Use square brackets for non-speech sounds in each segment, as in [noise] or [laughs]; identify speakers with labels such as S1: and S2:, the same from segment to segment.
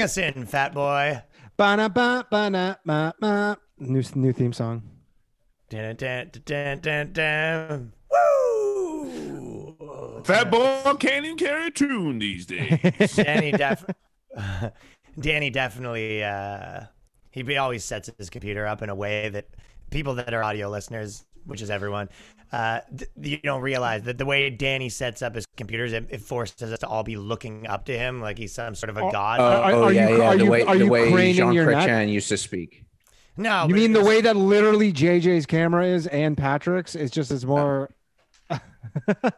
S1: us in, fat boy.
S2: Ba ba ba ba ba. New new theme song.
S1: Dun, dun, dun, dun, dun. Woo!
S3: Fat boy can't even carry a tune these
S4: [laughs]
S3: days.
S1: Danny def- Danny definitely uh, he be- always sets his computer up in a way that people that are audio listeners, which is everyone, uh, th- you don't realize that the way Danny sets up his computers, it, it forces us to all be looking up to him like he's some sort of a god.
S2: uh, Are-
S4: oh
S2: are
S4: yeah,
S2: you-
S4: yeah.
S2: are
S4: The
S2: you-
S4: way
S2: are
S4: the
S2: you
S4: way
S2: craning
S4: Jean
S2: your nut?
S4: Chrétien used to speak.
S1: no,
S2: You
S1: but
S2: mean the
S1: it's-
S2: way that literally JJ's camera is and Patrick's? It's just it's more.
S4: That's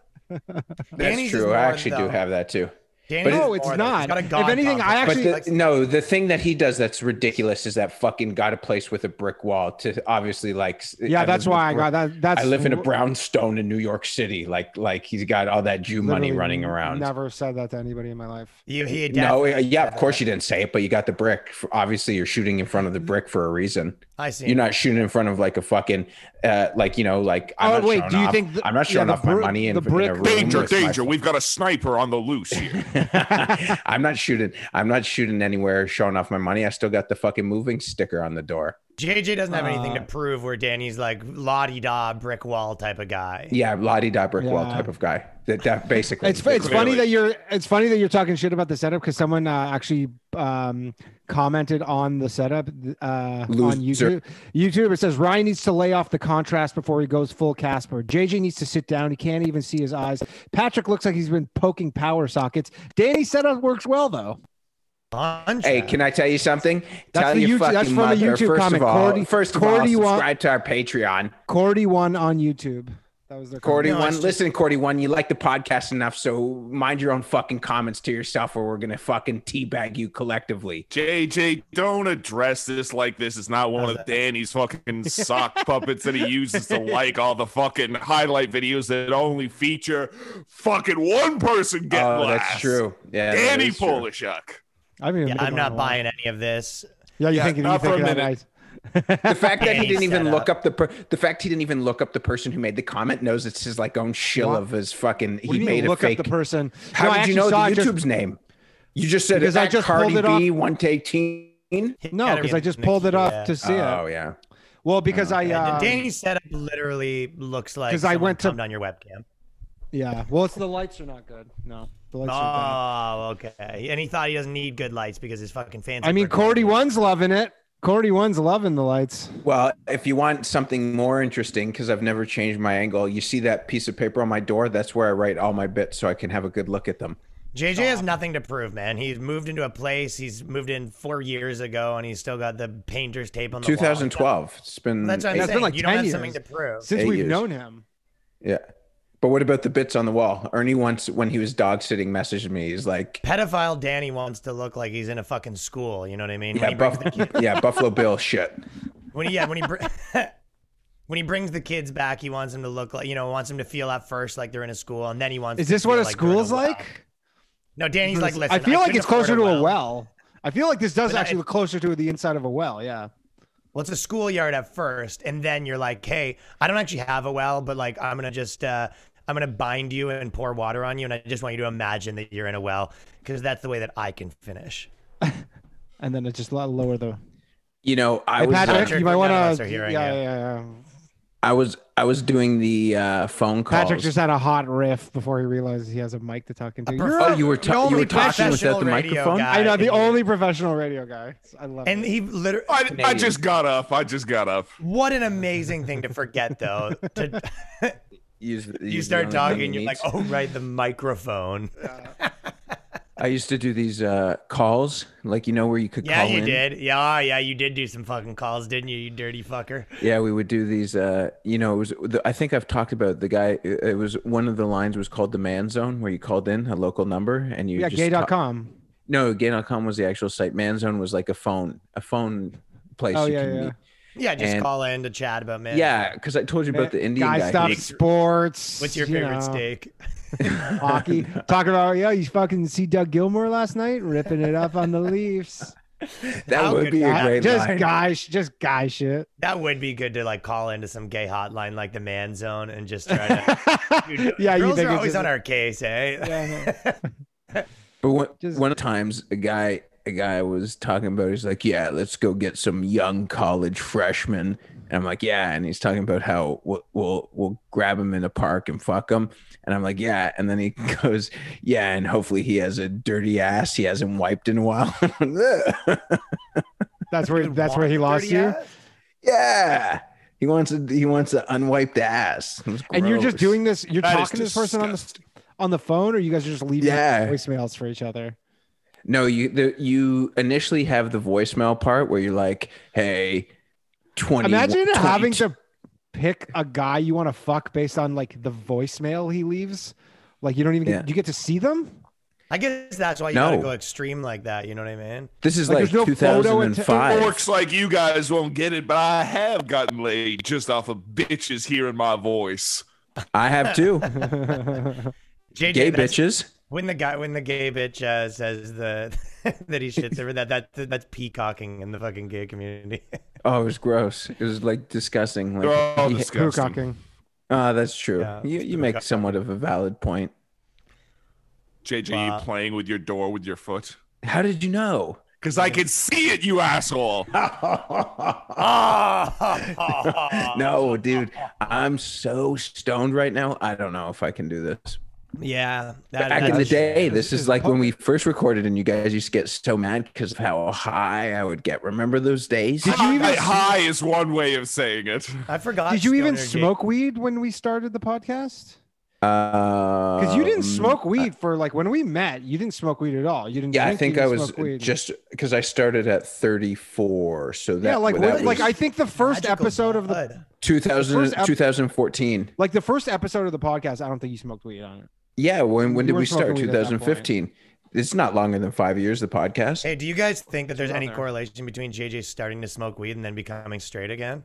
S1: Danny's is
S4: true.
S1: more
S4: I actually do
S1: the-
S4: have that too.
S1: Danny's
S4: No,
S1: is
S2: it's
S1: more the-
S2: not.
S1: he's got a
S2: If
S1: god
S2: anything, I
S1: complex.
S2: actually-
S4: but the, no, the thing that he does that's ridiculous is that fucking got a place with a brick wall to obviously like. s-
S2: Yeah,
S4: Uh, I
S2: that's
S4: live in a
S2: why I
S4: bro-
S2: got that. That's
S4: I live in a brownstone in New York City. Like, like he's got all that Jew money
S2: literally
S4: running around.
S2: Never said that to anybody in my life.
S1: you, he
S4: No,
S1: definitely-
S4: uh, yeah, of course you didn't say it, but you got the brick. F- Obviously, you're shooting in front of
S2: Mm-hmm.
S4: the brick for a reason.
S1: I see.
S4: You're not shooting in front of like a fucking, uh, like you know, like I'm
S2: Oh,
S4: not
S2: wait,
S4: showing
S2: do you
S4: off-
S2: think the-
S4: I'm not
S2: yeah,
S4: showing
S2: the
S4: off my
S2: brick-
S4: money in,
S2: the
S4: in a
S2: brick-
S4: room
S3: danger,
S4: with my
S3: danger. We've got a sniper on the loose
S4: [laughs]
S3: here.
S4: I'm not shooting. I'm not shooting anywhere, showing off my money. I still got the fucking moving sticker on the door.
S1: JJ doesn't have anything to
S2: Uh,
S1: prove where Danny's like la di da brick wall type of guy.
S4: Yeah, Lottie Da brick wall
S2: Yeah.
S4: type of guy. That, that basically.
S2: It's it's funny
S3: Clearly.
S2: that you're it's funny that you're talking shit about the setup because someone uh, actually um, commented on the setup uh, on
S4: Loser.
S2: YouTube. YouTube it says Ryan needs to lay off the contrast before he goes full Casper. JJ needs to sit down. He can't even see his eyes. Patrick looks like he's been poking power sockets. Danny's setup works well though.
S4: Hey, can I tell you something?
S2: That's
S4: tell
S2: the
S4: your
S2: YouTube- that's
S4: fucking
S2: from the
S4: mother,
S2: YouTube
S4: first
S2: comment.
S4: Of all,
S2: Cordy-
S4: first of all,
S2: Cordy wa-
S4: subscribe to our Patreon.
S2: Cordy won on YouTube. That was their
S4: Cordy
S1: No,
S4: one,
S1: it's just-
S4: listen, Cordy one, you like the podcast enough, so mind your own fucking comments to yourself, or we're gonna fucking teabag you collectively.
S3: JJ, don't address this like this. It's not one of Danny's fucking sock
S4: [laughs]
S3: puppets that he uses to like all the fucking highlight videos that only feature fucking one person getting
S4: oh,
S3: last.
S4: that's true. Yeah, that
S3: Danny
S4: is true.
S3: Polishuk.
S2: I haven't even
S1: Yeah,
S2: been
S1: I'm
S2: on
S1: not
S2: one.
S1: buying any of this.
S2: Yeah, you
S3: Yeah,
S2: think you
S3: not
S2: think
S3: for a
S2: of that
S3: minute.
S2: nice.
S4: The fact that he
S1: Danny
S4: didn't even
S1: set
S4: look up the per- the fact he didn't even look up the person who made the comment knows it's his like own shill
S2: What?
S4: of his fucking.
S2: What do
S4: He
S2: you mean
S4: made a
S2: look
S4: fake.
S2: up the person.
S4: How
S2: No, I
S4: did
S2: actually
S4: you know the
S2: saw it
S4: YouTube's
S2: just-
S4: name? You just said
S2: Because I
S4: at
S2: just
S4: Cardi
S2: pulled it off-
S4: B one take teen. Oh
S2: No, because I just pulled it off to see it.
S4: yeah.
S2: Well, because
S1: Oh,
S2: I uh,
S1: Danny's setup literally looks like
S2: 'Cause I
S1: someone
S2: went to-
S1: thumbed on your webcam.
S2: yeah. Well, it's the lights are not good. No, the lights are
S1: Oh, okay. And he thought he doesn't need good lights because his fucking fans.
S2: bad. I mean, Cordy one's loving it. Cordy one's loving the lights.
S4: Well, if you want something more interesting, because I've never changed my angle, you see that piece of paper on my door? That's where I write all my bits so I can have a good look at them.
S1: JJ has nothing to prove, man. He's moved into a place. He's moved in four years ago, and he's still got the painter's tape on the wall.
S4: 2012. It's been.
S1: That's what I'm
S4: eight-
S2: That's been
S1: saying.
S2: like
S1: you don't
S2: 10
S1: have something to
S2: years.
S1: prove.
S2: Since
S4: Eight
S2: we've
S4: years.
S2: known him,
S4: Yeah. But what about the bits on the wall? Ernie once, when he was dog sitting, messaged me. He's like,
S1: Pedophile Danny wants to look like he's in a fucking school. You know what I mean?
S4: yeah,
S1: When he brings
S4: Buff- yeah Buffalo Bill shit.
S1: when he yeah when he br- [laughs] when he brings the kids back, he wants them to look like you know wants them to feel at first like they're in a school, and then he wants.
S2: is
S1: them
S2: this
S1: to
S2: what
S1: feel
S2: a
S1: like they're in
S2: school's
S1: well.
S2: like?
S1: No, Danny's like listen.
S2: I feel like
S1: couldn't
S2: it's closer to
S1: afford
S2: a well. I feel like this does
S1: But I-
S2: actually look closer to the inside of a well. Yeah.
S1: Well, it's a schoolyard at first, and then you're like, hey, I don't actually have a well, but like I'm gonna just uh, I'm gonna bind you and pour water on you, and I just want you to imagine that you're in a well because that's the way that I can finish.
S2: And then it's just a lot lower the.
S4: You know, I
S2: Hey,
S4: was. uh,
S2: Patrick,
S1: Patrick,
S2: you might
S1: none
S2: want
S1: of us
S2: to.
S1: are
S2: Yeah,
S1: hearing
S2: yeah,
S1: you.
S2: yeah.
S4: I was I was doing the uh, phone calls.
S2: Patrick just had a hot riff before he realized he has a mic to talk into. You're-
S4: Oh, you were ta-
S1: The
S4: you
S1: only
S4: were talking
S1: professional
S4: without the
S1: radio
S4: microphone?
S1: guy
S2: I know the
S1: in-
S2: only professional radio guy. I love
S1: And
S2: it.
S1: he literally,
S3: I, I
S4: Canadian.
S3: just got up. I just got up.
S1: what an amazing thing to forget though.
S4: [laughs]
S1: To, [laughs]
S4: use-
S1: you
S4: use the
S1: start
S4: only one
S1: talking,
S4: he
S1: you're like,
S4: needs.
S1: oh right, the microphone.
S4: I used to do these uh, calls, like you know where you could
S1: Yeah,
S4: call
S1: you
S4: in.
S1: did. Yeah, yeah, you did do some fucking calls, didn't you? You dirty fucker.
S4: Yeah, we would do these. Uh, you know, it was. The, I think I've talked about the guy. It it was one of the lines was called the man zone, where you called in a local number and you.
S2: Yeah,
S4: just talk-
S2: gay.com.
S4: No, gay.com was the actual site. Man zone was like a phone, a phone place.
S2: Oh,
S4: you
S2: yeah,
S4: can
S2: yeah.
S4: meet.
S1: Yeah, just
S4: And-
S1: call in to chat about man.
S4: Yeah, because I told you about the Indian guy.
S2: guy
S4: who-
S2: stop sports.
S1: What's your
S2: you
S1: favorite
S2: know,
S1: steak?
S2: Hockey. Talking about yeah, you fucking see Doug Gilmore last night ripping it up on the Leafs.
S4: That
S1: How
S4: would
S1: could
S4: be a
S1: that-
S4: [laughs] great
S2: just
S4: line.
S2: guy, sh- just guy shit.
S1: That would be good to like call into some gay hotline like the man zone and just
S2: [laughs]
S1: try to. [laughs] Dude,
S2: yeah, you
S1: girls
S2: think
S1: are
S2: it's
S1: always
S4: [laughs]
S2: just,
S1: on our case, eh?
S2: Yeah, I know.
S4: But one,
S2: Just-
S4: one of the times, a guy a guy was talking about. He's like, "Yeah, let's go get some young college freshmen." And I'm like, "Yeah," and he's talking about how we'll we'll, we'll grab him in a park and fuck him. And I'm like, "Yeah," and then he [laughs] goes, "Yeah," and hopefully he has a dirty ass he hasn't wiped in a while. [laughs]
S2: That's where that's where he lost
S1: Dirty
S2: you.
S1: ass?
S4: yeah, he wants a, he wants an unwiped ass. It was
S2: And you're just
S4: gross.
S2: doing this. You're
S3: That is
S2: talking to this person on the on the phone, or you guys are just leaving
S4: Yeah.
S2: voicemails for each other.
S4: No, you the, you initially have the voicemail part where you're like, "Hey, twenty.
S2: Imagine
S4: 22
S2: having to pick a guy you want to fuck based on like the voicemail he leaves. Like you don't even get,
S4: Yeah.
S2: you get to see them.
S1: I guess that's why you
S4: No.
S1: gotta go extreme like that. You know what I mean?
S4: This is
S2: like,
S4: like,
S2: there's no photo and te-
S4: 2005.
S3: Orcs like you guys won't get it, but I have gotten laid just off of bitches hearing my voice.
S4: I have too.
S1: JJ,
S4: Gay
S1: that's-
S4: bitches.
S1: When the guy, when the gay bitch uh, says the [laughs] that he shits over that, that that's peacocking in the fucking gay community. [laughs]
S4: Oh, it was gross. It was like disgusting.
S3: They're
S4: Like,
S3: all
S4: Yeah.
S3: disgusting.
S2: Hooking.
S4: ah, that's true.
S1: Yeah.
S4: you you make somewhat of a valid point.
S3: JJ,
S1: Wow.
S3: you playing with your door with your foot?
S4: How did you know?
S3: Because I can see it, you asshole.
S4: no, dude, I'm so stoned right now. I don't know if I can do this.
S1: yeah, that,
S4: Back in the
S1: that's-
S4: day, this is like when we first recorded, and you guys used to get so mad because of how high I would get. Remember those days?
S2: Did you even
S3: Hi- high is one way of saying it.
S1: I forgot.
S2: Did you even
S1: stoner gay-
S2: smoke weed when we started the podcast?
S4: Because
S2: Because you
S4: Um,
S2: didn't smoke weed for like when we met, you didn't smoke weed at all. You didn't.
S4: Yeah, I
S2: drink, you
S4: think I
S2: didn't
S4: was
S2: smoke weed.
S4: just because I started at 34. So that,
S2: yeah, like
S4: that
S2: what, like
S4: was
S2: I think the first
S1: Magical
S2: episode of the
S1: blood.
S4: 2000,
S2: first ep-
S4: 2014.
S2: like the first episode of the podcast, I don't think you smoked weed on it.
S4: Yeah, when, when
S2: You
S4: did
S2: were
S4: we start?
S2: smoking weed at that point.
S4: 2015. It's not longer than five years, the podcast.
S1: Hey, do you guys think that there's
S2: around
S1: any
S2: there.
S1: correlation between JJ starting to smoke weed and then becoming straight again?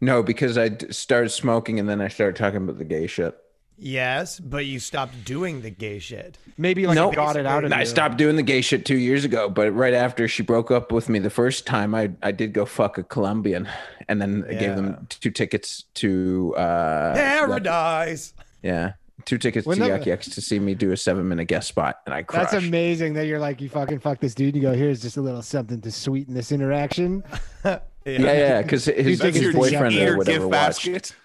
S4: No, because I d- started smoking and then I started talking about the gay shit.
S1: Yes, but you stopped doing the gay shit.
S2: Maybe like
S4: No.
S2: it got it out of
S4: And I
S2: you.
S4: stopped doing the gay shit two years ago, but right after she broke up with me the first time, I, I did go fuck a Colombian and then I gave them two tickets to. Uh,
S1: Paradise.
S4: Yeah. Two tickets
S2: When
S4: to
S2: the-
S4: Yuck Yucks to see me do a seven minute guest spot, and I crushed.
S2: That's amazing that you're like you fucking fuck this dude. You go here's just a little something to sweeten this interaction.
S4: yeah, yeah, because his,
S2: tickets
S4: his
S2: to
S4: boyfriend
S2: Yuck
S4: or
S3: ear
S4: whatever
S3: gift
S4: watched.
S3: basket.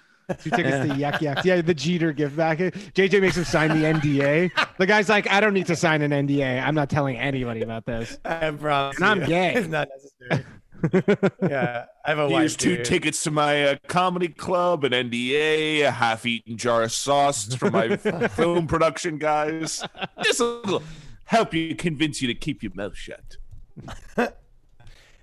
S2: Two tickets
S4: [laughs]
S2: to yuck yucks. Yeah, the Jeter gift back. JJ makes him sign the NDA. The guy's like, I don't need to sign an NDA. I'm not telling anybody about this.
S1: [laughs] I promise.
S2: And I'm
S1: you,
S2: gay.
S1: It's not necessary.
S2: [laughs]
S1: yeah, I have a wife.
S3: Here's two
S1: dude.
S3: tickets to my uh, comedy club, an NDA, a half-eaten jar of sauce for my film production guys. Just a little help you convince you to keep your mouth shut.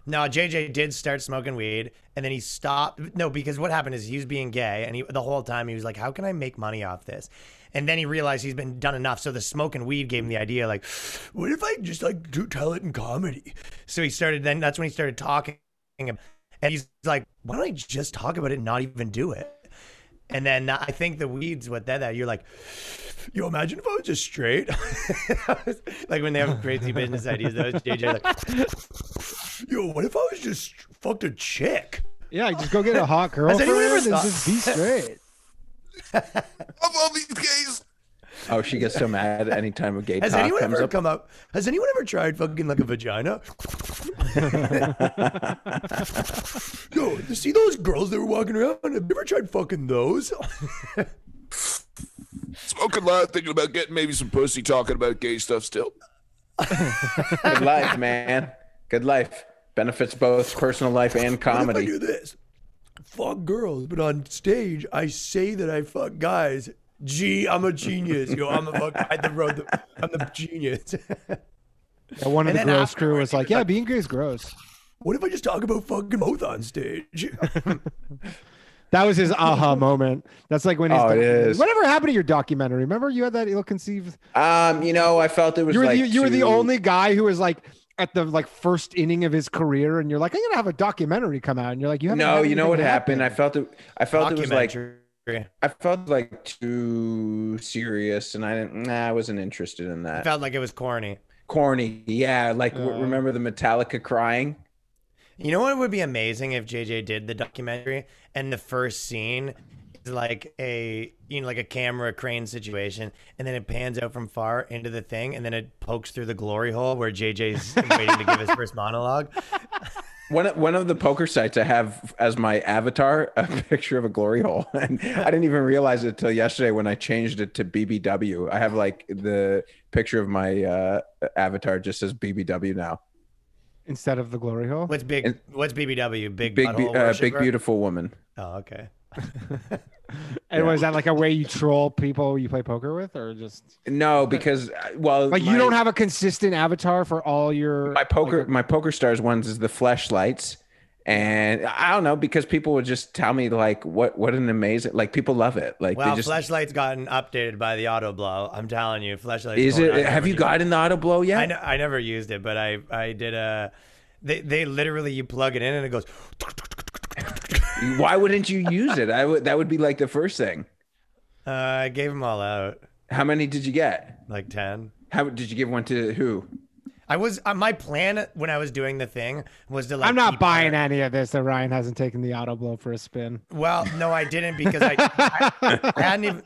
S1: No, JJ did start smoking weed, and then he stopped. No, because what happened is he was being gay, and he, the whole time he was like, "How can I make money off this?" And then he realized he's been done enough. So the smoking weed gave him the idea, like, "What if I just like do tell it in comedy?" So he started. Then that's when he started talking, and he's like, "Why don't I just talk about it and not even do it?" And then I think the weeds with that, that you're like, yo, imagine if I was just straight. [laughs] like when they have crazy business ideas, those JJ like, yo, what if I was just fucked a chick?
S2: Yeah, just go get a hot girlfriend
S1: anyone ever
S2: and
S1: thought-
S2: just be straight.
S3: Of all these gays,
S4: Oh, she gets so mad anytime a gay
S1: Has
S4: talk
S1: anyone
S4: comes
S1: ever
S4: up.
S1: come up? Has anyone ever tried fucking like a
S4: [laughs]
S1: vagina? yo, you see those girls that were walking around? Have you ever tried fucking those? [laughs]
S3: smoking loud, thinking about getting maybe some pussy, talking about gay stuff still.
S4: Good life, man. Good life benefits both personal life and
S1: What if I
S4: comedy.
S1: do this? Fuck girls, but on stage I say that I fuck guys. Gee, I'm a genius. Yo, I'm a fuck. I the road. The, I'm the genius. [laughs]
S2: Yeah, one of
S1: And then
S2: the gross crew
S1: afterwards,
S2: was
S1: he
S2: like,
S1: was
S2: Yeah,
S1: like-
S2: being gay is gross.
S1: what if I just talk about fucking both on
S4: [laughs]
S1: stage?
S2: That was his aha moment. That's like when he's
S4: Oh, it
S2: documentary-
S4: is.
S2: whatever happened to your documentary. Remember you had that ill-conceived.
S4: Um, you know, I felt it was
S2: You were
S4: like
S2: the, you were the
S4: too-
S2: only guy who was like at the like first inning of his career, and you're like, I'm gonna have a documentary come out, and you're like, you haven't
S4: No,
S2: had
S4: you know what
S2: anything
S4: happened? I
S2: happen.
S4: felt it. I felt it was like
S1: Documentary.
S4: I felt like too serious, and I didn't. Nah, I wasn't interested in that.
S1: felt like it was corny.
S4: Corny, yeah. Like w-
S2: Yeah.
S4: remember the Metallica crying?
S1: You know what would be amazing if JJ did the documentary and the first scene
S5: like a you know like a camera crane situation, and then it pans out from far into the thing, and then it pokes through the glory hole where JJ's [laughs] waiting to give his first monologue.
S4: One of- one of the poker sites I have as my avatar a [laughs] picture of a glory hole, [laughs] and I didn't even realize it till yesterday when I changed it to BBW. I have like the picture of my uh, avatar just says BBW now.
S2: instead of the glory hole.
S5: What's big? What's BBW? Big
S4: Big
S5: butthole
S4: be- uh, big
S5: worshiper?
S4: beautiful woman.
S5: Oh, okay.
S2: And was that like a way you troll people you play poker with, or just
S4: No, because uh, well,
S2: like
S4: my-
S2: you don't have a consistent avatar for all your
S4: my poker
S2: like,
S4: my poker stars ones is the flashlights and i don't know because people would just tell me like what what an amazing like people love it like
S5: Well,
S4: they just
S5: flashlight's gotten updated by the auto blow. I'm telling you, flashlight.
S4: is it have you gotten the auto blow yet
S5: I, know, I never used it, but I I did a. They they literally you plug it in and it goes.
S4: why wouldn't you use it i would that would be like the first thing
S5: Uh, I gave them all out
S4: how many did you get
S5: like ten.
S4: how did you give one to who
S5: I was uh, my plan when I was doing the thing was to like.
S2: I'm not
S5: keep-
S2: buying any of this that Ryan hasn't taken the auto blow for a spin.
S5: Well, no, I didn't because I I, I hadn't even.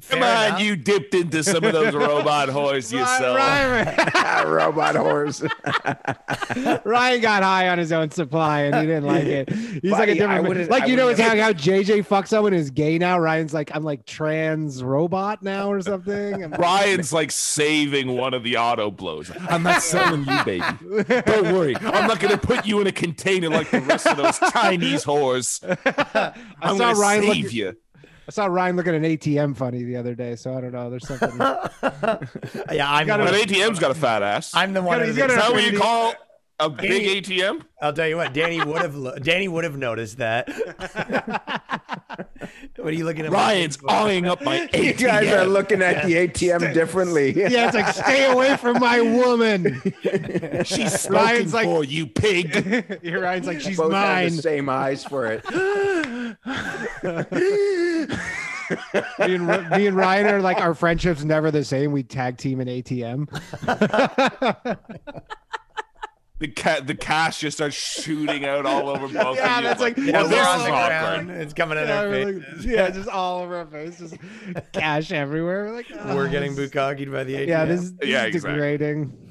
S5: Fair
S3: Come on,
S5: enough.
S3: you dipped into some of those robot horse yourself.
S2: Ryan,
S4: robot horse
S2: Ryan got high on his own supply and he didn't like
S4: [laughs]
S2: it. He's like a
S4: Buddy, I
S2: different
S4: wouldn't-
S2: like
S4: I
S2: you know it's
S4: wouldn't-
S2: how, how JJ fucks someone who's gay now. Ryan's like I'm like trans robot now or something. I'm-
S3: Ryan's like saving one of the auto blows. I'm not selling you, baby. Don't worry. I'm not going to put you in a container like the rest of those Chinese whores. I'm
S2: saw
S3: going to
S2: Ryan look-
S3: save you.
S2: I saw Ryan look at an ATM funny the other day, so I don't know. There's
S4: [laughs]
S2: something.
S5: Yeah, I'm. the
S3: But
S5: one-
S3: ATM's got a fat ass.
S5: I'm the one.
S2: gotta-
S5: who's
S2: you
S3: Is
S2: gotta-
S3: that what you call a big ATM?
S5: I'll tell you what, Danny would have. Lo- Danny would have noticed that. [laughs] what are you looking at? my
S3: Ryan's
S5: Facebook?
S3: eyeing up my ATM.
S4: [laughs] you guys are looking at the atm differently [laughs]
S2: yeah, it's like stay away from my woman. [laughs]
S3: She's smoking
S2: Ryan's like-
S3: for you, pig.
S2: Yeah, Ryan's like she's
S4: both have
S2: mine.
S4: the same eyes for it
S2: me, and, Ry- me and Ryan are like our friendship's never the same. We tag team an ATM.
S3: The cat, the cash just starts shooting out all over both of you.
S2: Yeah, that's like-
S5: Yeah,
S3: well,
S5: we're
S3: this
S5: on
S3: is
S5: the ground.
S3: awkward.
S5: It's coming
S2: [laughs]
S5: out
S2: Yeah,
S5: our
S2: we're
S5: face.
S2: like- yeah, just all over our face, just cash everywhere. We're like, "Oh,
S5: We're getting
S2: this-
S5: bukkakied by the ATM.
S2: Yeah, this, is- this
S3: Yeah,
S2: is
S3: exactly.
S2: degrading.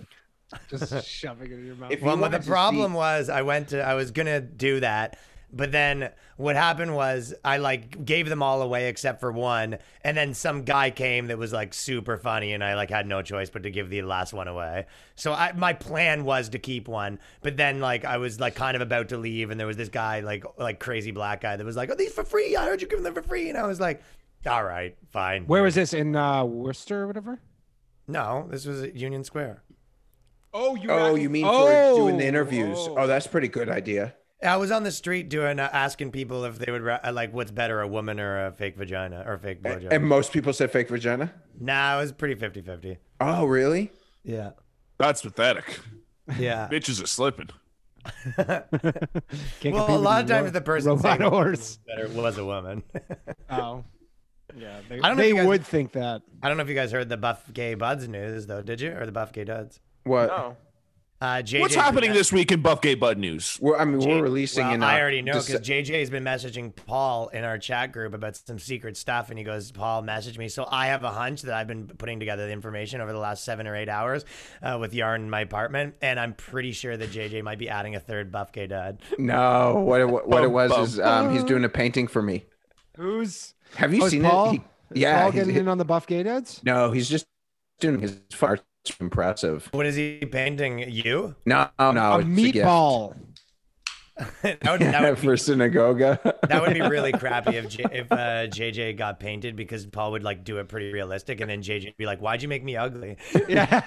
S2: [laughs] Just shoving it in your mouth.
S4: If you
S5: Well,
S4: wanted
S5: the
S4: to see-
S5: problem was I went to I was gonna do that, but then what happened was I like gave them all away except for one, and then some guy came that was like super funny, and I like had no choice but to give the last one away. So I my plan was to keep one, but then like I was like kind of about to leave, and there was this guy like like crazy black guy that was like, "Oh, these for free! I heard you giving them for free," and I was like, "All right, fine."
S2: Where was this in uh, Worcester or whatever?
S5: No, this was at Union Square.
S2: Oh, you.
S4: Oh, you mean for doing the interviews? Oh, that's pretty good idea.
S5: I was on the street doing uh, asking people if they would ra- uh, like what's better, a woman or a fake vagina or a fake blowjob.
S4: And most people said fake vagina.
S5: nah, it was pretty 50-50.
S4: Oh, really?
S5: Yeah.
S3: That's pathetic.
S5: [laughs] Yeah.
S3: Bitches are slipping.
S5: well, a lot of times the person
S2: robot
S5: saying
S2: horse.
S5: better was a woman. [laughs]
S2: Oh, yeah. They,
S5: don't know if
S2: they
S5: you guys-
S2: would think that.
S5: I don't know if you guys heard the Buff Gay Buds news though, did you? Or the Buff Gay Duds?
S4: What?
S5: Uh, JJ
S3: What's happening this week in Buff Gay Bud News?
S5: [laughs]
S4: We're, I mean, we're releasing
S5: Well,
S4: in.
S5: I
S4: uh,
S5: already know
S4: Dece-
S5: because JJ has been messaging Paul in our chat group about some secret stuff, and he goes, "Paul, message me." So I have a hunch that I've been putting together the information over the last seven or eight hours uh, with Yarn in my apartment, and I'm pretty sure that JJ might be adding a third Buff Gay Dud.
S4: [laughs] no, what it, what what it
S3: Bum,
S4: was
S3: bum,
S4: is um, he's doing a painting for me.
S2: Who's
S4: Have you
S2: Uh. Oh, is
S4: seen
S2: Paul-
S4: it? He-
S2: is
S4: yeah.
S2: Paul
S4: he's-
S2: getting
S4: he-
S2: in on the buff gay dads?
S4: no, he's just doing his far. It's impressive.
S5: What is he painting?
S2: [laughs]
S5: You?
S4: No, no,
S2: a
S4: it's gift. [laughs]
S5: [laughs]
S2: meatball.
S5: that, would, that, would,
S2: [laughs]
S4: for synagoga.
S5: that would be really crappy if J, if uh, JJ got painted because Paul would like do it pretty realistic, and then JJ would be like, "Why'd you make me ugly?"
S2: yeah.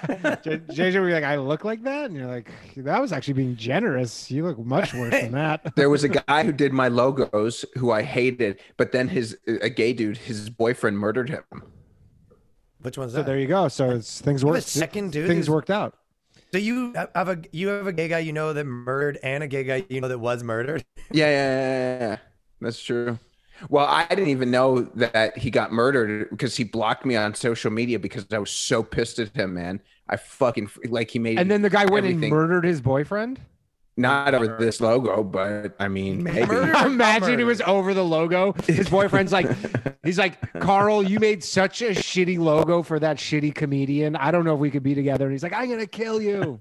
S2: J- JJ would be like, I look like that. And you're like, that was actually being generous. You look much worse than
S5: [laughs]
S2: that.
S4: there was a guy who did my logos who I hated, but then his a gay dude, his boyfriend murdered him.
S5: Which one's
S2: So
S5: that?
S2: there you go. So it's, things
S5: You have a
S2: worked.
S5: second dude
S2: Things
S5: who's-
S2: worked out.
S5: So you have a you have a gay guy you know that murdered and a gay guy you know that was murdered.
S2: [laughs]
S4: Yeah, yeah, yeah, yeah, yeah. That's true. Well, I didn't even know that he got murdered because he blocked me on social media because I was so pissed at him, man. I fucking like he made
S5: e
S2: And then the guy went
S4: Everything.
S2: and murdered his boyfriend.
S4: Not over this logo, but I mean, maybe.
S5: Murder.
S2: Imagine it was over the logo. His boyfriend's like, he's like, Carl, you made such a shitty logo for that shitty comedian. I don't know if we could be together. And he's like, I'm gonna kill you.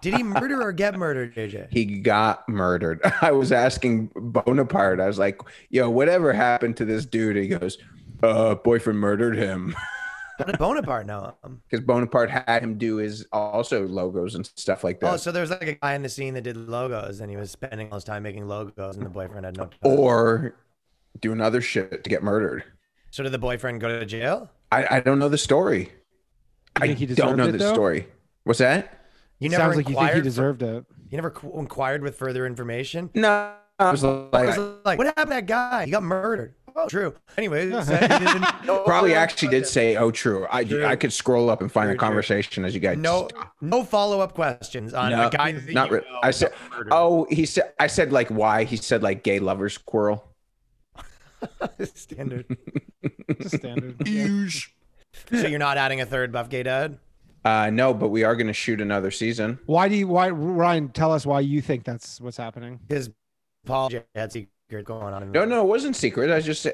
S5: Did he murder or get murdered,
S2: [laughs]
S5: JJ?
S4: He got murdered. [laughs] I was asking Bonaparte. I was like, yo, whatever happened to this dude? He goes, uh, boyfriend murdered him. [laughs]
S5: How did Bonaparte know him?
S4: Because Bonaparte had him do his also logos and stuff like that.
S5: Oh, so there was like a guy in the scene that did logos, and he was spending all his time making logos, and the boyfriend had no. Time.
S2: Oh.
S4: or doing other shit to get murdered.
S5: so did the boyfriend go to jail?
S4: I, I don't know the story. I
S2: think he
S4: don't
S2: deserved
S4: know
S2: it,
S4: the
S2: though?
S4: story. What's that?
S5: You never
S2: Sounds like you think
S5: inquired
S2: he
S5: for-
S2: deserved
S5: [laughs]
S2: it.
S5: you never qu- inquired with further information.
S4: No, I was like,
S5: I was like, what happened to that guy? He got murdered. Oh, true. uh, Anyway, it said he didn't know-
S4: probably actually did say, "Oh, true." I
S5: True.
S4: I could scroll up and find
S5: True,
S4: a
S5: true.
S4: conversation as you [laughs] guys.
S5: no no follow up questions on
S4: No,
S5: a guy. That
S4: not
S5: you
S4: really. I said, "Oh, he said." I said like why he said like gay lovers quarrel.
S5: know. [laughs] standard.
S2: It's a standard. [laughs]
S3: Huge.
S5: So you're not adding a third buff gay dad?
S4: Uh, no, but we are going to shoot another season.
S2: Why do you? Why Ryan? Tell us why you think that's what's happening.
S5: Because Paul J had secret going on. in
S4: No,
S5: there.
S4: no, it wasn't secret. I just,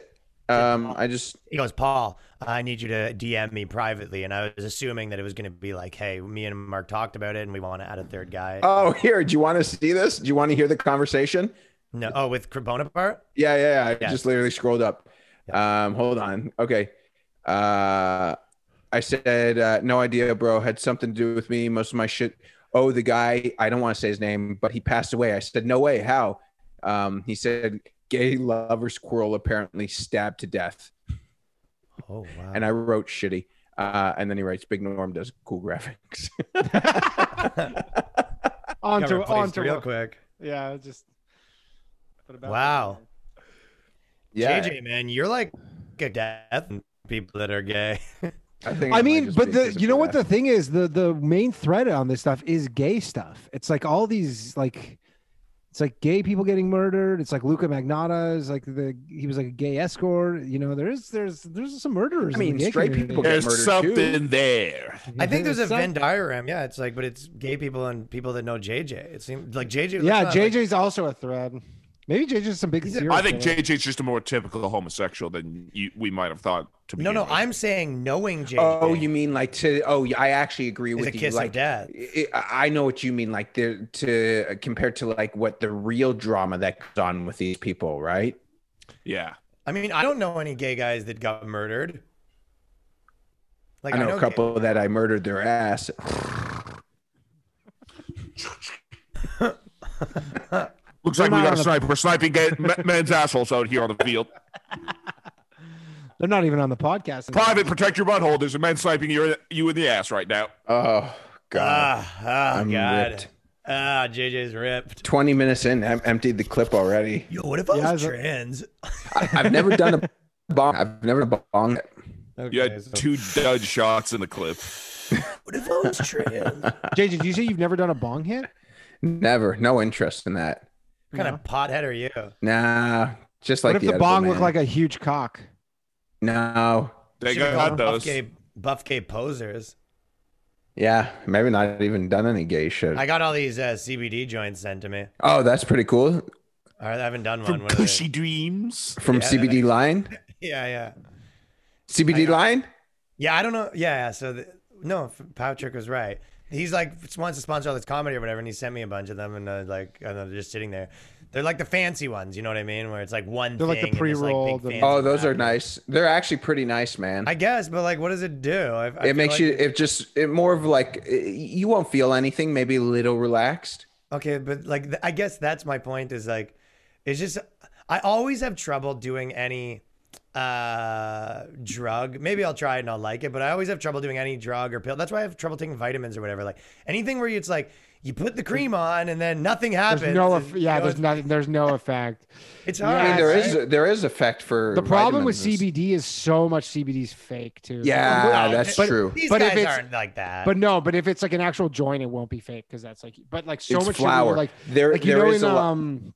S4: um, I just
S5: He goes, Paul, I need you to DM me privately, and I was assuming that it was going to be like, hey, me and Mark talked about it, and we want to add a third guy.
S4: Oh, [laughs] here. Do you want to see this? Do you want to hear the conversation?
S5: no, oh, with Bonaparte.
S4: Yeah, yeah. yeah. I
S5: Yeah.
S4: just literally scrolled up. Um, hold on. Okay. Uh, I said uh, no idea, bro. Had something to do with me. Most of my shit. Oh, the guy. I don't want to say his name, but he passed away. I said no way. How? Um, he said gay lover squirrel apparently stabbed to death.
S5: Oh wow.
S4: And I wrote shitty. Uh, and then he writes, Big Norm does cool graphics. [laughs]
S2: On
S5: Cover
S2: to
S5: please,
S2: on to
S5: real quick.
S2: Yeah, just. put it back.
S5: Wow.
S4: yeah,
S5: JJ, man, you're like a death in people that are gay.
S4: I think.
S2: I
S4: it might
S2: mean,
S4: just
S2: but
S4: be
S2: the
S4: 'cause of
S2: you know what
S4: that.
S2: the thing is the the main thread on this stuff is gay stuff. It's like all these like it's like gay people getting murdered. It's like Luca Magnotta is like the he was like a gay escort. You know, there is there's there's some murderers. in
S4: I
S2: the
S4: mean,
S2: gay
S4: straight
S2: community.
S4: people get-
S3: There's
S4: murdered,
S3: something there.
S5: I think there's a
S2: some-
S5: Venn diagram. Yeah, it's like, but it's gay people and people that know JJ. It seems like JJ.
S2: Yeah,
S5: looks not like-
S2: JJ's also a thread. Maybe JJ's some big. serial
S3: I think
S2: killer.
S3: JJ's just a more typical homosexual than you, we might have thought to be.
S5: no, no, I'm saying knowing JJ.
S4: Oh, you mean like to? Oh, yeah, I actually agree
S5: is
S4: with
S5: a
S4: you.
S5: kiss
S4: like
S5: of death.
S4: I I I know what you mean. Like there to compared to like what the real drama that goes on with these people, right?
S3: Yeah.
S5: I mean, I don't know any gay guys that got murdered. Like
S4: I know a
S5: gay-
S4: couple that I murdered their ass.
S3: Looks
S2: They're
S3: like we
S2: not
S3: got a
S2: on the-
S3: sniper sniping gay, me- men's assholes out here on the field.
S2: they're not even on the podcast. anymore.
S3: Private, protect your butthole. There's a man sniping your, you in the ass right now.
S4: Oh god,
S5: Ah, ah,
S4: I'm
S5: God.
S4: ripped.
S5: Ah, JJ's ripped.
S4: Twenty minutes in, I've emptied the
S2: [laughs]
S4: clip already.
S5: Yo, what if I
S2: Yeah,
S5: was
S2: I was-
S5: trans?
S4: I, I've never done a bong. I've never done a bong.
S3: You
S5: Okay,
S3: had
S5: so-
S3: two dud shots in the clip.
S5: What if I was trans? what
S2: JJ, did you say you've never done a bong hit?
S4: Never, no interest in that.
S5: kind of pothead are you?
S4: Nah, just like
S2: what if the,
S4: Edible
S2: bong
S4: Man.
S2: looked like a huge cock?
S4: no.
S3: They
S5: Should've
S3: got
S5: gone buff
S3: those.
S5: gay, buff gay posers.
S4: Yeah, maybe not even done any gay shit.
S5: I got all these uh, CBD joints sent to me.
S4: oh, that's pretty cool
S5: All right, I haven't done one.
S3: From
S5: What are they?
S3: Cushy Dreams.
S4: from
S5: Yeah,
S4: CBD line.
S5: Yeah, yeah,
S4: CBD line.
S5: yeah. I don't know. Yeah, yeah. So the, no, Patrick was right. He's like wants to sponsor all this comedy or whatever, and he sent me a bunch of them, and uh, like and they're just sitting there. They're like the fancy ones, you know what I mean? Where it's like one
S2: They're like the
S5: thing. and there's, big
S2: pre-rolled and-
S5: fancy
S4: Oh, those are
S5: wrap.
S4: nice. They're actually pretty nice, man.
S5: I guess, but like, what does it do? I, I feel
S4: it makes
S5: like-
S4: you it just it more of like uh, you won't feel anything, maybe a little relaxed.
S5: Okay, but like th- I guess that's my point is like it's just I always have trouble doing any uh drug. Maybe I'll try it and I'll like it, but I always have trouble doing any drug or pill. That's why I have trouble taking vitamins or whatever. Like anything where it's like you put the cream on and then nothing happens.
S2: There's no,
S5: and,
S2: eff- yeah.
S5: you know,
S2: There's nothing. There's no effect.
S5: it's
S2: I
S5: hard.
S4: I mean, there
S5: right?
S4: is there is effect for
S2: The problem with
S4: vitamins.
S2: CBD is so much CBD's fake too.
S4: Yeah,
S5: Well,
S4: that's
S5: but-
S4: true.
S5: These
S2: But if
S5: guys
S2: it's-
S5: aren't like that.
S2: But no, but if it's like an actual joint, it won't be fake because that's like. But like so
S4: it's
S2: much CBD,
S4: flour.
S2: like
S4: there
S2: like you
S4: there
S2: know
S4: is
S2: in
S4: a lot.
S2: um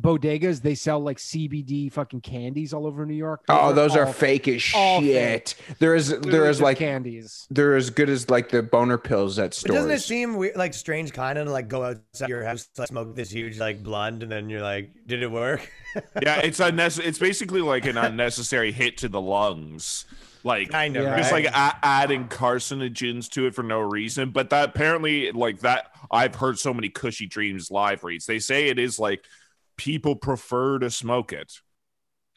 S2: bodegas, they sell like CBD fucking candies all over New York.
S4: Oh, those are
S2: all
S4: fake as
S2: all
S4: shit. There is there
S2: literally
S4: is
S2: just
S4: like
S2: candies.
S4: they're as good as like the boner pills at
S5: But doesn't it
S4: stores.
S5: seem weird, like strange, kind of to, like go outside your house, like, smoke this huge like blunt, and then you're like, did it work? [laughs]
S3: yeah, it's unnecessary. It's basically like an unnecessary hit to the lungs. Like
S5: Kind of.
S2: Yeah.
S5: right?
S3: just like a- adding carcinogens to it for no reason. But that apparently, like that, I've heard so many cushy dreams live reads. They say it is like people prefer to smoke it.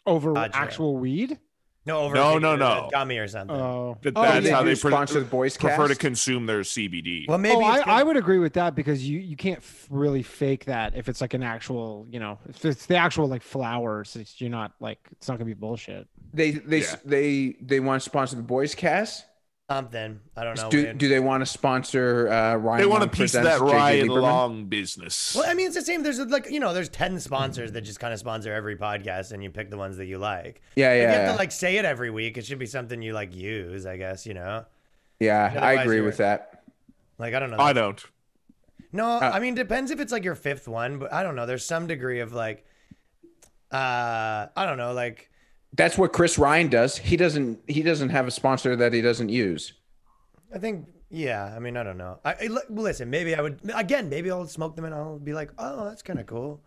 S2: over
S5: Gotcha.
S2: actual weed.
S5: no, over
S3: No,
S5: like,
S3: no,
S5: a
S3: no.
S5: gummy or something.
S2: Oh,
S3: That
S2: Oh,
S3: that's
S2: yeah.
S3: how they
S4: do
S3: pro-
S4: sponsor the boys
S3: Prefer to
S4: cast?
S3: consume their CBD.
S5: well, maybe
S2: oh,
S5: it's
S2: I, I
S5: good-
S2: would agree with that because you you can't f- really fake that if it's like an actual you know if it's the actual like flowers it's, you're not like it's not gonna be bullshit.
S4: They they
S3: Yeah.
S4: they they want to sponsor the boys cast.
S5: something. I don't know.
S4: do
S5: man.
S4: do they want to sponsor uh, Ryan?
S3: they want a
S4: Long
S3: piece of
S4: Presents
S3: that Ryan
S4: J.J. Lieberman?
S3: Long business.
S5: Well, I mean, it's the same. There's like you know, there's ten sponsors that just kind of sponsor every podcast, and you pick the ones that you like.
S4: Yeah,
S5: If
S4: yeah,
S5: you have
S4: yeah.
S5: to like say it every week. It should be something you like use, I guess. You know,
S4: yeah. I
S5: Otherwise
S4: agree
S5: you're-
S4: with that.
S5: like I don't know.
S3: I don't.
S5: No,
S4: uh,
S5: I mean depends if it's like your fifth one, but I don't know. There's some degree of like, uh, I don't know, like
S4: That's what Chris Ryan does. He doesn't he doesn't have a sponsor that he doesn't use.
S5: I think yeah. I mean I don't know. I, I li- listen. Maybe I would again. Maybe I'll smoke them and I'll be like, oh, that's kind of cool.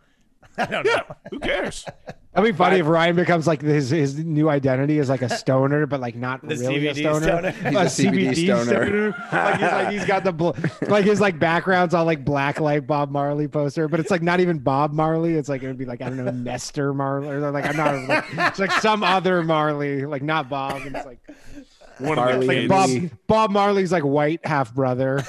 S5: [laughs] I don't know.
S3: Yeah, who cares?
S2: That'd be funny if Ryan becomes like his his new identity is like a stoner, but like not
S5: The
S2: really a
S5: CBD
S2: stoner.
S5: stoner. He's
S4: a CBD stoner.
S2: like he's like he's got the bl- like his like background's all like black light Bob Marley poster, but it's like not even Bob Marley. It's like it would be like I don't know Nestor Marley or like I'm not like, it's like some other Marley, like not Bob. And it's like
S3: One of the
S4: Barley
S2: like
S3: kids.
S2: Bob
S4: Maybe.
S2: Bob Marley's like white half brother.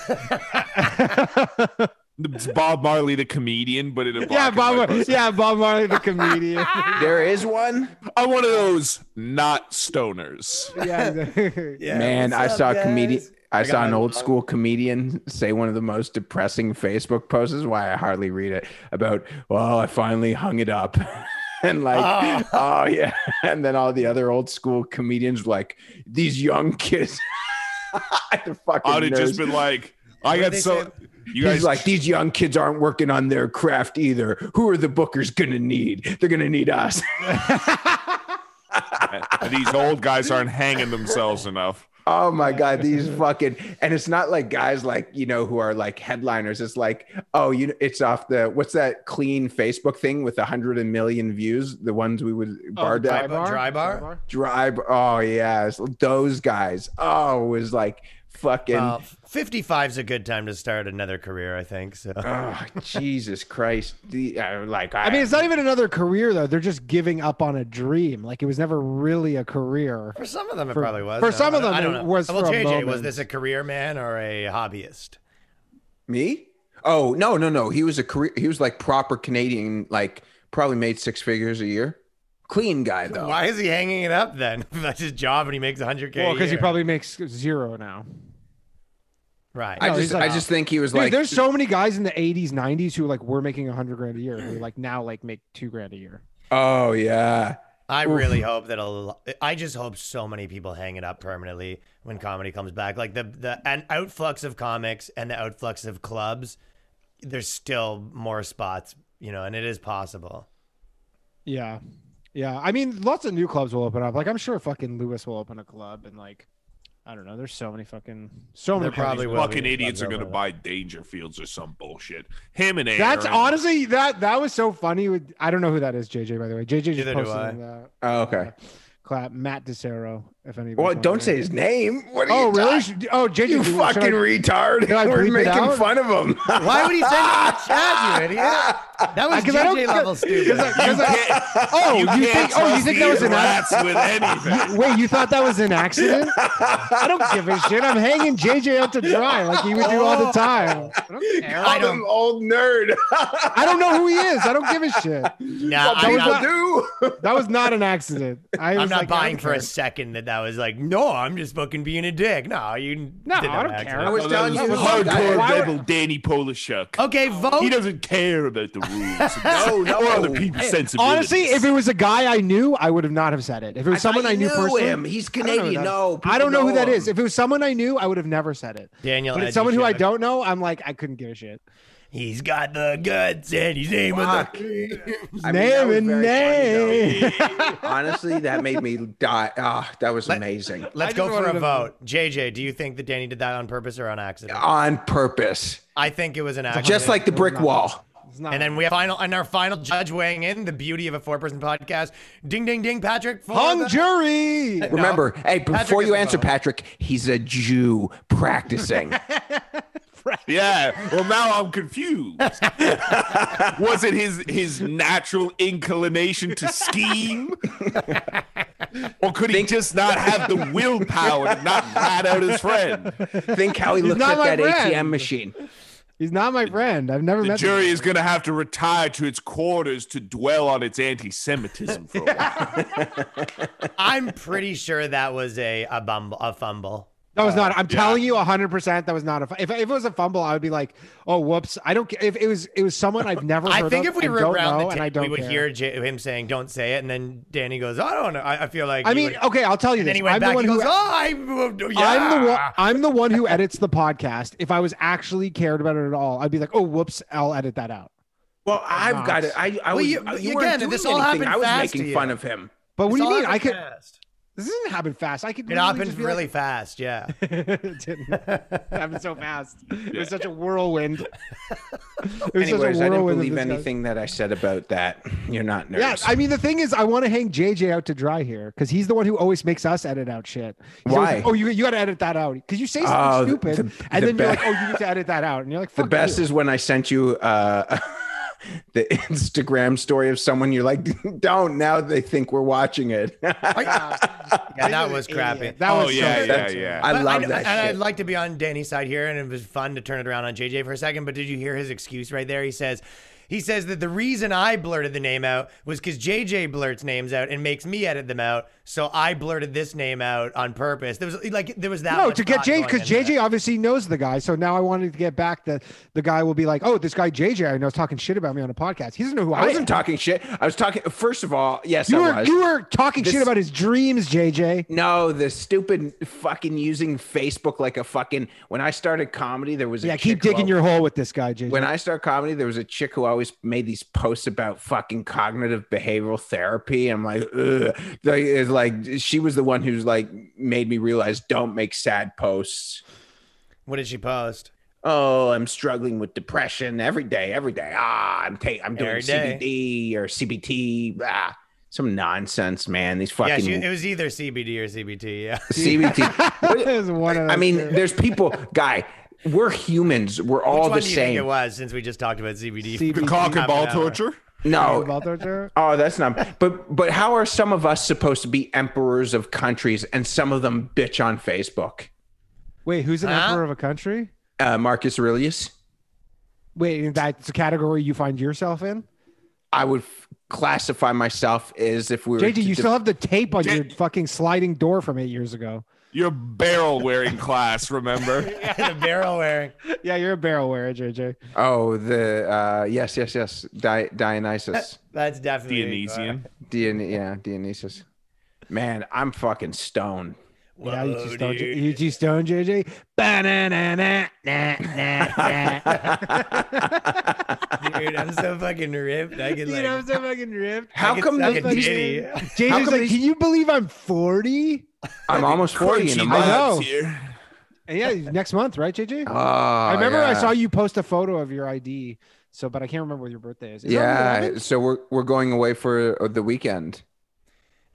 S3: It's [laughs] Bob Marley, the comedian, but in
S2: [laughs]
S3: a
S2: yeah,
S3: black and white
S2: Bob.
S3: person.
S2: Yeah, Bob Marley the comedian.
S4: There is one.
S3: I'm one of those not stoners.
S2: yeah. exactly.
S5: Yeah,
S4: Man,
S5: what's
S4: I
S5: up,
S4: saw a comedian.
S5: guys?
S4: I,
S5: got
S4: saw an
S5: my
S4: old
S5: lung-
S4: school comedian say one of the most depressing Facebook posts. is Why I hardly read it about. Well, I finally hung it up, [laughs] and like,
S3: Ah.
S4: oh. yeah, [laughs] and then all the other old school comedians were like these young kids. [laughs] the fucking
S3: I'd have
S4: nerds.
S3: just been like, I
S5: What
S3: got
S5: do they
S3: so. You
S4: He's
S3: guys
S4: like, these young kids aren't working on their craft either. Who are the bookers gonna need? They're gonna need us.
S3: [laughs] these old guys aren't hanging themselves enough.
S4: Oh my god, these
S2: [laughs]
S4: fucking and it's not like guys like you know who are like headliners. It's like oh you know it's off the what's that clean Facebook thing with a hundred and million views? The ones we would bar
S2: Oh,
S4: down
S5: bar- dry bar?
S4: dry. bar- Oh yeah, it's those guys. Oh it was like fucking
S5: Well, 55's a good time to start another career, I think. So
S4: oh Jesus Christ. The, uh, like I,
S2: I mean, it's not even another career though. They're just giving up on a dream. Like it was never really a career.
S5: [laughs] for some of them, it
S2: For-
S5: probably was.
S2: for
S5: No,
S2: some
S5: I
S2: of
S5: don't-
S2: them,
S5: I don't
S2: it
S5: know.
S2: was
S5: Well,
S2: for a
S5: JJ, was
S2: moment.
S5: this a career man or a hobbyist?
S4: me. Oh no no no. He was a career. He was like proper Canadian. Like probably made six figures a year. Clean guy though.
S5: Why is he hanging it up then? [laughs] That's his job, and he makes 100k.
S2: Well,
S5: because
S2: because he probably makes zero now.
S5: right.
S4: I
S2: No,
S4: just
S2: he's like-
S4: I just think he was
S2: Dude,
S4: like
S2: there's so many guys in the '80s, '90s who like were making a hundred grand a year, who like now like make two grand a year.
S4: Oh yeah.
S5: I really hope that a lo- I just hope so many people hang it up permanently when comedy comes back. Like the the an outflux of comics and the outflux of clubs. There's still more spots, you know, and it is possible.
S2: [laughs] Yeah, yeah. I mean, lots of new clubs will open up. Like I'm sure fucking Lewis will open a club, and like I don't know. There's so many fucking so
S5: There
S2: many. clubs.
S5: probably will
S3: Fucking
S5: be
S3: idiots are
S5: clubs
S3: going to
S5: open up.
S3: buy Dangerfields or some bullshit. Him and Aaron.
S2: That's honestly that that was so funny. With I don't know who that is, JJ. By the way, JJ just
S5: Neither do
S2: posted
S5: I.
S2: in the
S4: Oh, okay.
S2: clap Matt DeCero. If anybody.
S4: Well, don't say his name. What are
S2: Oh
S4: you
S2: really?
S4: talking-
S2: Should- Oh JJ,
S4: You
S2: should I-
S4: fucking retard.
S2: Can I bleep
S4: We're
S2: it
S4: making
S2: out?
S4: fun of him. [laughs]
S5: Why would he send it in the chat,
S2: [laughs]
S5: you idiot? That was
S2: Because I don't- [laughs]
S5: JJ level stupid.
S2: Because I- because I-
S3: Oh, you,
S2: you
S3: can't
S2: think- oh, you
S3: trust
S2: think that was
S3: these
S2: an act?
S3: rats with
S2: [laughs]
S3: anything.
S2: Wait, you thought that was
S4: [laughs]
S2: an accident? I don't give a shit. I'm hanging JJ out to dry like he would do all the time. I don't, care.
S4: Call him old nerd.
S2: I don't know who he is. I don't give a shit.
S5: Nah,
S4: People
S5: I'm not,
S4: do.
S2: That was not an accident. I
S5: I'm
S2: was
S5: not
S2: like, I
S5: buying
S2: don't
S5: for
S2: care.
S5: a second that that was like, no, I'm just fucking being a dick. No, you
S2: No,
S5: did
S2: I don't
S5: that
S2: care.
S4: I
S5: accident.
S4: was telling you.
S3: Hardcore
S2: Why would- Oh,
S3: rebel Danny Polishuk.
S5: Okay, vote.
S3: He doesn't care about the rules.
S2: [laughs]
S4: No, no.
S3: Or other people's sensibilities.
S2: Honestly, if it was a guy I knew, I would have not have said it. If it was someone I knew personally,
S4: He's
S2: I don't know who
S4: Canadian.
S2: that-
S4: No,
S2: I don't know who that is.
S4: If
S2: If it was someone I knew, I would have never said it.
S5: Daniel,
S2: But
S5: Ed, you
S2: it's someone who I
S5: should.
S2: don't know. I'm like, I couldn't give a shit.
S5: He's got the guts and he's aiming
S4: Fuck.
S5: the
S4: [laughs] I mean, that was
S2: Name and
S4: very
S2: [laughs]
S4: funny,
S2: name.
S4: though. Honestly, that made me die. Ah, that was amazing.
S5: Let's
S2: just
S5: go for
S2: wanted
S5: a
S2: to-
S5: vote. JJ, do you think that Danny did that on purpose or on accident?
S4: On purpose.
S5: I think it was an accident.
S4: Just like the brick wall.
S2: It's not.
S5: And then we have final and our final judge weighing in, the beauty of a four-person podcast. Ding ding ding, Patrick. for
S2: hung
S5: the-
S2: jury.
S5: No.
S4: Remember, hey, before
S5: is
S4: you
S5: a
S4: answer,
S5: vote.
S4: Patrick, he's a Jew practicing.
S3: Yeah. Well, now I'm confused. [laughs] Was it his his natural inclination to scheme, or could he just not have the willpower to not rat out his friend?
S4: Think how he looks
S2: not
S4: at
S2: my
S4: that
S2: friend.
S4: ATM machine.
S2: [laughs] He's not my friend. I've never
S3: The
S2: met
S3: jury
S2: him.
S3: is going to have to retire to its quarters to dwell on its anti-Semitism for a while.
S5: I'm pretty sure that was a a bumble a fumble.
S2: That was not. I'm
S3: yeah.
S2: telling you, 100. percent That was not a. fu- If, if it was a fumble, I would be like, "Oh, whoops! I don't. ca- If it was, it was someone I've never.
S5: I
S2: heard
S5: think
S2: of
S5: if we
S2: and
S5: were
S2: don't
S5: around
S2: know,
S5: the
S2: and I
S5: table,
S2: don't
S5: we would
S2: care.
S5: hear J- him saying, "Don't say it," and then Danny goes, "I don't know. I, I feel like."
S2: I
S5: you
S2: mean,
S5: would-"
S2: okay, I'll tell you
S5: and
S2: this.
S5: then he went
S2: I'm
S5: back.
S2: the
S5: He
S2: one
S5: goes,
S2: who.
S5: "Oh, I, yeah."
S2: I'm the one. I'm the one who edits the podcast. If I was actually cared about it at all, I'd be like, "Oh, whoops! I'll edit that out."
S4: Well, I've got it. I, I
S5: Well,
S4: was,
S5: you-
S4: you,
S5: again,
S4: weren't doing
S5: this all
S4: anything.
S5: happened
S4: I was
S5: fast to
S4: making
S5: you.
S4: fun of him.
S2: But what
S5: It's
S2: do you
S5: all
S2: mean? I could.
S5: fast.
S2: This didn't happen fast. I could.
S5: It
S2: literally
S5: happened
S2: just be
S5: really
S2: Like,
S4: [laughs]
S5: fast. Yeah.
S2: it [laughs] didn't happen so fast. It was such a whirlwind. It was such a
S4: Anyways, I didn't
S2: whirlwind of
S4: believe
S2: this guy.
S4: anything that I said about that. You're not
S2: Yeah,
S4: nervous.
S2: I mean the thing is, I want to hang JJ out to dry here because he's the one who always makes us edit out shit. He's always
S4: Why?
S2: like, oh, you you got to edit that out because you say something
S4: Oh, the-
S2: stupid,
S4: the-
S2: and
S4: the
S2: then you're
S4: be-
S2: like, oh, you need to edit that out, and you're like,
S4: the
S2: Fuck
S4: best
S2: you.
S4: is when I sent you uh, [laughs] the Instagram story of someone. You're like, [laughs] don't. Now they think we're watching it. [laughs]
S5: Yeah, that was crappy.
S2: That
S3: Oh,
S2: was so
S3: yeah, yeah,
S2: offensive.
S3: yeah.
S4: I
S5: But
S4: love
S5: and
S4: that shit.
S5: I'd like to be on Danny's side here, and it was fun to turn it around on JJ for a second. But did you hear his excuse right there? He says, he says that the reason I blurted the name out was because JJ blurts names out and makes me edit them out. So I blurted this name out on purpose. There was like there was that.
S2: No,
S5: much
S2: to get
S5: thought
S2: JJ
S5: going
S2: because
S5: into that.
S2: JJ obviously knows the guy, so now I wanted to get back that the guy will be like, oh, this guy JJ I know is talking shit about me on a podcast. He doesn't know who I,
S4: I
S2: am.
S4: wasn't talking shit. I was talking. First of all, yes,
S2: you
S4: I
S2: were
S4: was.
S2: you were talking
S4: This-
S2: shit about his dreams, JJ.
S4: No, the stupid fucking using Facebook like a fucking. When I started comedy, there was a
S2: Yeah, keep
S4: chick who
S2: digging
S4: al-
S2: your hole with this guy, JJ. [laughs]
S4: When I started comedy, there was a chick who always made these posts about fucking cognitive behavioral therapy. I'm like, ugh. Like, it's like she was the one who's like made me realize don't make sad posts.
S5: what did she post?
S4: Oh, I'm struggling with depression every day, every day. Ah, I'm taking, I'm doing
S5: Every day.
S4: CBD or CBT. Blah. Ah, Some nonsense, man. These
S5: Yeah,
S4: fucking
S5: she, it was either CBD or CBT. Yeah. [laughs]
S4: CBT. What-
S2: It was one of
S4: I
S2: those
S4: mean,
S2: two.
S4: there's people, guy, we're humans. We're all
S5: Which one
S4: the
S5: do you think it
S4: same.
S5: was since we just talked about CBD?
S2: CBD.
S3: The cock and ball
S5: Half an hour.
S3: torture.
S2: [laughs]
S4: No.
S2: Ball torture?
S4: Oh, that's not. But but how are some of us supposed to be emperors of countries and some of them bitch on Facebook?
S2: Wait, who's an
S5: Huh?
S2: emperor of a country?
S4: Uh, Marcus Aurelius,
S2: Wait, that's a category you find yourself in?
S4: I would f- classify myself as if we were.
S2: JJ,
S4: to
S2: you
S4: de-
S2: still have the tape on your fucking sliding door from eight years ago. [laughs]
S3: Your barrel wearing class,
S4: [laughs]
S3: remember?
S5: [laughs] the barrel wearing.
S2: Yeah, you're a barrel wearer, JJ.
S4: Oh, the uh, yes, yes, yes. Di- Dionysus,
S5: That's definitely
S3: Dionysian.
S2: Uh,
S4: Dion- yeah, Dionysus. Man, I'm fucking stoned.
S2: yeah, you
S5: Whoa,
S2: just don't.
S5: dude.
S2: You just don't, JJ. Ba-na-na-na, na, na, na.
S4: [laughs]
S5: Dude, I'm so fucking ripped. I
S2: You
S5: could like.
S2: know, I'm so fucking ripped.
S4: How
S5: could
S4: come
S5: suck
S4: the-
S5: a titty.
S4: How
S2: JJ's
S4: come
S2: like,
S4: these-
S2: can you believe I'm 40?
S4: I'm almost forty in a
S3: Crunchy
S4: month.
S2: know.
S3: vibes here.
S2: And yeah, next month, right, JJ?
S4: Oh,
S2: I remember I
S4: yeah.
S2: saw you post a photo of your ID. So, but I can't remember what your birthday is. Is that on the 11th?
S4: Yeah, so we're we're going away for uh, the weekend.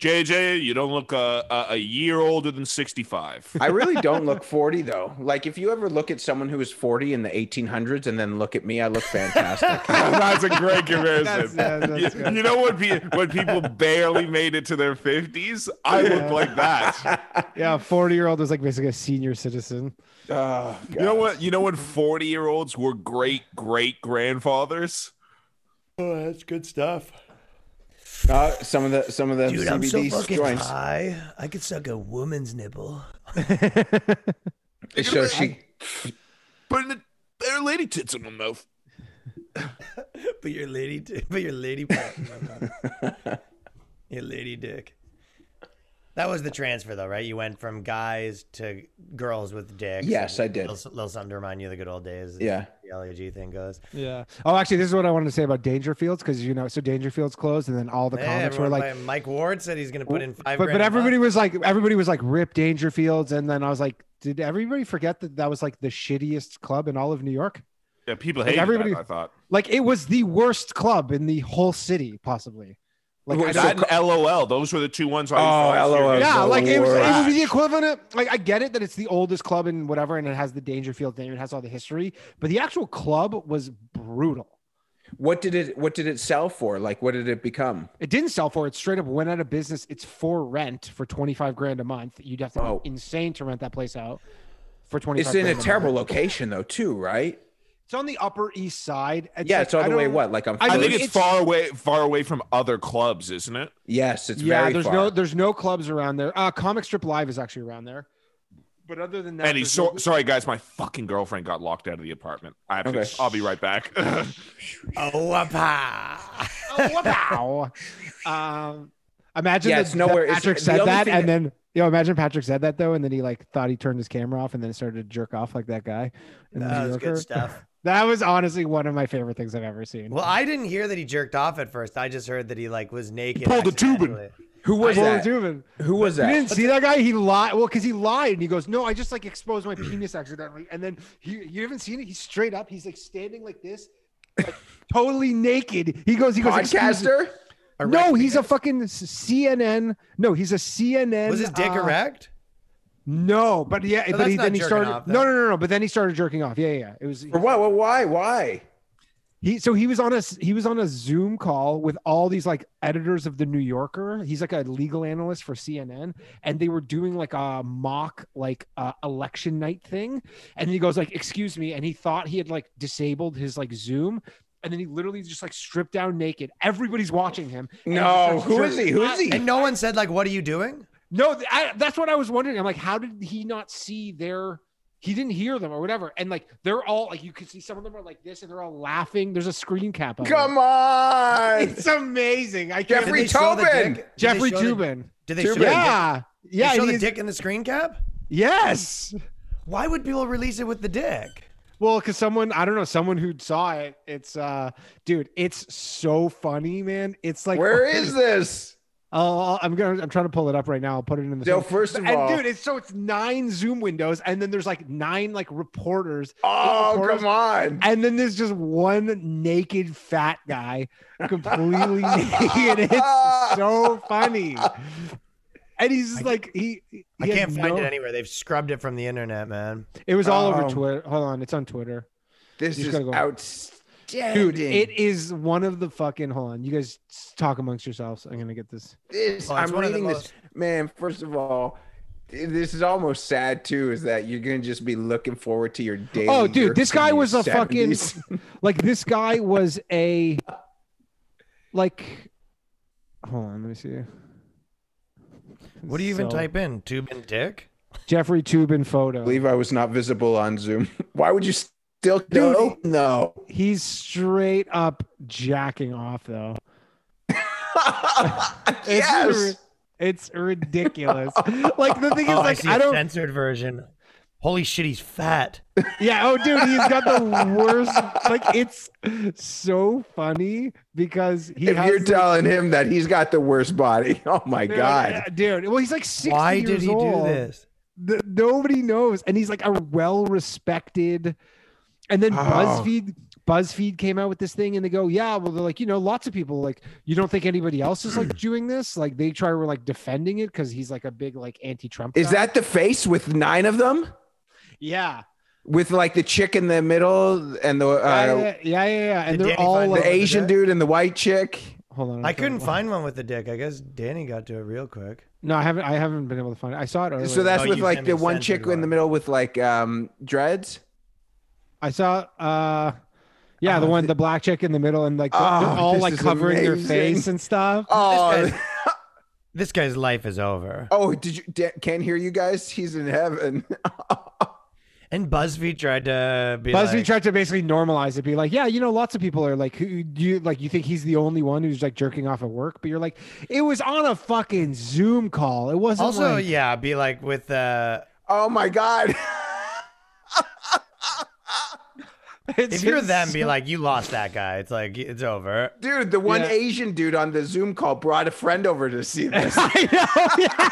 S3: JJ, you don't look uh, a, a year older
S2: [laughs]
S3: than 65.
S4: I really don't look 40 though. Like if you ever look at someone who was 40 in the 1800s and then look at me, I look fantastic.
S5: [laughs]
S3: That's a great comparison.
S2: That's- that's-
S3: [laughs]
S2: that's
S3: you,
S2: good.
S3: you know what? Pe- when people barely made it to their 50s, I
S2: Yeah.
S3: look like that.
S2: [laughs] Yeah, forty year old was like basically a senior citizen.
S4: oh,
S3: You know what? You know when 40 year olds were great great grandfathers?
S5: Oh, that's good stuff.
S4: Uh, some of the some of the
S5: Dude, I'm so
S4: CBD
S5: fucking
S4: joints.
S5: high. I could suck a woman's nipple. [laughs]
S4: So she
S3: Putting the, their lady tits in my mouth.
S5: But your
S4: [laughs]
S5: lady, t- but your lady, part in my mouth. your lady dick. That was the transfer, though, right? You went from guys to girls with dicks.
S4: Yes,
S5: and
S4: I did.
S5: Little, little something to remind you of the good old days.
S4: Yeah.
S5: The LAG thing goes.
S2: Yeah. Oh, actually, this is what I wanted to say about Dangerfields because you know, so Dangerfields closed, and then all the
S5: Yeah,
S2: comics were
S5: everyone
S2: like,
S5: playing- Mike Ward said he's going to put in five.
S2: but
S5: grand
S2: but
S5: a
S2: everybody
S5: month.
S2: was like, everybody was like, rip Dangerfields, and then I was like, did everybody forget that that was like the shittiest club in all of New York?
S3: Yeah, people
S2: Like,
S3: hated
S2: everybody-
S3: that, I thought.
S2: Like it was the worst club in the whole city, possibly. Like I
S3: Like,
S2: don't-
S3: that and LOL. Those were the two ones I used to
S4: Oh,
S3: watch
S4: LOL.
S3: here.
S2: yeah,
S4: the
S2: like it, was, it would be the
S3: worst.
S2: equivalent. Of, like I get it that it's the oldest club and whatever, and it has the Dangerfield name, it has all the history, but the actual club was brutal.
S4: What did it What did it sell for? Like, what did it become?
S2: It didn't sell for. It straight up went out of business. It's for rent for twenty five grand a month. You'd have to
S4: Wow.
S2: be insane to rent that place out for twenty.
S4: Oh. It's in a terrible location though, too, right?
S2: It's on the Upper East Side. It's
S4: yeah,
S2: like-
S4: it's all
S2: I
S4: the way
S2: don't-
S4: what? Like I'm.
S2: I
S3: I
S2: mean,
S3: think it's,
S2: it's-
S3: far away, far away from other clubs, isn't it?
S4: yes, it's
S2: yeah,
S4: very
S2: there's
S4: far.
S2: no there's no clubs around there. Uh, Comic Strip Live is actually around there, but other than that,
S3: and he's
S2: there's
S3: so,
S2: no-
S3: sorry, guys. My fucking girlfriend got locked out of the apartment. I have
S4: Okay.
S3: to, I'll be right back. [laughs]
S5: Oh, wapa.
S2: Oh, wow. [laughs] um, imagine
S4: Yeah,
S2: that,
S4: it's nowhere-
S2: that
S4: it's-
S2: Patrick
S4: the
S2: said
S4: only
S2: that,
S4: thing
S2: and then you know, imagine Patrick said that though, and then he like thought he turned his camera off, and then started to jerk off like that guy. in The New
S5: That was
S2: Yorker.
S5: good stuff.
S2: That was honestly one of my favorite things I've ever seen.
S5: Well, I didn't hear that he jerked off at first. I just heard that he like was naked.
S3: Pulled a tubin.
S5: accidentally.
S4: Who was
S2: Paul
S4: that?
S2: Tubin.
S4: Who was
S2: You
S4: that?
S2: didn't see that guy? He lied. Well, because he lied and he goes, "No, I just like exposed my penis accidentally." And then he, you haven't seen it. He's straight up. He's like standing like this, like, [laughs] totally naked. He goes, he goes, "Excuse me."
S4: Podcaster?
S2: No, he's a fucking CNN. No, he's a CNN.
S5: Was his dick
S2: uh,
S5: erect?
S2: No, but yeah, but
S5: that's
S2: he,
S5: not
S2: then he
S5: jerking
S2: started.
S5: off,
S2: no,
S5: though.
S2: no, no, no. But then he started jerking off. Yeah, yeah. yeah. It was
S4: Or what? What? Why? Why?
S2: he. So he was on a he was on a Zoom call with all these like editors of the New Yorker. He's like a legal analyst for CNN, and they were doing like a mock like uh, election night thing. And he goes like, "Excuse me," and he thought he had like disabled his like Zoom. And then he literally just like stripped down naked. Everybody's watching him. and he
S4: No.
S2: just starts
S4: Who is
S2: jerking-
S4: he? Who is he?
S5: And no one said like, "What are you doing?"
S2: No, th- I, that's what I was wondering. I'm like, how did he not see their? He didn't hear them or whatever. And like, they're all like, you could see some of them are like this, and they're all laughing. There's a screen cap. of
S4: Come on.
S2: it. [laughs] it's amazing. I can't.
S5: Did
S4: Jeffrey
S5: they show the
S4: Tobin.
S5: dick? Did they
S2: Jeffrey
S5: show the-
S2: Tubin.
S5: Did they show
S4: Tubin.
S5: the dick?
S2: yeah,
S5: They
S2: yeah.
S5: show
S2: and
S5: the
S2: he's-
S5: dick in the screen cap?
S2: Yes.
S5: Why would people release it with the dick?
S2: Well, because someone, I don't know, someone who saw it. It's, uh dude, it's so funny, man. It's like, oh,
S4: Where is this?
S2: I'll, I'll- I'm gonna, I'm trying to pull it up right now. I'll put it in the.
S4: So
S2: thing.
S4: first of
S2: and
S4: all,
S2: dude, it's so it's nine Zoom windows, and then there's like nine like reporters
S4: oh
S2: Of course.
S4: come on.
S2: And then there's just one naked fat guy, completely naked. It's so funny. And he's just
S5: I-
S2: like he. he
S5: I
S2: had
S5: can't find
S2: no-
S5: it anywhere. They've scrubbed it from the internet, man.
S2: It was all
S4: Oh.
S2: over Twitter. Hold on, it's on Twitter,
S4: This
S2: You
S4: is
S2: just gotta go.
S4: outstanding.
S2: dude. It is one of the fucking. Hold on, you guys talk amongst yourselves. I'm gonna get this.
S4: this
S5: Oh, it's
S4: I'm
S5: one of the
S4: reading this. Man, first of all, this is almost sad too. Is that you're gonna just be looking forward to your day?
S2: Oh, dude, this guy was a fucking [laughs] like. This guy was a like. Hold on, let me see.
S5: What do you even
S2: So,
S5: type in? Tube and dick?
S2: Jeffrey Tubin photo.
S4: believe I was not visible on Zoom. [laughs] Why would you still
S2: Dude.
S4: go? No.
S2: He's straight up jacking off though. [laughs] It's
S4: yes.
S2: ri- it's ridiculous.
S4: [laughs]
S2: like the thing is,
S5: Oh, I
S2: like
S5: see
S2: I,
S5: a
S2: don't.
S5: censored version. Holy shit, he's fat.
S2: Yeah. Oh, dude, he's got the worst. Like it's so funny because he
S4: If
S2: has.
S4: you're
S2: like-
S4: telling him that he's got the worst body, [laughs] oh my
S2: Dude,
S4: god.
S2: yeah, dude. Well, he's like sixty.
S5: Why
S2: years
S5: did he
S2: old.
S5: do this?
S2: Th- nobody knows, and he's like a well-respected. And then
S4: Oh.
S2: BuzzFeed, BuzzFeed came out with this thing, and they go, "Yeah, well, they're like, you know, lots of people like, you don't think anybody else is
S4: [clears throat]
S2: like doing this? Like, they try were like defending it because he's like a big like anti-Trump."
S4: Is
S2: guy."
S4: that the face with nine of them?
S2: yeah?
S4: With like the chick in the middle and the
S2: yeah,
S4: uh,
S2: yeah, yeah, yeah, yeah. And
S5: Did
S2: they're
S5: Danny
S2: all
S5: find
S2: like,
S4: the
S5: that?
S4: Asian dude and the white chick.
S2: [laughs] hold on. I'm
S5: I
S2: trying to-
S5: couldn't find one with the dick. I guess Danny got to it real quick.
S2: No, I haven't. I haven't been able to find it. I saw it earlier.
S4: So that's
S5: Oh,
S4: with
S5: you
S4: like
S5: sent
S4: the
S5: me
S4: one
S5: censored
S4: chick in the
S5: one.
S4: middle with like um
S5: [laughs]
S4: dreads.
S2: I saw. uh Yeah, the
S4: Oh,
S2: one,
S4: thi-
S2: the black chick in the middle, and like they're, they're
S4: Oh,
S2: all
S4: this
S2: like
S4: is
S2: covering
S4: amazing.
S2: their face and stuff.
S4: Oh,
S5: This guy's- This guy's life is over.
S4: oh! Did you da- can't hear you guys? He's in heaven.
S5: And BuzzFeed tried to be
S2: BuzzFeed
S5: like,
S2: tried to basically normalize it, be like, yeah, you know, lots of people are like, who do you like? You think he's the only one who's like jerking off at work? But you're like, it was on a fucking Zoom call. It wasn't
S5: also
S2: like-
S5: yeah, be like with uh
S4: [laughs] Oh my god. [laughs]
S2: it's [laughs]
S5: if you're
S2: just
S5: them, be
S2: so-
S5: like you lost that guy. It's like it's over.
S4: Dude, the one
S2: Yeah.
S4: Asian dude on the Zoom call brought a friend over to see
S5: [laughs]
S4: this.
S2: I know. yeah.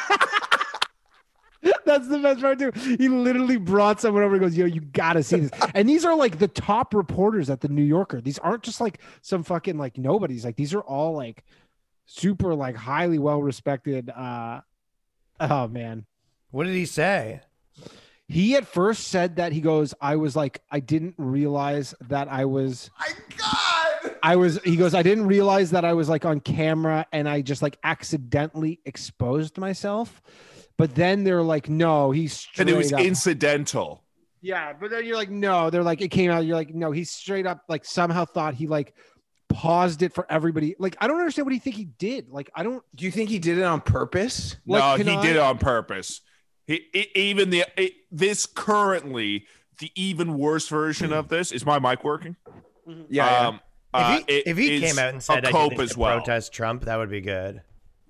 S2: That's the best part too. He literally brought someone over and goes, "Yo, you gotta
S5: [laughs]
S2: see this." And these are like the top reporters at the New Yorker. These aren't just like some fucking like nobodies. Like these are all like super like highly well respected. Uh, oh man,
S5: What did he say?
S2: he at first said that he goes, "I was like, I didn't realize that I was."
S4: my god.
S2: I was he goes, I didn't realize that I was like on camera and I just like accidentally exposed myself. But then they're like, no, he's straight
S3: and it was
S2: up.
S3: incidental.
S2: yeah, but then you're like, no, they're like, it came out. You're like, no, he straight up like somehow thought he like paused it for everybody. Like, I don't understand what do you think he did? Like, I don't
S4: Do you think he did it on purpose?
S2: like,
S3: no,
S2: can
S3: he
S2: I-
S3: did it on purpose. He, e- even the it, this currently the even worse version of this is my mic working. Um, uh,
S5: if he,
S3: it
S5: if he
S3: is
S5: came out and
S3: a
S5: said I did
S3: cope
S5: this
S3: as
S5: to
S3: well.
S5: protest Trump, that would be good.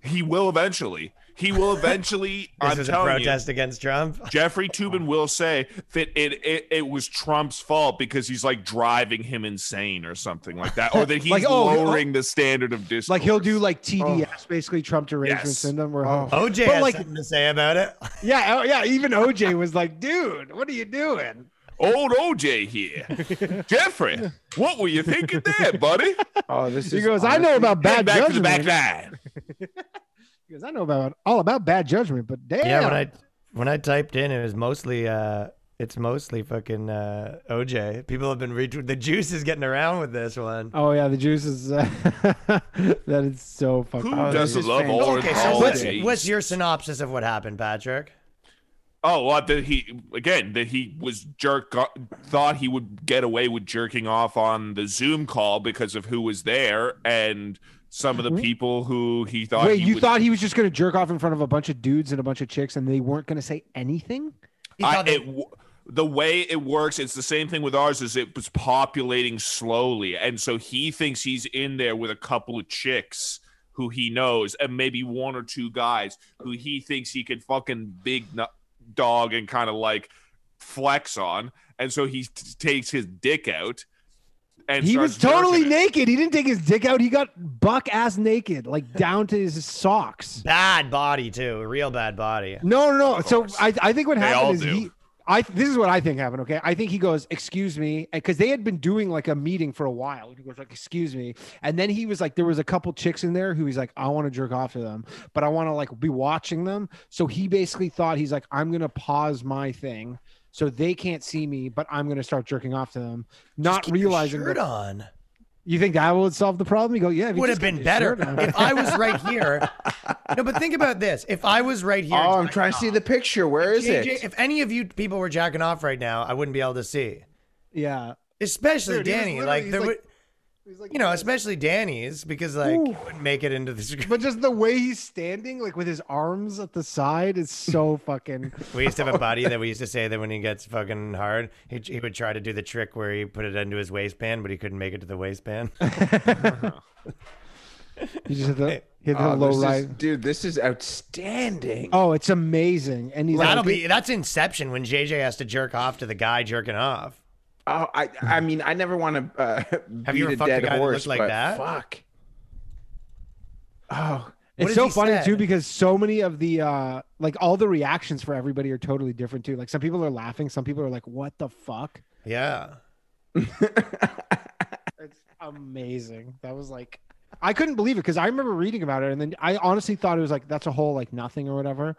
S3: He will eventually. He will eventually.
S5: [laughs] This
S3: I'm
S5: was a
S3: telling you,
S5: protest against Trump. [laughs]
S3: Jeffrey Tubin will say that it, it it was Trump's fault because he's like driving him insane or something like that, or that he's
S2: [laughs] Like, oh, he'll-
S3: lowering the standard of discourse.
S2: like he'll do like TDS, basically Trump derangement
S3: Oh. Yes.
S2: syndrome. Where
S4: Oh.
S5: OJ
S2: But,
S5: has
S2: like-
S5: something to say about it.
S2: yeah, oh, yeah. Even OJ was like, dude, what are you doing?
S3: old
S2: [laughs]
S3: OJ here. Jeffrey, what were you thinking there, buddy?
S4: Oh, this is
S2: He goes, I know about
S3: Head
S2: [laughs] bad
S3: back to the
S2: judgment.
S3: back line.
S2: Because I know about all about bad judgment, but damn,
S5: [laughs] Yeah, when I when I typed in, it was mostly uh, it's mostly fucking uh, OJ. People have been retweet. The juice is getting around with this one.
S2: oh yeah, the juice is uh, [laughs] that is so fucking.
S3: Who
S4: Oh, this
S3: doesn't
S4: is
S3: love
S4: fantastic.
S3: Orange
S5: Okay,
S4: Oh,
S5: so what's,
S3: Holiday?
S5: what's your synopsis of what happened, Patrick?
S3: Oh, well, that he again that he was jerk uh, thought he would get away with jerking off on the Zoom call because of who was there and some of the people who he thought.
S2: Mm-hmm. Wait,
S3: he
S2: you
S3: would-
S2: thought he was just gonna jerk off in front of a bunch of dudes and a bunch of chicks, and they weren't gonna say anything?
S5: He
S3: I,
S5: thought that-
S3: it, w- the way it works, it's the same thing with ours. Is it was populating slowly, and so he thinks he's in there with a couple of chicks who he knows, and maybe one or two guys who he thinks he could fucking big nu- dog and kind of like flex on, and so he t- takes his dick out. And
S2: He
S3: starts
S2: was totally
S3: jerking it.
S2: naked. He didn't take his dick out. He got buck ass naked, like down to his socks.
S5: bad body too, real bad body.
S2: No, no, no.
S3: Of
S2: So
S3: course.
S2: I, I think what
S3: They all
S2: happened is
S3: do.
S2: he. I this is what I think happened. Okay, I think he goes, "Excuse me," because they had been doing like a meeting for a while. He goes like, "Excuse me," and then he was like, "There was a couple chicks in there who he's like, I want to jerk off to them, but I want to like be watching them." So he basically thought he's like, "I'm gonna pause my thing." So they can't see me, but I'm gonna start jerking off to them, not
S5: Just keep your
S2: realizing.
S5: shirt
S2: that-
S5: on
S2: you think that would solve the problem? You go, yeah. if you
S5: would have
S2: just kept
S5: been
S2: your
S5: better
S2: shirt on."
S5: if I was right here. No, but think about this: if I was right here,
S4: Oh, I'm trying to see the picture. Where is it?
S5: If any of you people were jacking off right now, I wouldn't be able to see.
S2: yeah.
S5: Especially
S2: Dude, he was
S5: Danny,
S2: literally-
S5: like
S2: he's
S5: there
S2: like-
S5: would.
S2: He's like,
S5: You know, especially Danny's because like
S2: Ooh.
S5: he wouldn't make it into the screen. [laughs]
S2: But just the way he's standing, like with his arms at the side, is
S5: [laughs]
S2: so fucking.
S5: We used to have a buddy that we used to say that when he gets fucking hard, he, he would try to do the trick where he put it into his waistband, but he couldn't make it to
S2: [laughs]
S5: the waistband.
S2: You just hit the, hit the
S5: uh,
S4: Oh,
S2: low
S4: this is-
S2: right.
S4: dude, this is outstanding.
S2: Oh, it's amazing, and he's
S5: That'll
S2: like,
S5: be that's Inception when JJ has to jerk off to the guy jerking off.
S4: Oh, I I mean, I never want to uh,
S5: [laughs] Have
S4: beat
S5: you ever
S4: a
S5: fucked a
S4: dead
S5: guy that
S4: horse,
S5: looked like
S4: but
S5: that?
S4: fuck. Oh,
S5: What
S2: It's
S5: has
S2: so
S5: he
S2: funny
S5: said?
S2: too because so many of the uh like all the reactions for everybody are totally different too. Like some people are laughing, some people are like, "What the fuck?"
S5: Yeah.
S2: It's amazing. That was like I couldn't believe it because I remember reading about it, and then I honestly thought it was like that's a whole like nothing or whatever.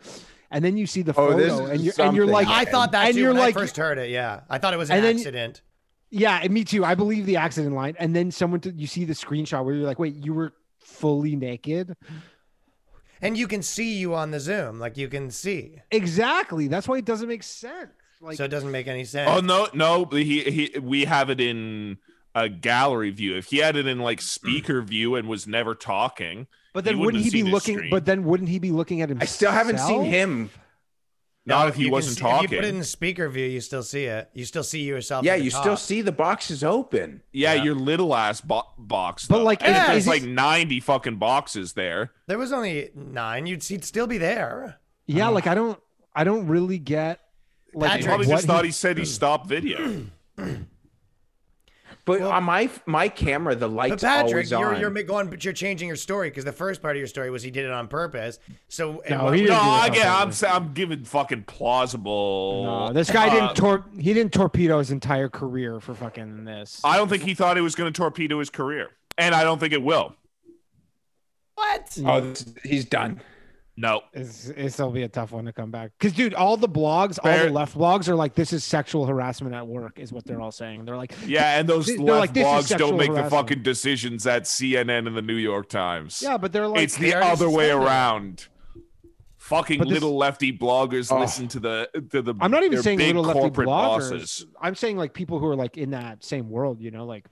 S2: And then you see the
S4: Oh,
S2: photo,
S4: this
S2: and
S4: is
S2: you're and you're
S4: something.
S2: like,
S5: I thought that
S2: And
S5: too
S2: you're
S5: when
S2: like-
S5: I first heard it. Yeah. I thought it was an
S2: And then-
S5: accident.
S2: Yeah, and me too. I believe the accident line, and then someone t- you see the screenshot where you're like, "Wait, you were fully naked?"
S5: And you can see you on the Zoom. Like you can see.
S2: Exactly. That's why it doesn't make sense. Like,
S5: so it doesn't make any sense.
S3: Oh no, no, he he we have it in a gallery view. If he had it in
S2: [clears throat]
S3: like speaker view and was never talking,
S2: but then
S3: you
S2: wouldn't
S3: wouldn't
S2: he
S3: have
S2: be
S3: seen his
S2: looking?
S3: stream.
S2: But then wouldn't he be looking at himself?
S4: I still haven't seen him.
S3: Not if he
S5: you can
S3: wasn't
S5: see- if you put it
S3: talking.
S5: in speaker view, you still see it. You still see yourself.
S4: yeah,
S5: at the
S4: you still
S5: top.
S4: see the boxes open.
S3: Yeah, your little ass bo- box.
S2: But,
S3: though.
S2: like,
S3: I think
S2: is-
S3: there's
S2: is
S3: like
S2: this-
S3: ninety fucking boxes there.
S5: There was only nine. You'd see, still be there.
S2: Yeah,
S5: Uh-huh.
S2: like I don't, I don't really get
S3: He
S2: like
S5: Patrick-
S3: probably
S2: what
S3: just thought he said he
S2: [clears throat]
S3: stopped video.
S4: But on my my camera, the
S5: But
S4: lights
S5: Patrick,
S4: always
S5: you're
S4: on.
S5: you're ma- going, but you're changing your story because the first part of your story was he did it on purpose. So and
S2: [laughs] No,
S5: what-
S2: he-
S3: no,
S2: didn't do it
S3: I
S2: on
S3: get. I'm
S2: purpose.
S3: sa- I'm giving fucking plausible.
S2: No, this guy
S3: Uh,
S2: didn't tor- he didn't torpedo his entire career for fucking this.
S3: I don't think he thought it was going to torpedo his career, and I don't think it will.
S5: what?
S4: oh, this, he's done.
S3: No,
S2: It's, it's will be a tough one to come back because, dude, all the blogs, all
S3: Fair-
S2: the left blogs are like, "This is sexual harassment at work," is what they're all saying. They're like,
S3: yeah, and those
S2: They're
S3: left
S2: like, this is
S3: blogs
S2: sexual
S3: don't make the
S2: harassment.
S3: fucking decisions at CNN and the New York Times.
S2: "Yeah," but they're like,
S3: it's the
S5: they already
S3: other way
S5: suspended.
S3: around. Fucking
S2: But this-
S3: little lefty bloggers
S4: Oh.
S3: listen to the to the.
S2: "I'm not even
S3: their
S2: saying
S3: big
S2: little lefty
S3: corporate
S2: bloggers.
S3: bosses.
S2: I'm saying like people who are like in that same world, you know, like."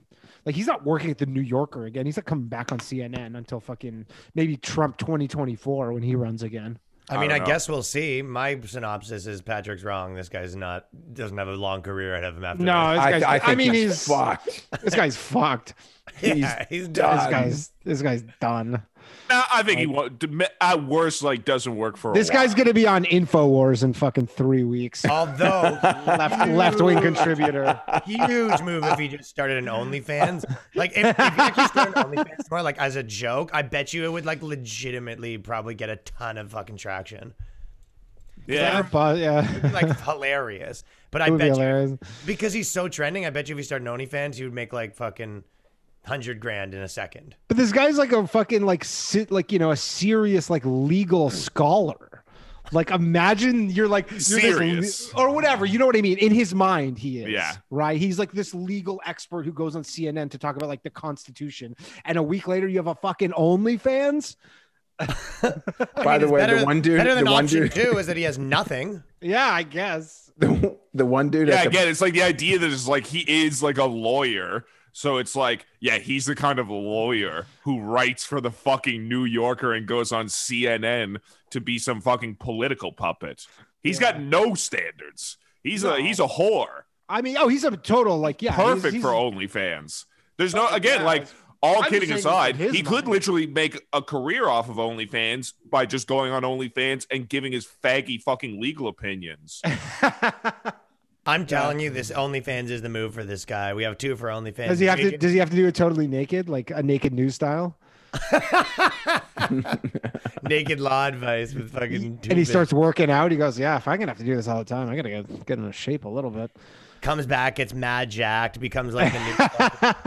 S2: Like he's not working at the New Yorker again. He's not coming back on CNN until fucking maybe Trump 2024 when he runs again.
S5: I mean,
S3: I
S5: I,
S3: don't know.
S5: guess we'll see. My synopsis is Patrick's wrong. This guy's not doesn't have a long career ahead of him after
S2: No,
S5: this.
S2: this
S4: I,
S2: guy's,
S4: I
S2: I,
S4: think
S2: mean,
S4: he's,
S2: he's
S4: fucked.
S2: this guy's fucked.
S5: [laughs] yeah, [laughs] he's done.
S2: This
S4: Um,
S2: guy's this guy's done.
S3: Nah, I think he won't. At worst, like doesn't work for. a
S2: This guy's
S3: while.
S2: gonna be on Infowars in fucking three
S4: [laughs]
S2: weeks.
S5: Although
S2: left left wing contributor.
S5: huge move if he just started an OnlyFans. Like if, if he actually started an OnlyFans more like as a joke, I bet you it would like legitimately probably get a ton of fucking traction.
S3: Yeah,
S2: But yeah, [laughs]
S5: Like hilarious. But I
S2: it would be
S5: bet you
S2: hilarious.
S5: because he's so trending, I bet you if he started an OnlyFans, he would make like fucking hundred grand in a second.
S2: But this guy's like a fucking like sit like you know a serious like legal scholar. Like imagine you're like you're this le-
S3: Serious.
S2: or whatever. You know what I mean? In his mind, he is.
S3: Yeah.
S2: Right. He's like this legal expert who goes on CNN to talk about like the Constitution, and a week later you have a fucking OnlyFans.
S5: I
S4: By the
S5: it's
S4: way, the
S5: better-
S4: one dude-
S5: better than
S4: the one
S5: option
S4: dude-
S5: two is that he has nothing.
S2: Yeah, I guess.
S4: [laughs] The, the one dude.
S3: yeah.
S4: at the,
S3: Again, it's like the idea that it's like he is like a lawyer. So it's like, yeah, he's the kind of lawyer who writes for the fucking New Yorker and goes on CNN to be some fucking political puppet. He's
S2: Yeah.
S3: got no standards. He's
S2: No.
S3: a he's a whore.
S2: I mean, oh, he's a total like yeah, he's-
S3: Perfect
S2: he's-
S3: for OnlyFans. There's no again,
S2: yeah.
S3: like all
S2: I'm
S3: kidding
S2: just saying
S3: aside,
S2: in his
S3: he could
S2: mind.
S3: literally make a career off of OnlyFans by just going on OnlyFans and giving his faggy fucking legal opinions.
S5: I'm telling you, this OnlyFans is the move for this guy. We have two for OnlyFans.
S2: Does he have to?
S5: JJ
S2: Does he have to do it totally naked, like a naked news style?
S5: naked law advice with fucking?
S2: and he
S5: two
S2: starts working out. He goes, "Yeah, if I'm gonna have to do this all the time, I gotta get, get in shape a little bit."
S5: comes back, gets mad jacked, becomes like the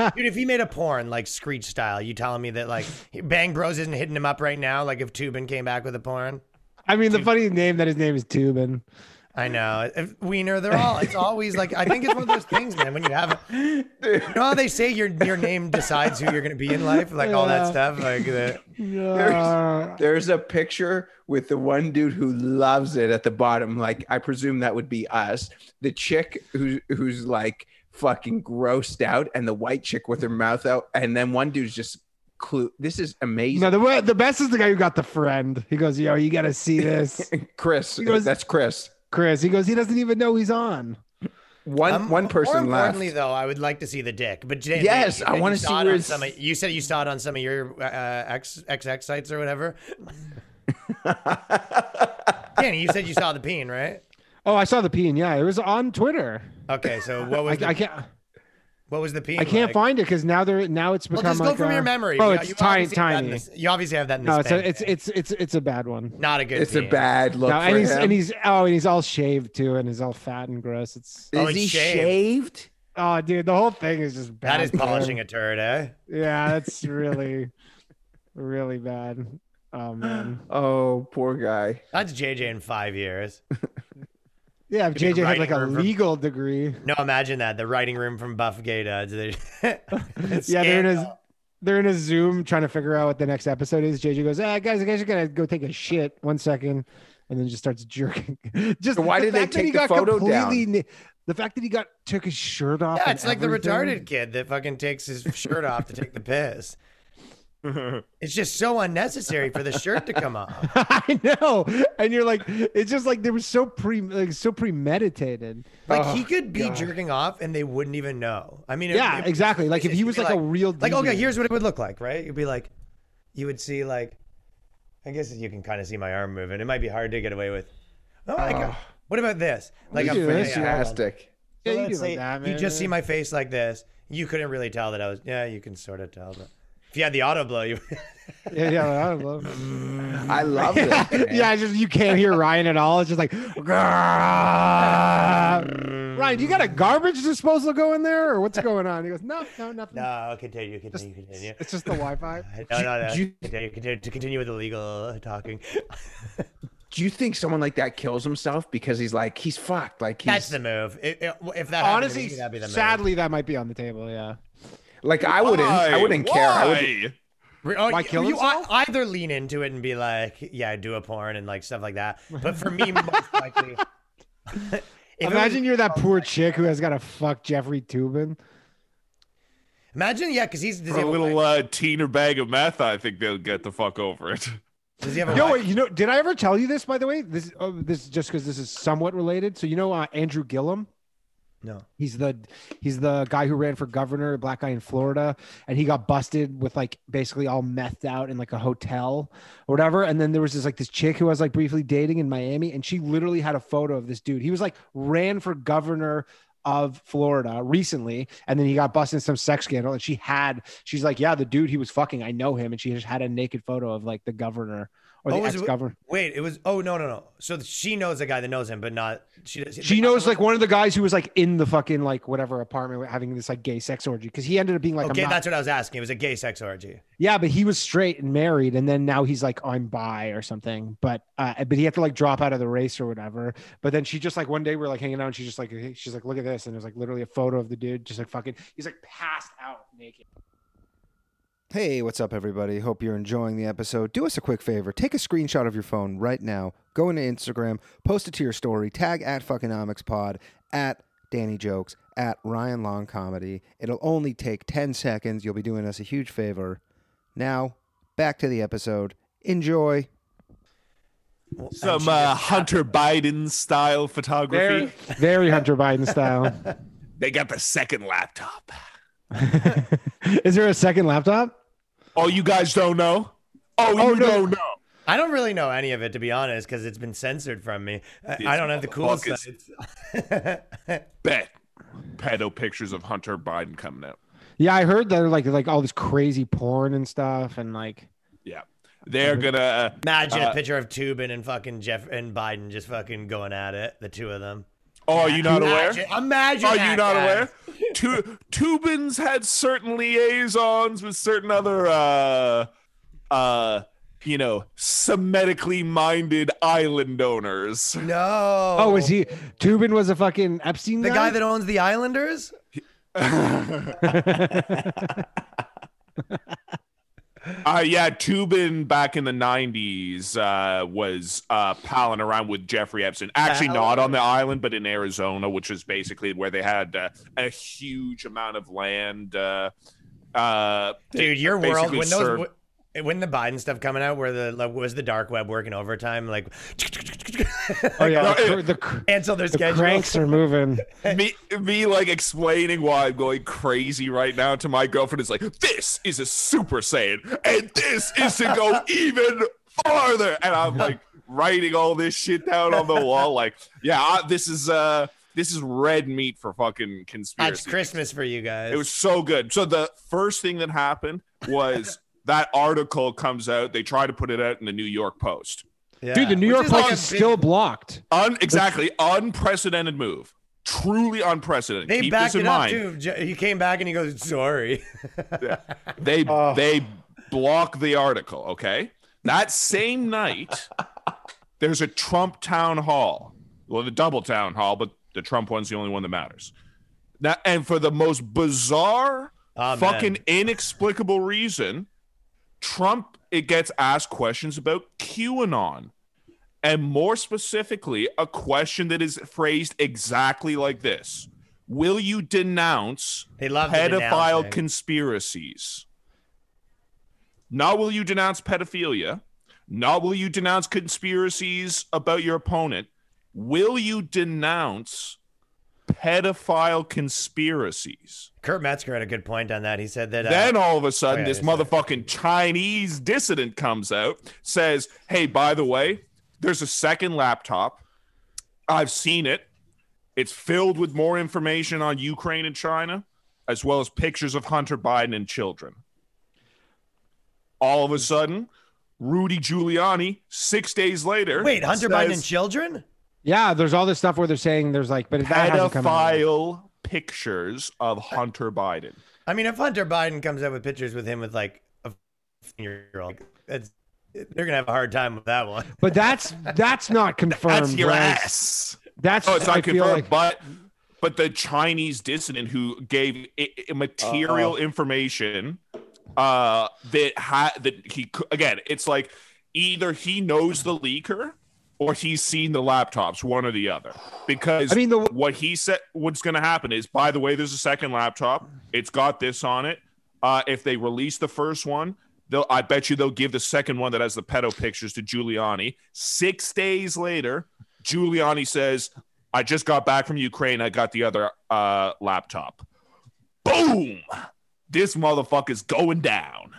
S5: new dude. If he made a porn like Screech style, you telling me that like Bang Bros isn't hitting him up right now? Like if Tubin came back with a porn,
S2: I mean, the funny name that his name is Tubin.
S5: I know if Wiener. They're all. It's always like I think it's one of those things, man. When you have, you
S4: [laughs]
S5: know how they say your your name decides who you're gonna be in life, like all that
S2: Yeah.
S5: stuff, like the.
S2: Yeah.
S4: There's a picture with the one dude who loves it at the bottom. Like I presume that would be us. The chick who's who's like fucking grossed out, and the white chick with her mouth out, and then one dude's just clue. This is amazing,
S2: No, the way- the best is the guy who got the friend. He goes, "Yo, you gotta see
S5: [laughs]
S2: this,
S4: Chris.
S2: He goes-
S4: that's Chris.
S2: Chris." He goes, "He doesn't even know he's on."
S4: One
S5: Um,
S4: one person left.
S5: more importantly, though, I would like to see the dick. But Jay,
S4: Yes, I wanna see where
S5: where
S4: it's-
S5: some. Of, you said you saw it on some of your uh, X, XX sites or
S4: [laughs]
S5: whatever. Danny, you said you saw the peen, right?
S2: Oh, I saw the peen. Yeah, it was on Twitter.
S5: Okay, so what
S2: I,
S5: was the,
S2: I can't.
S5: what was the peen?
S2: I can't
S5: like?
S2: find it because now they're now it's
S5: Well,
S2: become
S5: just go
S2: like
S5: from
S2: a-
S5: your memory.
S2: Oh,
S5: You-
S2: it's
S5: you
S2: tiny,
S5: obviously have that in
S2: tiny.
S5: the- you obviously have that in the.
S2: no, it's
S5: spam
S2: a, it's
S5: thing.
S2: it's it's it's a bad one.
S5: not a good.
S4: it's a
S5: peen.
S4: bad look
S2: no,
S4: for
S2: and he's
S4: him.
S2: and he's oh, and he's all shaved too, and he's all fat and gross. It's
S5: Oh,
S4: is
S5: he's
S4: he
S5: shaved.
S4: shaved?
S2: oh, dude, the whole thing is just bad.
S5: That is
S2: man.
S5: polishing a turd, eh? [laughs]
S2: Yeah, that's really, really bad. Oh man,
S4: Oh, poor guy.
S5: That's JJ in five years.
S2: yeah. If
S5: Could be
S2: JJ had
S5: writing
S2: like a
S5: room for-
S2: legal degree,
S5: No, imagine that. The writing room from Buff Gay [laughs] Duds. They-
S2: yeah, they're in
S5: Scandal.
S2: a they're in a Zoom trying to figure out what the next episode is. JJ goes, "Ah, guys, I guys are gonna go take a shit one second. and then just starts jerking. [laughs] just
S4: So why
S2: the
S4: did they
S2: fact that
S4: take
S2: he
S4: the
S2: got
S4: photo
S2: completely na- the fact that he got took his shirt off.
S5: Yeah,
S2: and
S5: it's like the
S2: everything. [laughs]
S5: retarded kid that fucking takes his shirt off to take the piss. It's just so unnecessary for the shirt to come off.
S2: [laughs] I know. And you're like, it's just like they were so pre, like so premeditated.
S5: Like
S2: Oh,
S5: he could be
S2: God.
S5: jerking off and they wouldn't even know. I mean, it-
S2: Yeah,
S5: it-
S2: exactly. Like if he
S5: it'd
S2: was
S5: be
S2: like, a real,
S5: like okay,
S2: deviant.
S5: here's what it would look like, right? You'd be like, you would see like, I guess you can kind of see my arm moving. It might be hard to get away with. Oh my god, what about this? Like
S2: You
S5: I'm
S2: do
S5: yeah,
S2: this,
S5: yeah, hold on.
S6: Fantastic.
S5: So
S2: Yeah, you
S5: let's
S2: do like
S5: say
S2: that,
S5: You just see
S2: man.
S5: my face like this. You couldn't really tell that I was. Yeah, you can sort of tell. But if you had the auto blow, you. [laughs]
S2: yeah, yeah, I love.
S6: I love it.
S2: [laughs] yeah, it's just you can't hear Ryan at all. It's just like, "Grrrr." Ryan, do you got a garbage disposal going there, or what's going on? He goes, no, no, nothing.
S5: no, continue, continue, continue.
S2: It's just the Wi-Fi.
S5: No, no, no.
S4: do you-
S5: continue, continue, to continue with the legal talking.
S4: Do you think someone like that kills himself because he's like he's fucked? Like he's
S5: That's the move. It- it- if that happened to me,
S2: Honestly,
S5: [laughs] that'd be the move.
S2: sadly, that might be on the table. Yeah.
S4: like I wouldn't I wouldn't care. I would
S3: Why?
S5: Re- oh,
S2: Why
S5: you-
S2: kill
S5: you ei-
S2: himself?
S5: either lean into it and be like, yeah, I do a porn and like stuff like that. But for me, most likely, [laughs] if it was-
S2: Imagine you're that poor chick who has got to fuck Jeffrey Tubin.
S5: imagine, yeah, because he's does
S3: For
S5: he,
S3: a
S5: have a
S3: little
S5: wife?
S3: uh, teener bag of meth, I think they'll get the fuck over it.
S5: does he have a
S2: Yo,
S5: wife?
S2: wait, you know, did I ever tell you this? By the way, this oh, this is just because this is somewhat related. So you know, uh, Andrew Gillum.
S5: No.
S2: He's the he's the guy who ran for governor, a black guy in Florida, and he got busted with like basically all methed out in like a hotel or whatever. And then there was this like this chick who I was like briefly dating in Miami, and she literally had a photo of this dude. He was like ran for governor of Florida recently, and then he got busted in some sex scandal. And she had she's like, yeah, the dude he was fucking, I know him, and she just had a naked photo of like the governor or
S5: Oh,
S2: the
S5: was
S2: ex
S5: it-
S2: governor.
S5: Wait, it was. Oh no, no, no. So she knows a guy that knows him, but not she.
S2: She knows like one of the guys who was like in the fucking like whatever apartment having this like gay sex orgy because he ended up being like I'm
S5: okay,
S2: not
S5: that's what I was asking. It was a gay sex orgy.
S2: Yeah, but he was straight and married, and then now he's like, I'm bi or something. But uh, but he had to like drop out of the race or whatever. But then she just like one day we are like hanging out, and she's just like, hey- she's like, look at this, and there's like literally a photo of the dude just like fucking, he's like passed out naked.
S6: Hey, what's up, everybody? Hope you're enjoying the episode. Do us a quick favor take a screenshot of your phone right now, go into Instagram, post it to your story, tag at fuckingomics pod, at Danny Jokes, at Ryan Long Comedy. It'll only take 10 seconds. You'll be doing us a huge favor. Now, back to the episode. Enjoy.
S5: Well, and she
S3: Some uh,
S5: just-
S3: Hunter Biden style photography.
S2: Very, [laughs] very Hunter Biden style.
S5: [laughs]
S3: They got the second laptop.
S2: Is there a second laptop?
S3: Oh, you guys don't know? Oh,
S2: Oh,
S3: you
S2: no.
S3: don't know.
S5: I don't really know any of it to be honest, because it's been censored from me. I, I
S3: These
S5: don't have the cool
S3: motherfuckers.
S5: sides. [laughs]
S3: Bet. Pedo pictures of Hunter Biden coming out.
S2: Yeah, I heard that like like all this crazy porn and stuff, and like
S3: Yeah. They're going to. Uh,
S5: Imagine a
S3: Uh,
S5: picture of Tubin and fucking Jeff and Biden just fucking going at it, the two of them.
S3: oh, are you not aware?
S5: Imagine, imagine
S3: Are
S5: that,
S3: you not
S5: guys.
S3: aware? Tu- Tubin's had certain liaisons with certain other, uh, uh, you know, Semitically minded island owners.
S5: No.
S2: oh, was he Tubin was a fucking Epstein
S5: the guy that owns the Islanders? [laughs]
S3: Uh, yeah, Tubin back in the 90s uh, was uh, palling around with Jeffrey Epstein. Actually, not on the island, but in Arizona, which is basically where they had uh, a huge amount of land. Uh, uh,
S5: Dude, your
S3: basically
S5: world when
S3: served-
S5: those when the Biden stuff coming out, where the like, was the dark web working overtime, like
S2: [laughs]
S5: [laughs]
S2: oh yeah,
S3: No,
S2: the,
S3: it-
S2: cr- the, cr-
S5: cancel their
S2: the
S5: schedule.
S2: cranks are moving.
S3: me, me like explaining why I'm going crazy right now to my girlfriend is like, this is a Super Saiyan, and this is to
S5: [laughs]
S3: go even farther. And I'm like writing all this shit down on the wall, like, yeah, I, this is uh, this is red meat for fucking
S5: That's
S3: conspiracy.
S5: Christmas for you guys.
S3: It was so good. So the first thing that happened
S5: [laughs]
S3: was that article comes out. They try to put it out in the New York Post.
S5: Yeah.
S2: Dude, the New
S5: Which
S2: York Post
S5: like
S2: is
S5: a big-
S2: still blocked.
S3: Un- exactly unprecedented move. Truly unprecedented.
S5: They
S3: Keep
S5: backed
S3: this in
S5: it up
S3: mind.
S5: too. J- He came back and he goes, "Sorry." [laughs]
S3: They they block the article, okay? That same night, there's a Trump town hall. Well, the double town hall, but the Trump one's the only one that matters. Now, and for the most bizarre,
S5: Amen.
S3: fucking inexplicable reason, Trump it gets asked questions about QAnon. And more specifically, a question that is phrased exactly like this. Will you denounce
S5: They love the
S3: pedophile
S5: denouncing.
S3: conspiracies. Not will you denounce pedophilia. Not will you denounce conspiracies about your opponent. Will you denounce pedophile conspiracies?
S5: Kurt Metzger had a good point on that. He said that. Uh,
S3: then all of a sudden,
S5: yeah,
S3: this
S5: that's right.
S3: motherfucking Chinese dissident comes out, says, "Hey, by the way, there's a second laptop. I've seen it. It's filled with more information on Ukraine and China, as well as pictures of Hunter Biden and children." All of a sudden, Rudy Giuliani, six days later,
S5: wait, Hunter Biden
S3: says,
S5: and children?
S2: Yeah, there's all this stuff where they're saying there's like, but that hasn't come out. yet.
S3: pedophile pictures of Hunter Biden.
S5: I mean, if Hunter Biden comes up with pictures with him with like a year old, that's they're gonna have a hard time with that one.
S2: But that's that's not confirmed.
S3: [laughs] That's your
S2: whereas-
S3: ass.
S2: That's
S3: Oh, it's not
S2: I feel
S3: confirmed,
S2: like
S3: but but the Chinese dissident who gave i- i- material information uh that ha- that he cou- again, it's like either he knows the leaker or he's seen the laptops, one or the other. Because
S2: I mean the
S3: what he said what's going to happen is by the way there's a second laptop it's got this on it uh, if they release the first one they'll i bet you they'll give the second one that has the pedo pictures to giuliani six days later giuliani says i just got back from ukraine i got the other uh, laptop boom this motherfucker's going down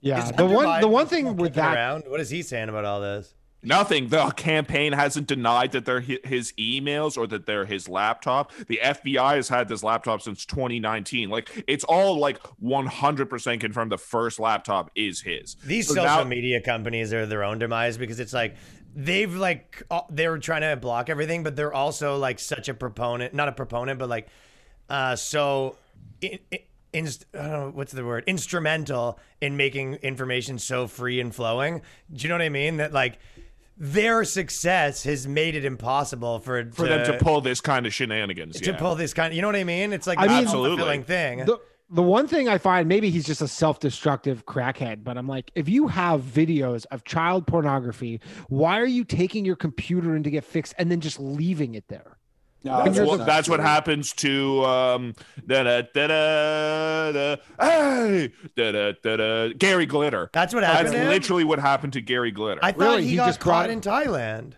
S2: yeah
S5: Is
S2: the
S5: Hunter
S2: one the
S5: Biden
S2: one
S5: still
S2: thing with
S5: kicking
S2: that
S5: around? What is he saying about all this?
S3: Nothing. The campaign hasn't denied that they're hi- his emails or that they're his laptop. The FBI has had this laptop since 2019. Like it's all like 100% confirmed the first laptop is his.
S5: These
S3: So
S5: social
S3: now-
S5: media companies are their own demise because it's like they've like all- they're trying to block everything, but they're also like such a proponent, not a proponent, but like uh, so. In, in, inst- I don't know what's the word instrumental in making information so free and flowing. Do you know what I mean? That like their success has made it impossible for
S3: For them to pull this kind of shenanigans.
S5: to
S3: yeah.
S5: pull this kind. You know what I mean? It's like
S2: I
S5: a
S2: mean-
S5: fulfilling thing.
S2: the the one thing I find maybe he's just a self-destructive crackhead, but I'm like, if you have videos of child pornography, why are you taking your computer in to get fixed and then just leaving it there?
S3: That's
S2: There's
S3: what,
S2: a-
S3: that's what happens to um da da da da da hey, da da da da Gary Glitter.
S5: That's what
S3: That's
S5: happened. to him?
S3: literally what happened to Gary Glitter.
S5: I thought
S2: Really,
S5: he,
S2: he
S5: got
S2: just
S5: caught
S2: brought-
S5: in Thailand.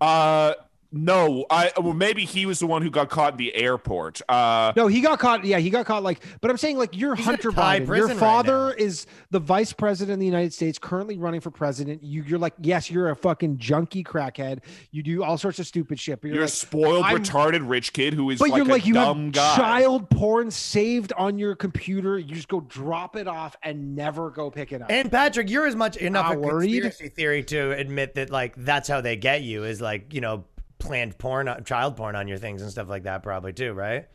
S3: Uh no, I well maybe he was the one who got caught in the airport. Uh
S2: No, he got caught. Yeah, he got caught. Like, but I'm saying, like, you're
S5: He's in
S2: Hunter
S5: Thai
S2: Biden. Your
S5: prison right
S2: father
S5: now.
S2: is the vice president of the United States, currently running for president. You, you're like, yes, you're a fucking junky crackhead. You do all sorts of stupid shit. But you're,
S3: You're a
S2: like,
S3: spoiled,
S2: I'm-
S3: retarded rich kid who is
S2: but
S3: like
S2: you're
S3: a
S2: like, you
S3: dumb
S2: have
S3: guy.
S2: child porn saved on your computer. You just go drop it off and never go pick it up.
S5: And Patrick, you're as much enough
S2: Not
S5: a
S2: worried.
S5: conspiracy theory to admit that like that's how they get you is like you know planned porn, uh, child porn on your things and stuff like that, probably too, right?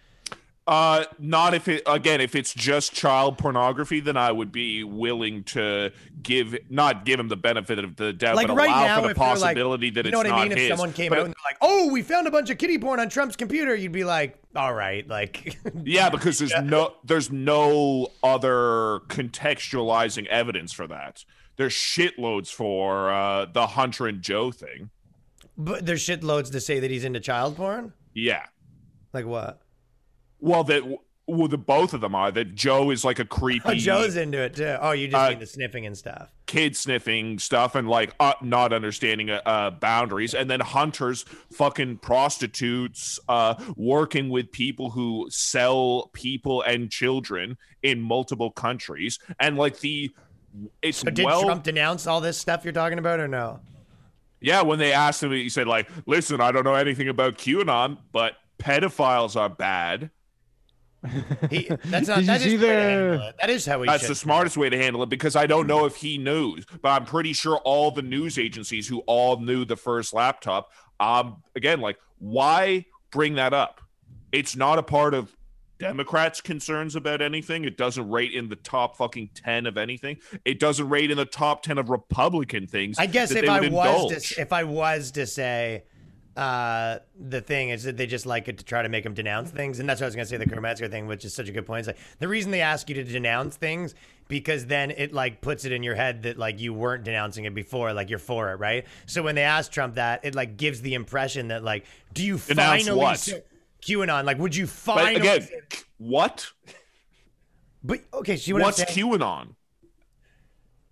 S3: Uh, not if it again. If it's just child pornography, then I would be willing to give not give him the benefit of the doubt,
S5: Like
S3: but
S5: right
S3: allow
S5: now,
S3: for the
S5: if they're like,
S3: possibility that
S5: you
S3: it's
S5: know what
S3: not
S5: I mean?
S3: his.
S5: If someone came
S3: But-
S5: out and they're like, "Oh, we found a bunch of kitty porn on Trump's computer," you'd be like, "All right, like." [laughs]
S3: yeah, because there's no there's no other contextualizing evidence for that. There's shitloads for uh, the Hunter and Joe thing.
S5: but there's shitloads to say that he's into child porn.
S3: Yeah.
S5: Like what?
S3: Well, that well, the both of them are that Joe is like
S5: [laughs]
S3: a creepy
S5: Oh, Joe's into it too. Oh, you just
S3: Uh,
S5: mean the sniffing and stuff.
S3: kid sniffing stuff and like uh, not understanding uh, uh, boundaries and then hunters fucking prostitutes uh working with people who sell people and children in multiple countries and like the it's
S5: So did
S3: well
S5: Trump denounce all this stuff you're talking about or no?
S3: yeah when they asked him he said like listen i don't know anything about qanon but pedophiles are bad
S5: He, that's not.
S3: [laughs]
S2: Did you
S5: that is
S2: see
S5: the way to
S2: the-
S5: handle it. that is how he.
S3: That's
S5: should
S3: the smartest way to handle it because I don't know if he knew, but I'm pretty sure all the news agencies who all knew the first laptop. Um, again, like why bring that up? It's not a part of Democrats' concerns about anything. It doesn't rate in the top fucking ten of anything. It doesn't rate in the top ten of Republican things.
S5: I guess
S3: that
S5: if
S3: they
S5: I
S3: would
S5: was
S3: indulge.
S5: to, if I was to say uh, the thing is that they just like it to try to make them denounce things, and that's what I was gonna say the Kermetzger thing, which is such a good point. It's like the reason they ask you to denounce things because then it like puts it in your head that like you weren't denouncing it before, like you're for it, right? So when they ask Trump that, it like gives the impression that like, do you
S3: Denounce
S5: finally
S3: what?
S5: say- QAnon? Like, would you
S3: but
S5: finally?
S3: again,
S5: say-
S3: what?
S5: but okay, see what
S3: What's
S5: I'm saying?
S3: QAnon?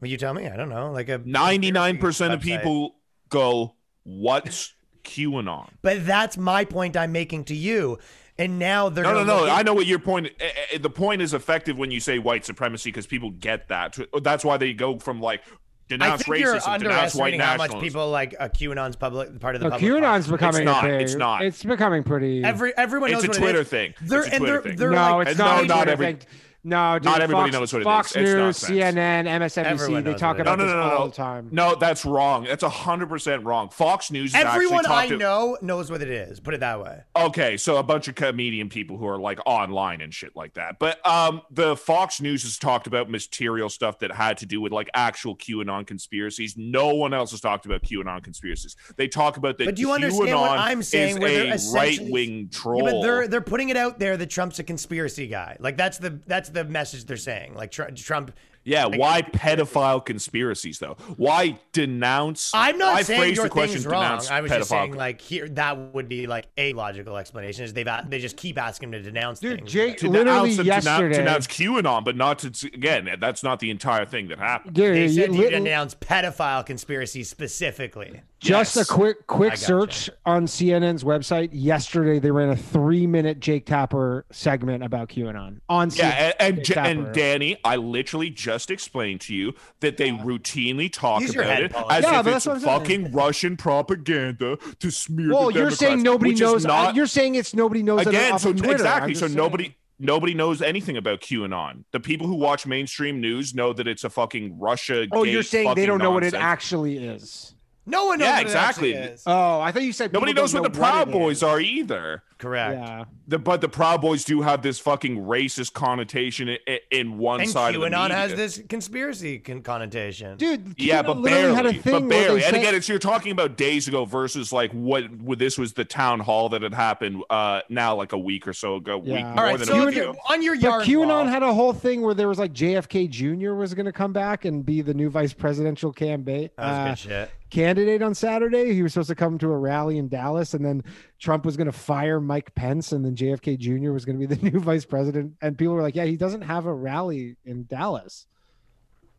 S5: Well, you tell me. I don't know. Like a
S3: Ninety-nine percent of
S5: Website.
S3: people go, "What's QAnon?"
S5: But that's my point I'm making to you. And now they're
S3: No, no,
S5: gonna
S3: no.
S5: look-
S3: I know what your point. eh, eh, The point is effective when you say white supremacy because people get that. oh, That's why they go from like
S5: I
S3: denounce
S5: think you're
S3: racism, denounce white
S5: underestimating how much
S3: nationalism.
S5: people like a QAnon's public part of the
S2: No,
S5: public.
S2: QAnon's becoming
S3: not,
S2: a big,
S3: it's not.
S2: It's becoming pretty.
S5: Every everyone knows
S3: It's a
S5: what it
S3: Twitter
S5: is.
S3: thing.
S5: They're
S3: It's a
S5: and
S3: Twitter
S5: they're
S3: thing.
S5: they're
S2: no,
S5: like
S2: it's
S3: no,
S2: not.
S5: not
S2: even
S3: not
S2: a
S3: every-
S2: thing. No, dude,
S3: not everybody
S2: Fox-
S3: knows what it
S2: Fox
S3: is. It's
S2: News,
S3: nonsense.
S2: CNN,
S5: Everyone
S2: MSNBC, they
S5: knows
S2: talk
S5: what it
S2: about
S3: no,
S2: this
S3: no, no,
S2: all
S3: no.
S2: the time.
S3: No, that's wrong. That's hundred percent wrong. Fox News. is
S5: everyone
S3: actually
S5: I
S3: talked to-
S5: know knows what it is. Put it that way.
S3: Okay, so a bunch of comedian people who are like online and shit like that. But um the Fox News has talked about material stuff that had to do with like actual QAnon conspiracies. No one else has talked about QAnon conspiracies. They talk about that
S5: But do you
S3: QAnon
S5: understand what I'm saying,
S3: is
S5: where they're
S3: a
S5: essentially-
S3: right-wing
S5: Yeah,
S3: troll.
S5: but they're they're putting it out there that Trump's a conspiracy guy. Like that's the that's the message they're saying. Like tr- Trump.
S3: yeah, why pedophile conspiracies though? Why denounce
S5: I'm not
S3: I
S5: saying
S3: phrased
S5: your
S3: the question
S5: thing's wrong.
S3: denounce
S5: I was just
S3: pedophile-
S5: saying like here that would be like a logical explanation is they've a- they just keep asking him to denounce
S2: Dude,
S5: things.
S2: Jake
S3: to
S2: literally
S3: denounce,
S2: yesterday.
S3: to denounce QAnon, but not to again, that's not the entire thing that happened.
S2: dude,
S5: They
S2: you
S5: said
S2: lit-
S5: he denounced pedophile conspiracy specifically.
S2: just
S3: Yes.
S2: a quick quick
S5: gotcha.
S2: search on CNN's website yesterday. They ran a three minute Jake Tapper segment about QAnon on CNN.
S3: Yeah, and and,
S2: Jake Tapper.
S3: and Danny, I literally just explained to you that they routinely talk
S5: Use your
S3: about
S5: head,
S3: it
S5: Paul.
S3: as
S2: Yeah,
S3: if
S2: but that's
S3: it's
S2: what I'm saying.
S3: fucking Russian propaganda to smear.
S2: Well, you're
S3: the Democrats,
S2: saying nobody
S3: which is
S2: knows. uh,
S3: Not,
S2: you're saying it's nobody knows that
S3: again,
S2: off
S3: so
S2: of Twitter.
S3: exactly,
S2: I'm
S3: so
S2: just saying.
S3: nobody nobody knows anything about QAnon. The people who watch mainstream news know that it's a fucking Russia.
S2: Oh, you're
S3: gate
S2: saying they
S3: fucking
S2: don't know what it
S3: nonsense.
S2: actually is.
S5: No one knows
S3: Yeah,
S5: what it actually
S3: exactly.
S5: is.
S2: Oh, I thought you said
S3: Nobody
S2: people
S3: knows
S2: don't
S3: what the
S2: know it
S3: Proud Boys
S2: is.
S3: are either.
S5: Correct.
S2: Yeah.
S3: The, but the Proud Boys do have this fucking racist connotation in, in one
S5: And
S3: side of the
S5: QAnon
S3: media.
S5: has this conspiracy con- connotation.
S2: Dude,
S3: Yeah,
S2: QAnon
S3: but
S2: literally
S3: barely.
S2: had a thing where
S3: but
S2: they
S3: barely. And
S2: said-
S3: again, it's you're talking about days ago versus like what, what this was the town hall that had happened uh now like a week or so ago.
S2: Yeah.
S3: Week,
S2: All
S3: more
S5: All right,
S3: than
S5: so
S3: a
S5: if
S3: week
S5: you're
S3: ago.
S5: on your yard
S2: But QAnon
S5: wall,
S2: had a whole thing where there was like JFK Jr. was going to come back and be the new vice presidential candidate
S5: That was
S2: uh,
S5: good shit.
S2: candidate on Saturday. He was supposed to come to a rally in Dallas, and then Trump was going to fire Mike Pence, and then JFK Jr. was going to be the [laughs] new vice president. And people were like, "Yeah, he doesn't have a rally in Dallas."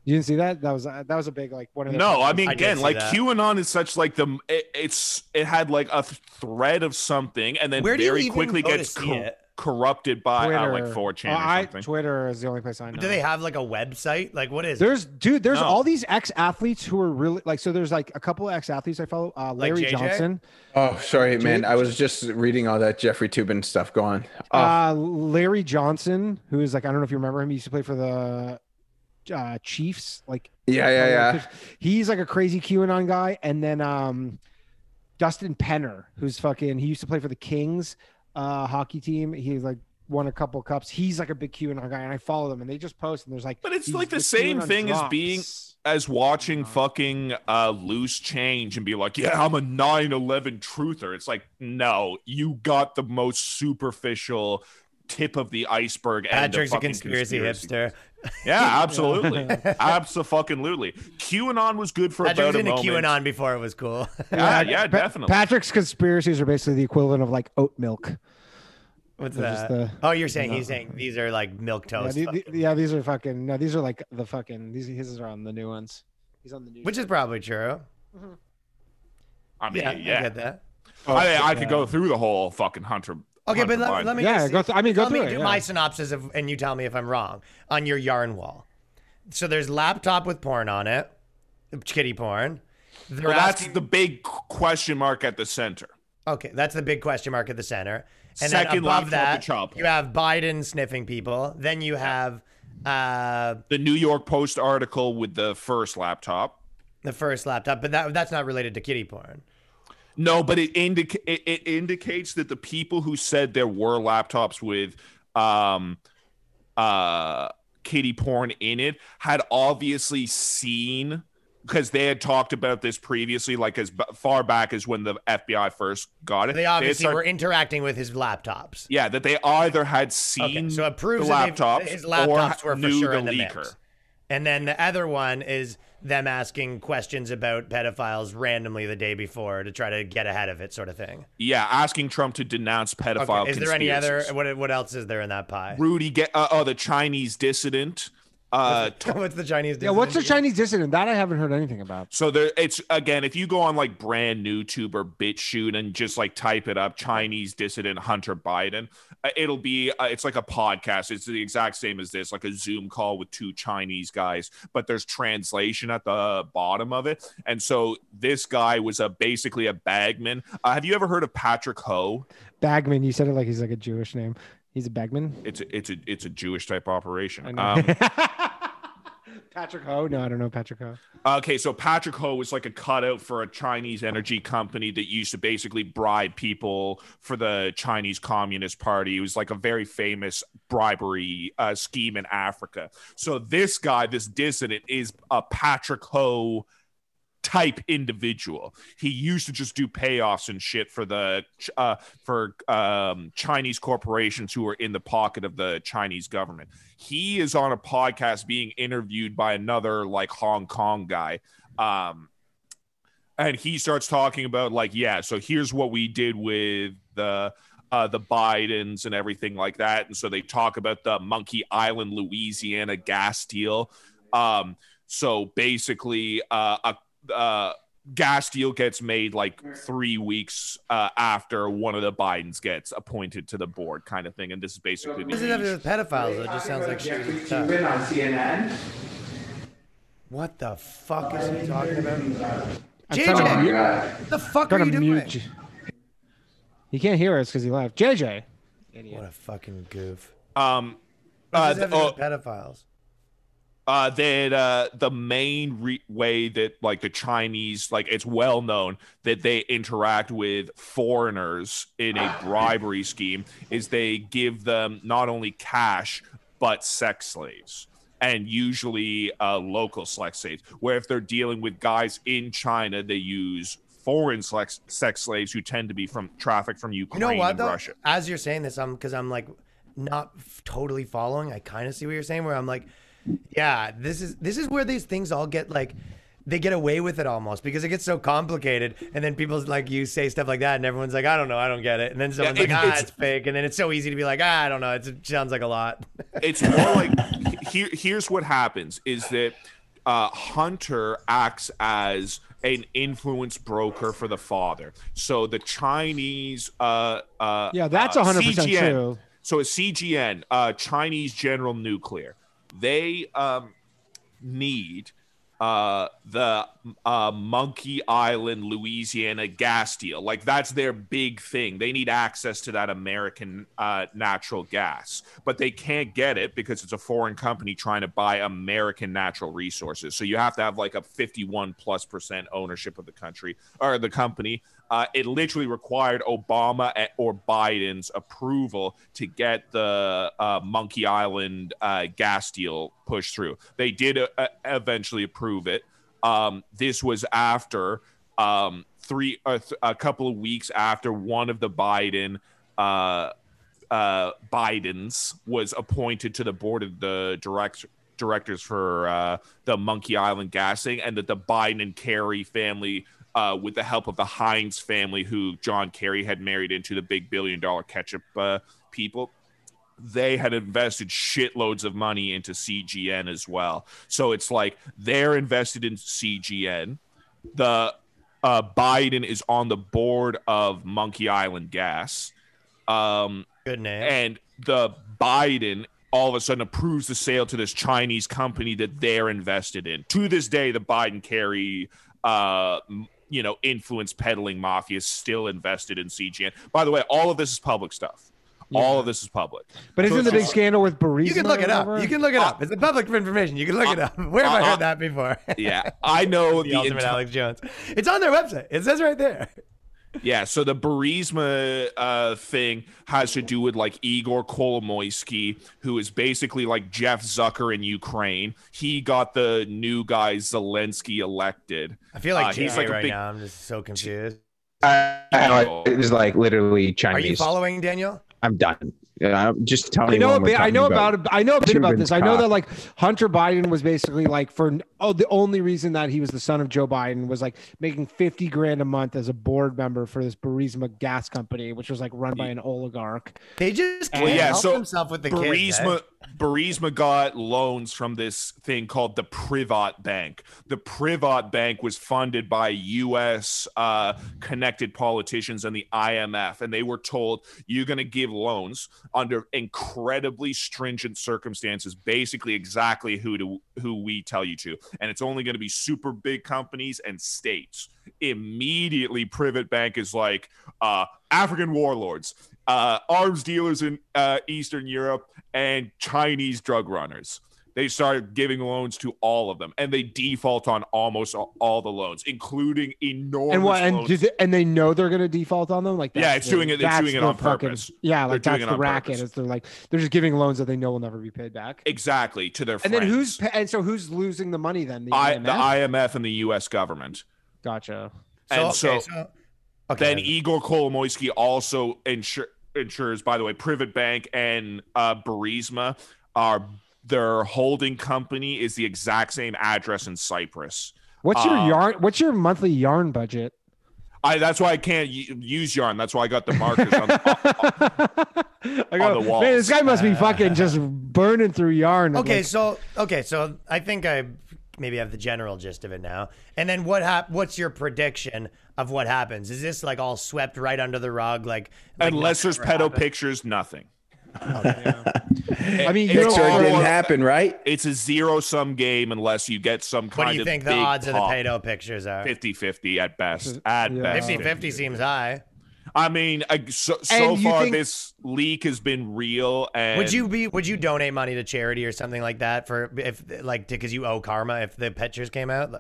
S2: You didn't see that? That was uh, that was a big like one of the
S3: No, I mean
S5: I did
S3: again,
S5: see
S3: like
S5: that.
S3: QAnon is such like the it, it's it had like a th- thread of something and then
S5: Where do you
S3: very
S5: even
S3: quickly
S5: go to
S3: gets
S5: see
S3: cor-
S5: it?
S3: corrupted by uh, like
S2: Twitter.
S3: 4chan
S2: Oh, I-
S3: or something.
S2: Twitter is the only place I know.
S5: Do they have like a website? Like what is it?
S2: There's dude, there's
S3: No.
S2: all these ex athletes who are really like so there's like a couple ex athletes I follow, uh,
S5: Like
S2: Larry
S5: JJ?
S2: Johnson.
S4: Oh, sorry, man. I was just reading all that Jeffrey Tubin stuff. Go on. Oh,
S2: Uh Larry Johnson, who is like I don't know if you remember him, he used to play for the uh Chiefs, like
S4: yeah, yeah, yeah.
S2: He's like a crazy QAnon guy and then um Dustin Penner, who's fucking he used to play for the Kings uh hockey team. He's like won a couple cups. He's like a big QAnon guy and I follow them and they just post and there's like
S3: But it's
S2: these-
S3: like the same
S2: QAnon
S3: thing as being- as watching
S5: Uh-huh.
S3: fucking uh loose change and be like yeah i'm a 9-11 truther it's like no you got the most superficial tip of the iceberg and
S5: Patrick's a conspiracy, hipster. [laughs]
S3: yeah absolutely absolutely qanon was good for
S5: Patrick was
S3: about a
S5: into
S3: moment
S5: QAnon before it was cool. [laughs]
S3: yeah,
S2: Pa-
S3: yeah
S2: Pa-
S3: definitely
S2: Patrick's conspiracies are basically the equivalent of like oat milk.
S5: What's
S2: They're just
S5: that?
S2: the-
S5: oh, you're saying he's saying these are like milk
S2: Yeah,
S3: Oh,
S5: toast,
S2: the- the-
S5: fucking-
S2: yeah, these are fucking. No, these are like the fucking. These his are on the new ones. He's on the new.
S5: which is probably true.
S3: i mean yeah,
S5: Yeah, I get that.
S3: I, I could go through the whole fucking hunter
S5: Okay, but
S3: Hunter
S5: let,
S3: Biden.
S5: let me
S2: Yeah,
S5: just-
S2: go th- I mean, go
S5: let me
S2: through it,
S5: do
S2: yeah.
S5: my synopsis of, and you tell me if I'm wrong on your yarn wall. So there's laptop with porn on it, kitty porn. They're
S3: well, that's
S5: asking-
S3: the big question mark at the center
S5: Okay, that's the big question mark at the center. And
S3: Second
S5: then
S3: laptop
S5: above that,
S3: to child porn.
S5: you have Biden sniffing people. Then you have uh,
S3: the new york post article with the first laptop
S5: the first laptop, but that that's not related to kitty porn.
S3: No, but it, indic- it it indicates that the people who said there were laptops with um uh kitty porn in it had obviously seen because they had talked about this previously like as b- far back as when the FBI first got it.
S5: They
S3: had
S5: obviously
S3: start-
S5: were interacting with his laptops.
S3: yeah, that they either had seen
S5: Okay, so it proves
S3: the
S5: that they've-
S3: laptops
S5: his
S3: or
S5: laptops were for
S3: knew
S5: sure
S3: the
S5: in the
S3: leaker.
S5: mix. And then the other one is them asking questions about pedophiles randomly the day before to try to get ahead of it, sort of thing.
S3: Yeah, asking Trump to denounce
S5: Okay,
S3: pedophile
S5: Is there any other?
S3: conspiracies.
S5: What what else is there in that pie?
S3: Rudy get uh, oh the Chinese uh, dissident Uh, t-
S5: [laughs] what's the Chinese?
S2: Yeah, what's the
S5: dissident
S2: Chinese dissident? That I haven't heard anything about.
S3: so there, it's again, if you go on like brand new tube or BitChute and just like type it up, Chinese dissident Hunter Biden, uh, it'll be, uh, it's like a podcast. It's the exact same as this, like a Zoom call with two Chinese guys, but there's translation at the bottom of it. And so this guy was a basically a bagman. Uh, have you ever heard of Patrick Ho?
S2: Bagman, you said it like he's like a Jewish name. He's a Bagman.
S3: It's a, it's a, it's a Jewish type
S2: I
S3: operation.
S2: know.
S3: Um,
S2: [laughs] Patrick Ho? No, I don't know Patrick Ho.
S3: Okay, so Patrick Ho was like a cutout for a Chinese energy company that used to basically bribe people for the Chinese Communist Party. He was like a very famous bribery uh, scheme in Africa. So this guy, this dissident, is a Patrick Ho type individual. He used to just do payoffs and shit for the Ch- uh, for um, Chinese corporations who are in the pocket of the Chinese government. He is on a podcast being interviewed by another like Hong Kong guy. Um, and he starts talking about like yeah so here's what we did with the uh, the bidens and everything like that and so they talk about the monkey island louisiana gas deal um, so basically uh, a uh, gas deal gets made like three weeks uh, after one of the bidens gets appointed to the board kind of thing and this is basically
S5: What does it have to do with pedophiles? It just sounds like shady stuff.
S7: on CNN.
S5: What the fuck is he talking about?
S2: trying
S5: JJ, what the fuck are
S2: Gotta
S5: you doing?
S2: mute. you. He can't hear us because he left. JJ.
S5: What a fucking goof.
S3: um,
S5: What
S3: uh,
S5: does it have to do with pedophiles?
S3: uh, that uh, the main re- way that like the Chinese, like it's well known that they interact with foreigners in a
S5: Ah.
S3: bribery scheme is they give them not only cash but sex slaves and usually uh, local sex slaves. Where if they're dealing with guys in China, they use foreign sex sex slaves who tend to be from traffic from
S5: You
S3: Ukraine
S5: know what
S3: and
S5: though?
S3: Russia.
S5: As you're saying this, I'm because I'm like not f- totally following. I kind of see what you're saying. Where I'm like, yeah, this is this is where these things all get like they get away with it almost because it gets so complicated, and then people like you say stuff like that, and everyone's like, I don't know, I don't get it, and then someone's
S3: it-
S5: like, ah,
S3: it's-
S5: it's fake, and then it's so easy to be like, ah, I don't know, it's, it sounds like a lot. [laughs]
S3: it's more like here here's what happens is that uh, hunter acts as an influence broker for the father so the chinese uh uh
S2: Yeah, that's
S3: uh,
S2: 100%
S3: CGN.
S2: true.
S3: so a cgn uh chinese general nuclear they um need uh, the uh, Monkey Island, Louisiana gas deal. Like that's their big thing. They need access to that American uh, natural gas, but they can't get it because it's a foreign company trying to buy American natural resources. So you have to have like a 51 plus percent ownership of the country or the company. Uh, it literally required Obama a- or Biden's approval to get the uh, Monkey Island uh, gas deal pushed through. They did uh, uh, eventually approve it. Um, this was after um, three, uh, th- a couple of weeks after one of the Biden uh, uh, Biden's was appointed to the board of the direct directors for uh, the Monkey Island gassing, and that the Biden and Kerry family, uh, with the help of the Hines family, who John Kerry had married into the big billion dollar ketchup uh, people, they had invested shitloads of money into CGN as well. So it's like they're invested in CGN. The uh, Biden is on the board of Monkey Island Gas. Um,
S5: Good name.
S3: and the Biden all of a sudden approves the sale to this Chinese company that they're invested in. To this day, the Biden carry, uh, m- you know, influence peddling mafia is still invested in CGN. By the way, all of this is public stuff. All of this is public.
S2: But
S3: So
S2: isn't the
S3: it's
S2: big
S3: just-
S2: scandal with Burisma?
S5: [laughs] You can look
S2: or
S5: it up.
S2: whatever?
S5: You can look it up. It's the public information. You can look it up. [laughs] Where have I
S3: uh,
S5: heard that before?
S3: Yeah,
S5: [laughs]
S3: I know
S5: the
S3: the
S5: ultimate
S3: entire.
S5: Alex Jones. It's on their website. It says right there.
S3: Yeah, so the Burisma uh, thing has to do with like Igor Kolomoisky, who is basically like Jeff Zucker in Ukraine. He got the new guy Zelensky elected.
S5: I feel like
S3: Uh, he's
S5: TJ
S3: like a
S5: right
S3: big-
S5: now. I'm just so confused.
S4: I, I know, it was like literally
S5: Are you
S4: Chinese.
S5: following Daniel?
S4: I'm done. Yeah, I'm just tell
S2: I
S4: me
S2: know. A
S4: when we're
S2: bit, I
S4: talking
S2: know about. a- I know a bit about
S4: Cuban's
S2: this. I know
S4: cock.
S2: that like Hunter Biden was basically like for oh the only reason that he was the son of Joe Biden was like making fifty grand a month as a board member for this Burisma gas company, which was like run by an oligarch.
S5: They just
S2: Well,
S5: can't
S3: yeah,
S5: help
S3: so
S5: themselves with the kids.
S3: Burisma
S5: eh?
S3: Burisma got loans from this thing called the Privat Bank. The Privat Bank was funded by U.S. Uh, connected politicians and the IMF, and they were told you're going to give loans under incredibly stringent circumstances, basically exactly who to who we tell you to, and it's only going to be super big companies and states. Immediately, Privat Bank is like uh, African warlords. Uh, arms dealers in uh, Eastern Europe and Chinese drug runners. They started giving loans to all of them, and they default on almost all, all the loans, including enormous.
S2: and what? And
S3: loans.
S2: did they, and they know they're going to default on them. Like
S3: Yeah,
S2: that's
S3: it's
S2: the-
S3: doing it- it's
S2: that's
S3: doing it
S2: the
S3: on
S2: fucking-
S3: purpose.
S2: Yeah, like
S3: They're doing
S2: that's
S3: it
S2: the
S3: on
S2: racket.
S3: purpose.
S2: It's they're like they're just giving loans that they know will never be paid back.
S3: exactly to their
S2: and
S3: friends.
S2: then who's pa- and so who's losing the money then? The
S3: I,
S2: IMF?
S3: the IMF and the U.S. government?
S2: gotcha.
S5: So,
S3: and so,
S5: okay, so okay,
S3: Then Igor Kolomoisky also insure, insures, by the way, Privet Bank and uh, Burisma are their holding company is the exact same address in Cyprus.
S2: What's your
S3: Uh,
S2: yarn? What's your monthly yarn budget?
S3: I that's why I can't u- use yarn. That's why I got the markers on,
S2: [laughs] I go,
S3: the walls.
S2: Man, this guy must
S3: [laughs]
S2: be fucking just burning through yarn.
S5: Okay,
S2: Like,
S5: so okay, so I think I maybe have the general gist of it now. And then what hap- What's your prediction of what happens? Is this like all swept right under the rug? Like, like
S3: unless there's
S5: nothing ever
S3: pedo pictures, nothing.
S5: Oh,
S3: [laughs]
S2: I mean, you
S3: It's
S2: know,
S4: So it
S3: all-
S4: didn't happen, right?
S3: It's a zero sum game unless you get some
S5: What
S3: kind
S5: do you
S3: of
S5: think the
S3: big
S5: odds of the
S3: pop.
S5: pedo pictures are?
S3: 50-50 at best. At
S2: Yeah.
S3: best,
S5: 50-50 seems high.
S3: I mean, I, so, so
S2: And you
S3: far
S2: think-
S3: this leak has been real. And
S5: Would you be? Would you donate money to charity or something like that for if like because you owe karma if the pictures came out?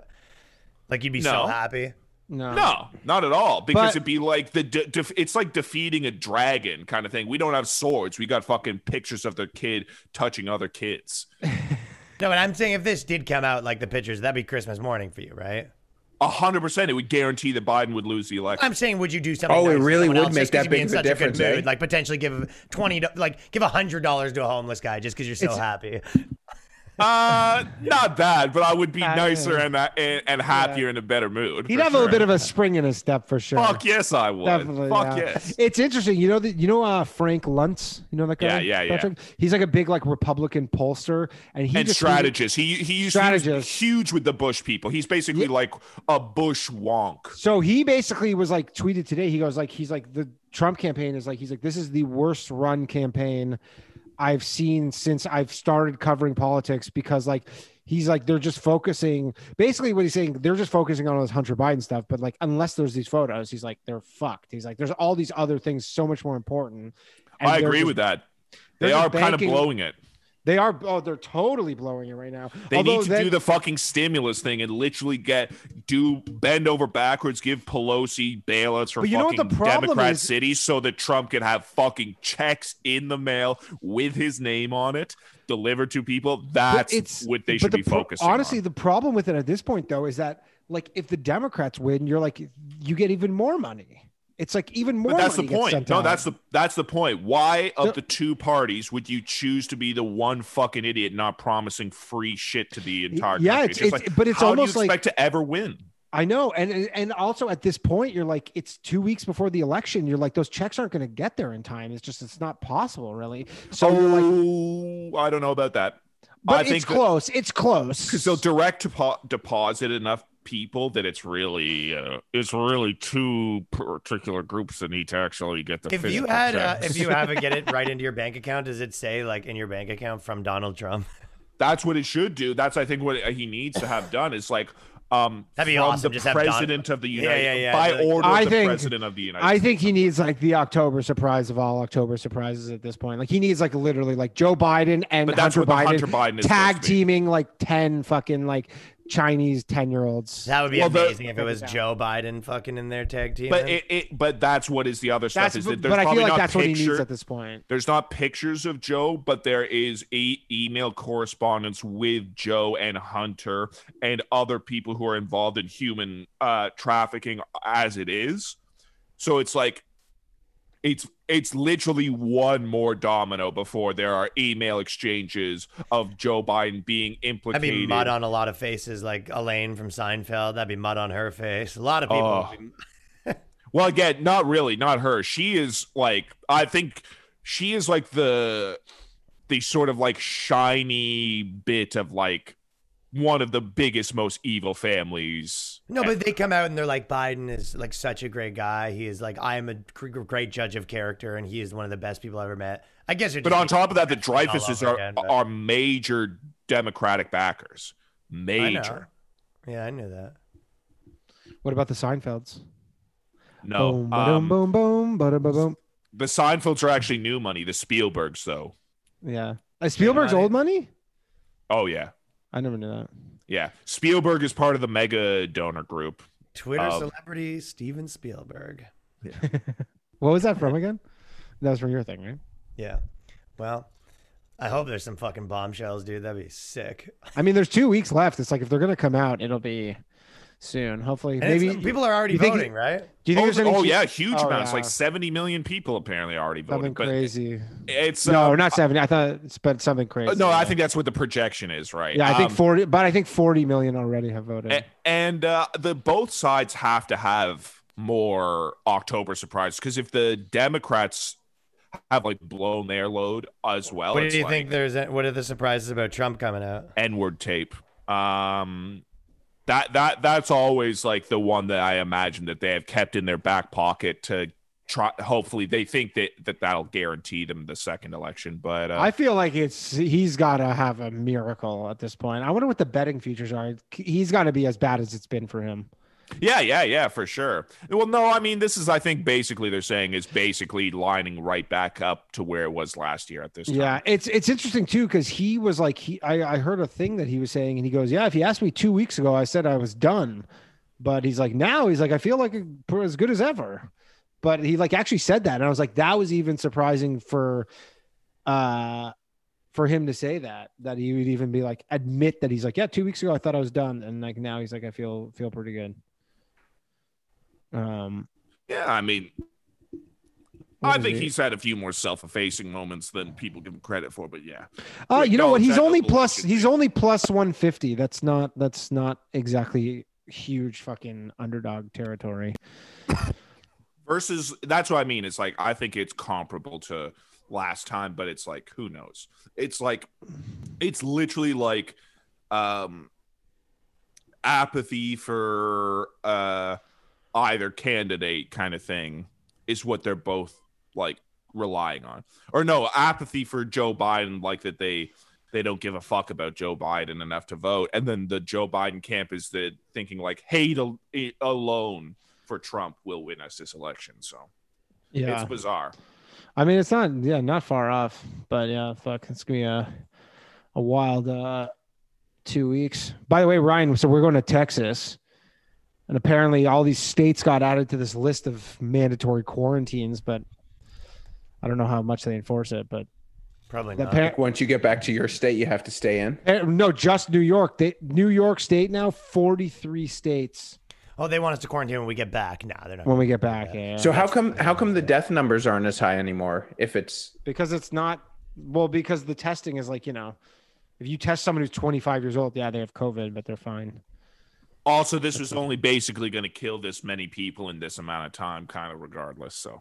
S5: Like you'd be
S3: No.
S5: so happy.
S2: no.
S3: No, not at all. Because
S2: But-
S3: it'd be like the de- def- it's like defeating a dragon kind of thing. We don't have swords. We got fucking pictures of their kid touching other kids.
S5: No, but I'm saying if this did come out like the pictures, that'd be Christmas morning for you, right?
S3: A hundred percent, it would guarantee that Biden would lose the election.
S5: I'm saying, would you do something?
S4: Oh, it
S5: nice for
S4: really
S5: someone
S4: would
S5: else
S4: make
S5: just
S4: that
S5: 'cause you'd be
S4: big
S5: in
S4: of a
S5: such good
S4: difference,
S5: mood?
S4: eh?
S5: Like potentially give twenty, do- like give hundred dollars to a homeless guy just because you're so happy.
S3: Uh, not that, but I would be
S2: Uh,
S3: nicer and and, and happier in a better mood.
S2: he'd
S3: for
S2: have a little
S3: sure.
S2: bit of a spring in his step for sure.
S3: Fuck yes, I would.
S2: Definitely,
S3: Fuck
S2: yeah.
S3: yes.
S2: It's interesting, you know that you know uh, Frank Luntz, you know that guy.
S3: Yeah, yeah, yeah.
S2: Patrick? He's like a big like Republican pollster, and he
S3: and
S2: just
S3: strategist. He he used he was
S2: Strategist.
S3: huge with the Bush people. He's basically like a Bush wonk.
S2: So he basically was like tweeted today. He goes like he's like the Trump campaign is like he's like this is the worst run campaign I've seen since I've started covering politics because like he's like they're just focusing basically what he's saying they're just focusing on all this Hunter Biden stuff but like unless there's these photos he's like they're fucked. He's like there's all these other things so much more important. And
S3: I
S2: they're
S3: agree
S2: just-
S3: with that. They
S2: they're
S3: are
S2: just
S3: kind of
S2: banking-
S3: blowing it.
S2: They are oh they're totally blowing it right now.
S3: They
S2: Although
S3: need to
S2: then-
S3: do the fucking stimulus thing and literally get do bend over backwards, give Pelosi bailouts for
S2: But you know what
S3: fucking
S2: the problem
S3: Democrat
S2: is?
S3: cities so that Trump can have fucking checks in the mail with his name on it delivered to people. That's
S2: it's-
S3: what they
S2: but
S3: should
S2: the
S3: be
S2: pro-
S3: focusing on.
S2: Honestly, the problem with it at this point, though, is that like if the Democrats win, you're like you get even more money. It's like even more.
S3: But that's the
S2: money gets
S3: point.
S2: sent
S3: No,
S2: out.
S3: that's the that's the point. Why
S2: So-
S3: of the two parties would you choose to be the one fucking idiot not promising free shit to the entire
S2: Yeah,
S3: country?
S2: it's,
S3: just
S2: it's but it's
S3: how
S2: almost
S3: do you
S2: like
S3: expect to ever win?
S2: I know, and and- and also at this point, you're like it's two weeks before the election. You're like those checks aren't going to get there in time. It's just it's not possible, really. So you're like,
S3: oh, I don't know about that. Oh, I
S2: but
S3: think
S2: it's
S3: that-
S2: close. it's close.
S3: Because they'll direct depo- deposit enough people that it's really uh, it's really two particular groups that need to actually get the.
S5: If you
S3: physical
S5: had, uh,
S3: checks.
S5: if you have it get it right into your bank account, does it say like in your bank account from Donald Trump? [laughs]
S3: that's what it should do. That's I think what he needs to have done is like. Um,
S5: [sighs] That'd be
S3: from
S5: awesome,
S3: the
S5: just have Don-
S3: president of the United
S5: yeah, yeah,
S3: by
S5: like-
S3: order
S2: I
S3: of the
S2: think-
S3: president of the United
S2: I think he needs like the October surprise of all October surprises at this point. Like he needs like literally like Joe Biden and
S3: But that's
S2: Hunter,
S3: what the
S2: Biden
S3: Hunter Biden is
S2: tag
S3: supposed to be.
S2: teaming like ten fucking like Chinese ten year olds.
S5: That would be
S3: Well, the-
S5: amazing if it was Joe Biden fucking in their tag team.
S3: But it, it but that's what is the other stuff
S2: That's
S3: is that
S2: but
S3: there's
S2: I
S3: probably
S2: feel like
S3: not
S2: that's what he
S3: picture-
S2: needs at this point.
S3: there's not pictures of Joe, but there is a email correspondence with Joe and Hunter and other people who are involved in human uh, trafficking as it is. So it's like It's it's literally one more domino before there are email exchanges of Joe Biden being
S5: That'd
S3: implicated.
S5: be mud on a lot of faces, like Elaine from Seinfeld. That'd be mud on her face. A lot of people.
S3: Oh.
S5: would be-
S3: Well, again, not really, not her. She is like I think she is like the the sort of like shiny bit of like one of the biggest, most evil families.
S5: No, but they come out and they're like, Biden is like such a great guy. He is like, I am a cr- great judge of character, and he is one of the best people I ever met. I guess. it
S3: But
S5: just
S3: on
S5: means-
S3: top of
S5: [laughs]
S3: that, the
S5: All over
S3: Dreyfuses are
S5: again, but-
S3: are major Democratic backers.
S5: I know.
S3: Major.
S5: Yeah, I knew that.
S2: What about the Seinfelds?
S3: No.
S2: Boom,
S3: um,
S2: ba-dum, boom, boom, ba-dum, ba-boom.
S3: The Seinfelds are actually new money. The Spielbergs, though.
S2: Yeah. Uh, Spielberg's
S5: money.
S2: old money?
S3: Oh yeah,
S2: I never knew that.
S3: yeah. Spielberg is part of the mega donor group.
S5: Twitter
S3: Um,
S5: celebrity Steven Spielberg.
S2: What was that from again? That was from your thing, right?
S5: Yeah. Well, I hope there's some fucking bombshells, dude. That'd be sick.
S2: I mean, there's two weeks left. It's like if they're gonna come out, it'll be soon. Hopefully,
S5: And
S2: maybe.
S5: it's, people are already
S2: you think-
S5: voting, right?
S2: do you think
S3: Oh,
S2: there's any?
S3: oh, yeah, huge
S2: Oh,
S3: amounts. Like
S2: yeah.
S3: seventy million people apparently already voted.
S2: something
S3: but
S2: crazy?
S3: It's
S2: no,
S3: uh,
S2: not seventy. I thought it's but something crazy.
S3: uh, no. I
S2: yeah.
S3: think that's what the projection is, right?
S2: Yeah, I think
S3: Um,
S2: forty, but I think forty million already have voted.
S3: a- and uh, the both sides have to have more October surprise because if the Democrats have like blown their load as well,
S5: what
S3: it's
S5: do you
S3: like,
S5: think? There's what are the surprises about Trump coming out?
S3: N-word tape. Um, that that that's always like the one that I imagine that they have kept in their back pocket to try. Hopefully, they think that that that'll guarantee them the second election. But uh,
S2: I feel like it's he's got to have a miracle at this point. I wonder what the betting futures are. He's got to be as bad as it's been for him.
S3: yeah, yeah, yeah, for sure. Well, no, I mean, this is I think basically they're saying is basically lining right back up to where it was last year at this time.
S2: Yeah, it's it's interesting too because he was like he I, I heard a thing that he was saying and he goes yeah if he asked me two weeks ago I said I was done, but he's like now he's like I feel like we're as good as ever, but he like actually said that and I was like that was even surprising for, uh, for him to say that that he would even be like admit that he's like yeah two weeks ago I thought I was done and like now he's like I feel feel pretty good. Um,
S3: yeah. I mean,
S2: what
S3: I
S2: is
S3: think
S2: it?
S3: he's had a few more self-effacing moments than people give him credit for. But yeah,
S2: Uh,
S3: Rick
S2: you know what?
S3: Jones
S2: He's
S3: had a
S2: only
S3: little
S2: plus.
S3: fucking
S2: He's
S3: deal.
S2: only plus one fifty. That's not. That's not exactly huge fucking underdog territory.
S3: versus that's what I mean. It's like I think it's comparable to last time, but it's like who knows? It's like it's literally like um apathy for uh either candidate kind of thing is what they're both like relying on. Or no, apathy for Joe Biden like that they they don't give a fuck about Joe Biden enough to vote. And then the Joe Biden camp is the thinking like hate al- i- alone for Trump will win us this election. So
S2: Yeah,
S3: it's bizarre.
S2: I mean it's not. Yeah, not far off. But yeah, fuck, it's gonna be a a wild uh, two weeks. By the way, Ryan. So we're going to Texas, and apparently all these states got added to this list of mandatory quarantines. But I don't know how much they enforce it. But
S5: Probably
S2: the
S5: not.
S2: par-
S4: Once you get back to your state, you have to stay in.
S2: Eh, No, just New York. They, New York State now, 43 states
S5: oh, they want us to quarantine when we get back. Nah, they're not.
S2: when we get back. Yeah.
S4: So how come how come the death numbers aren't as high anymore? If it's
S2: because it's not, well, because the testing is like, you know, if you test someone who's 25 years old, yeah, they have COVID, but they're fine.
S3: Also, this was only basically going to kill this many people in this amount of time, kind of regardless. So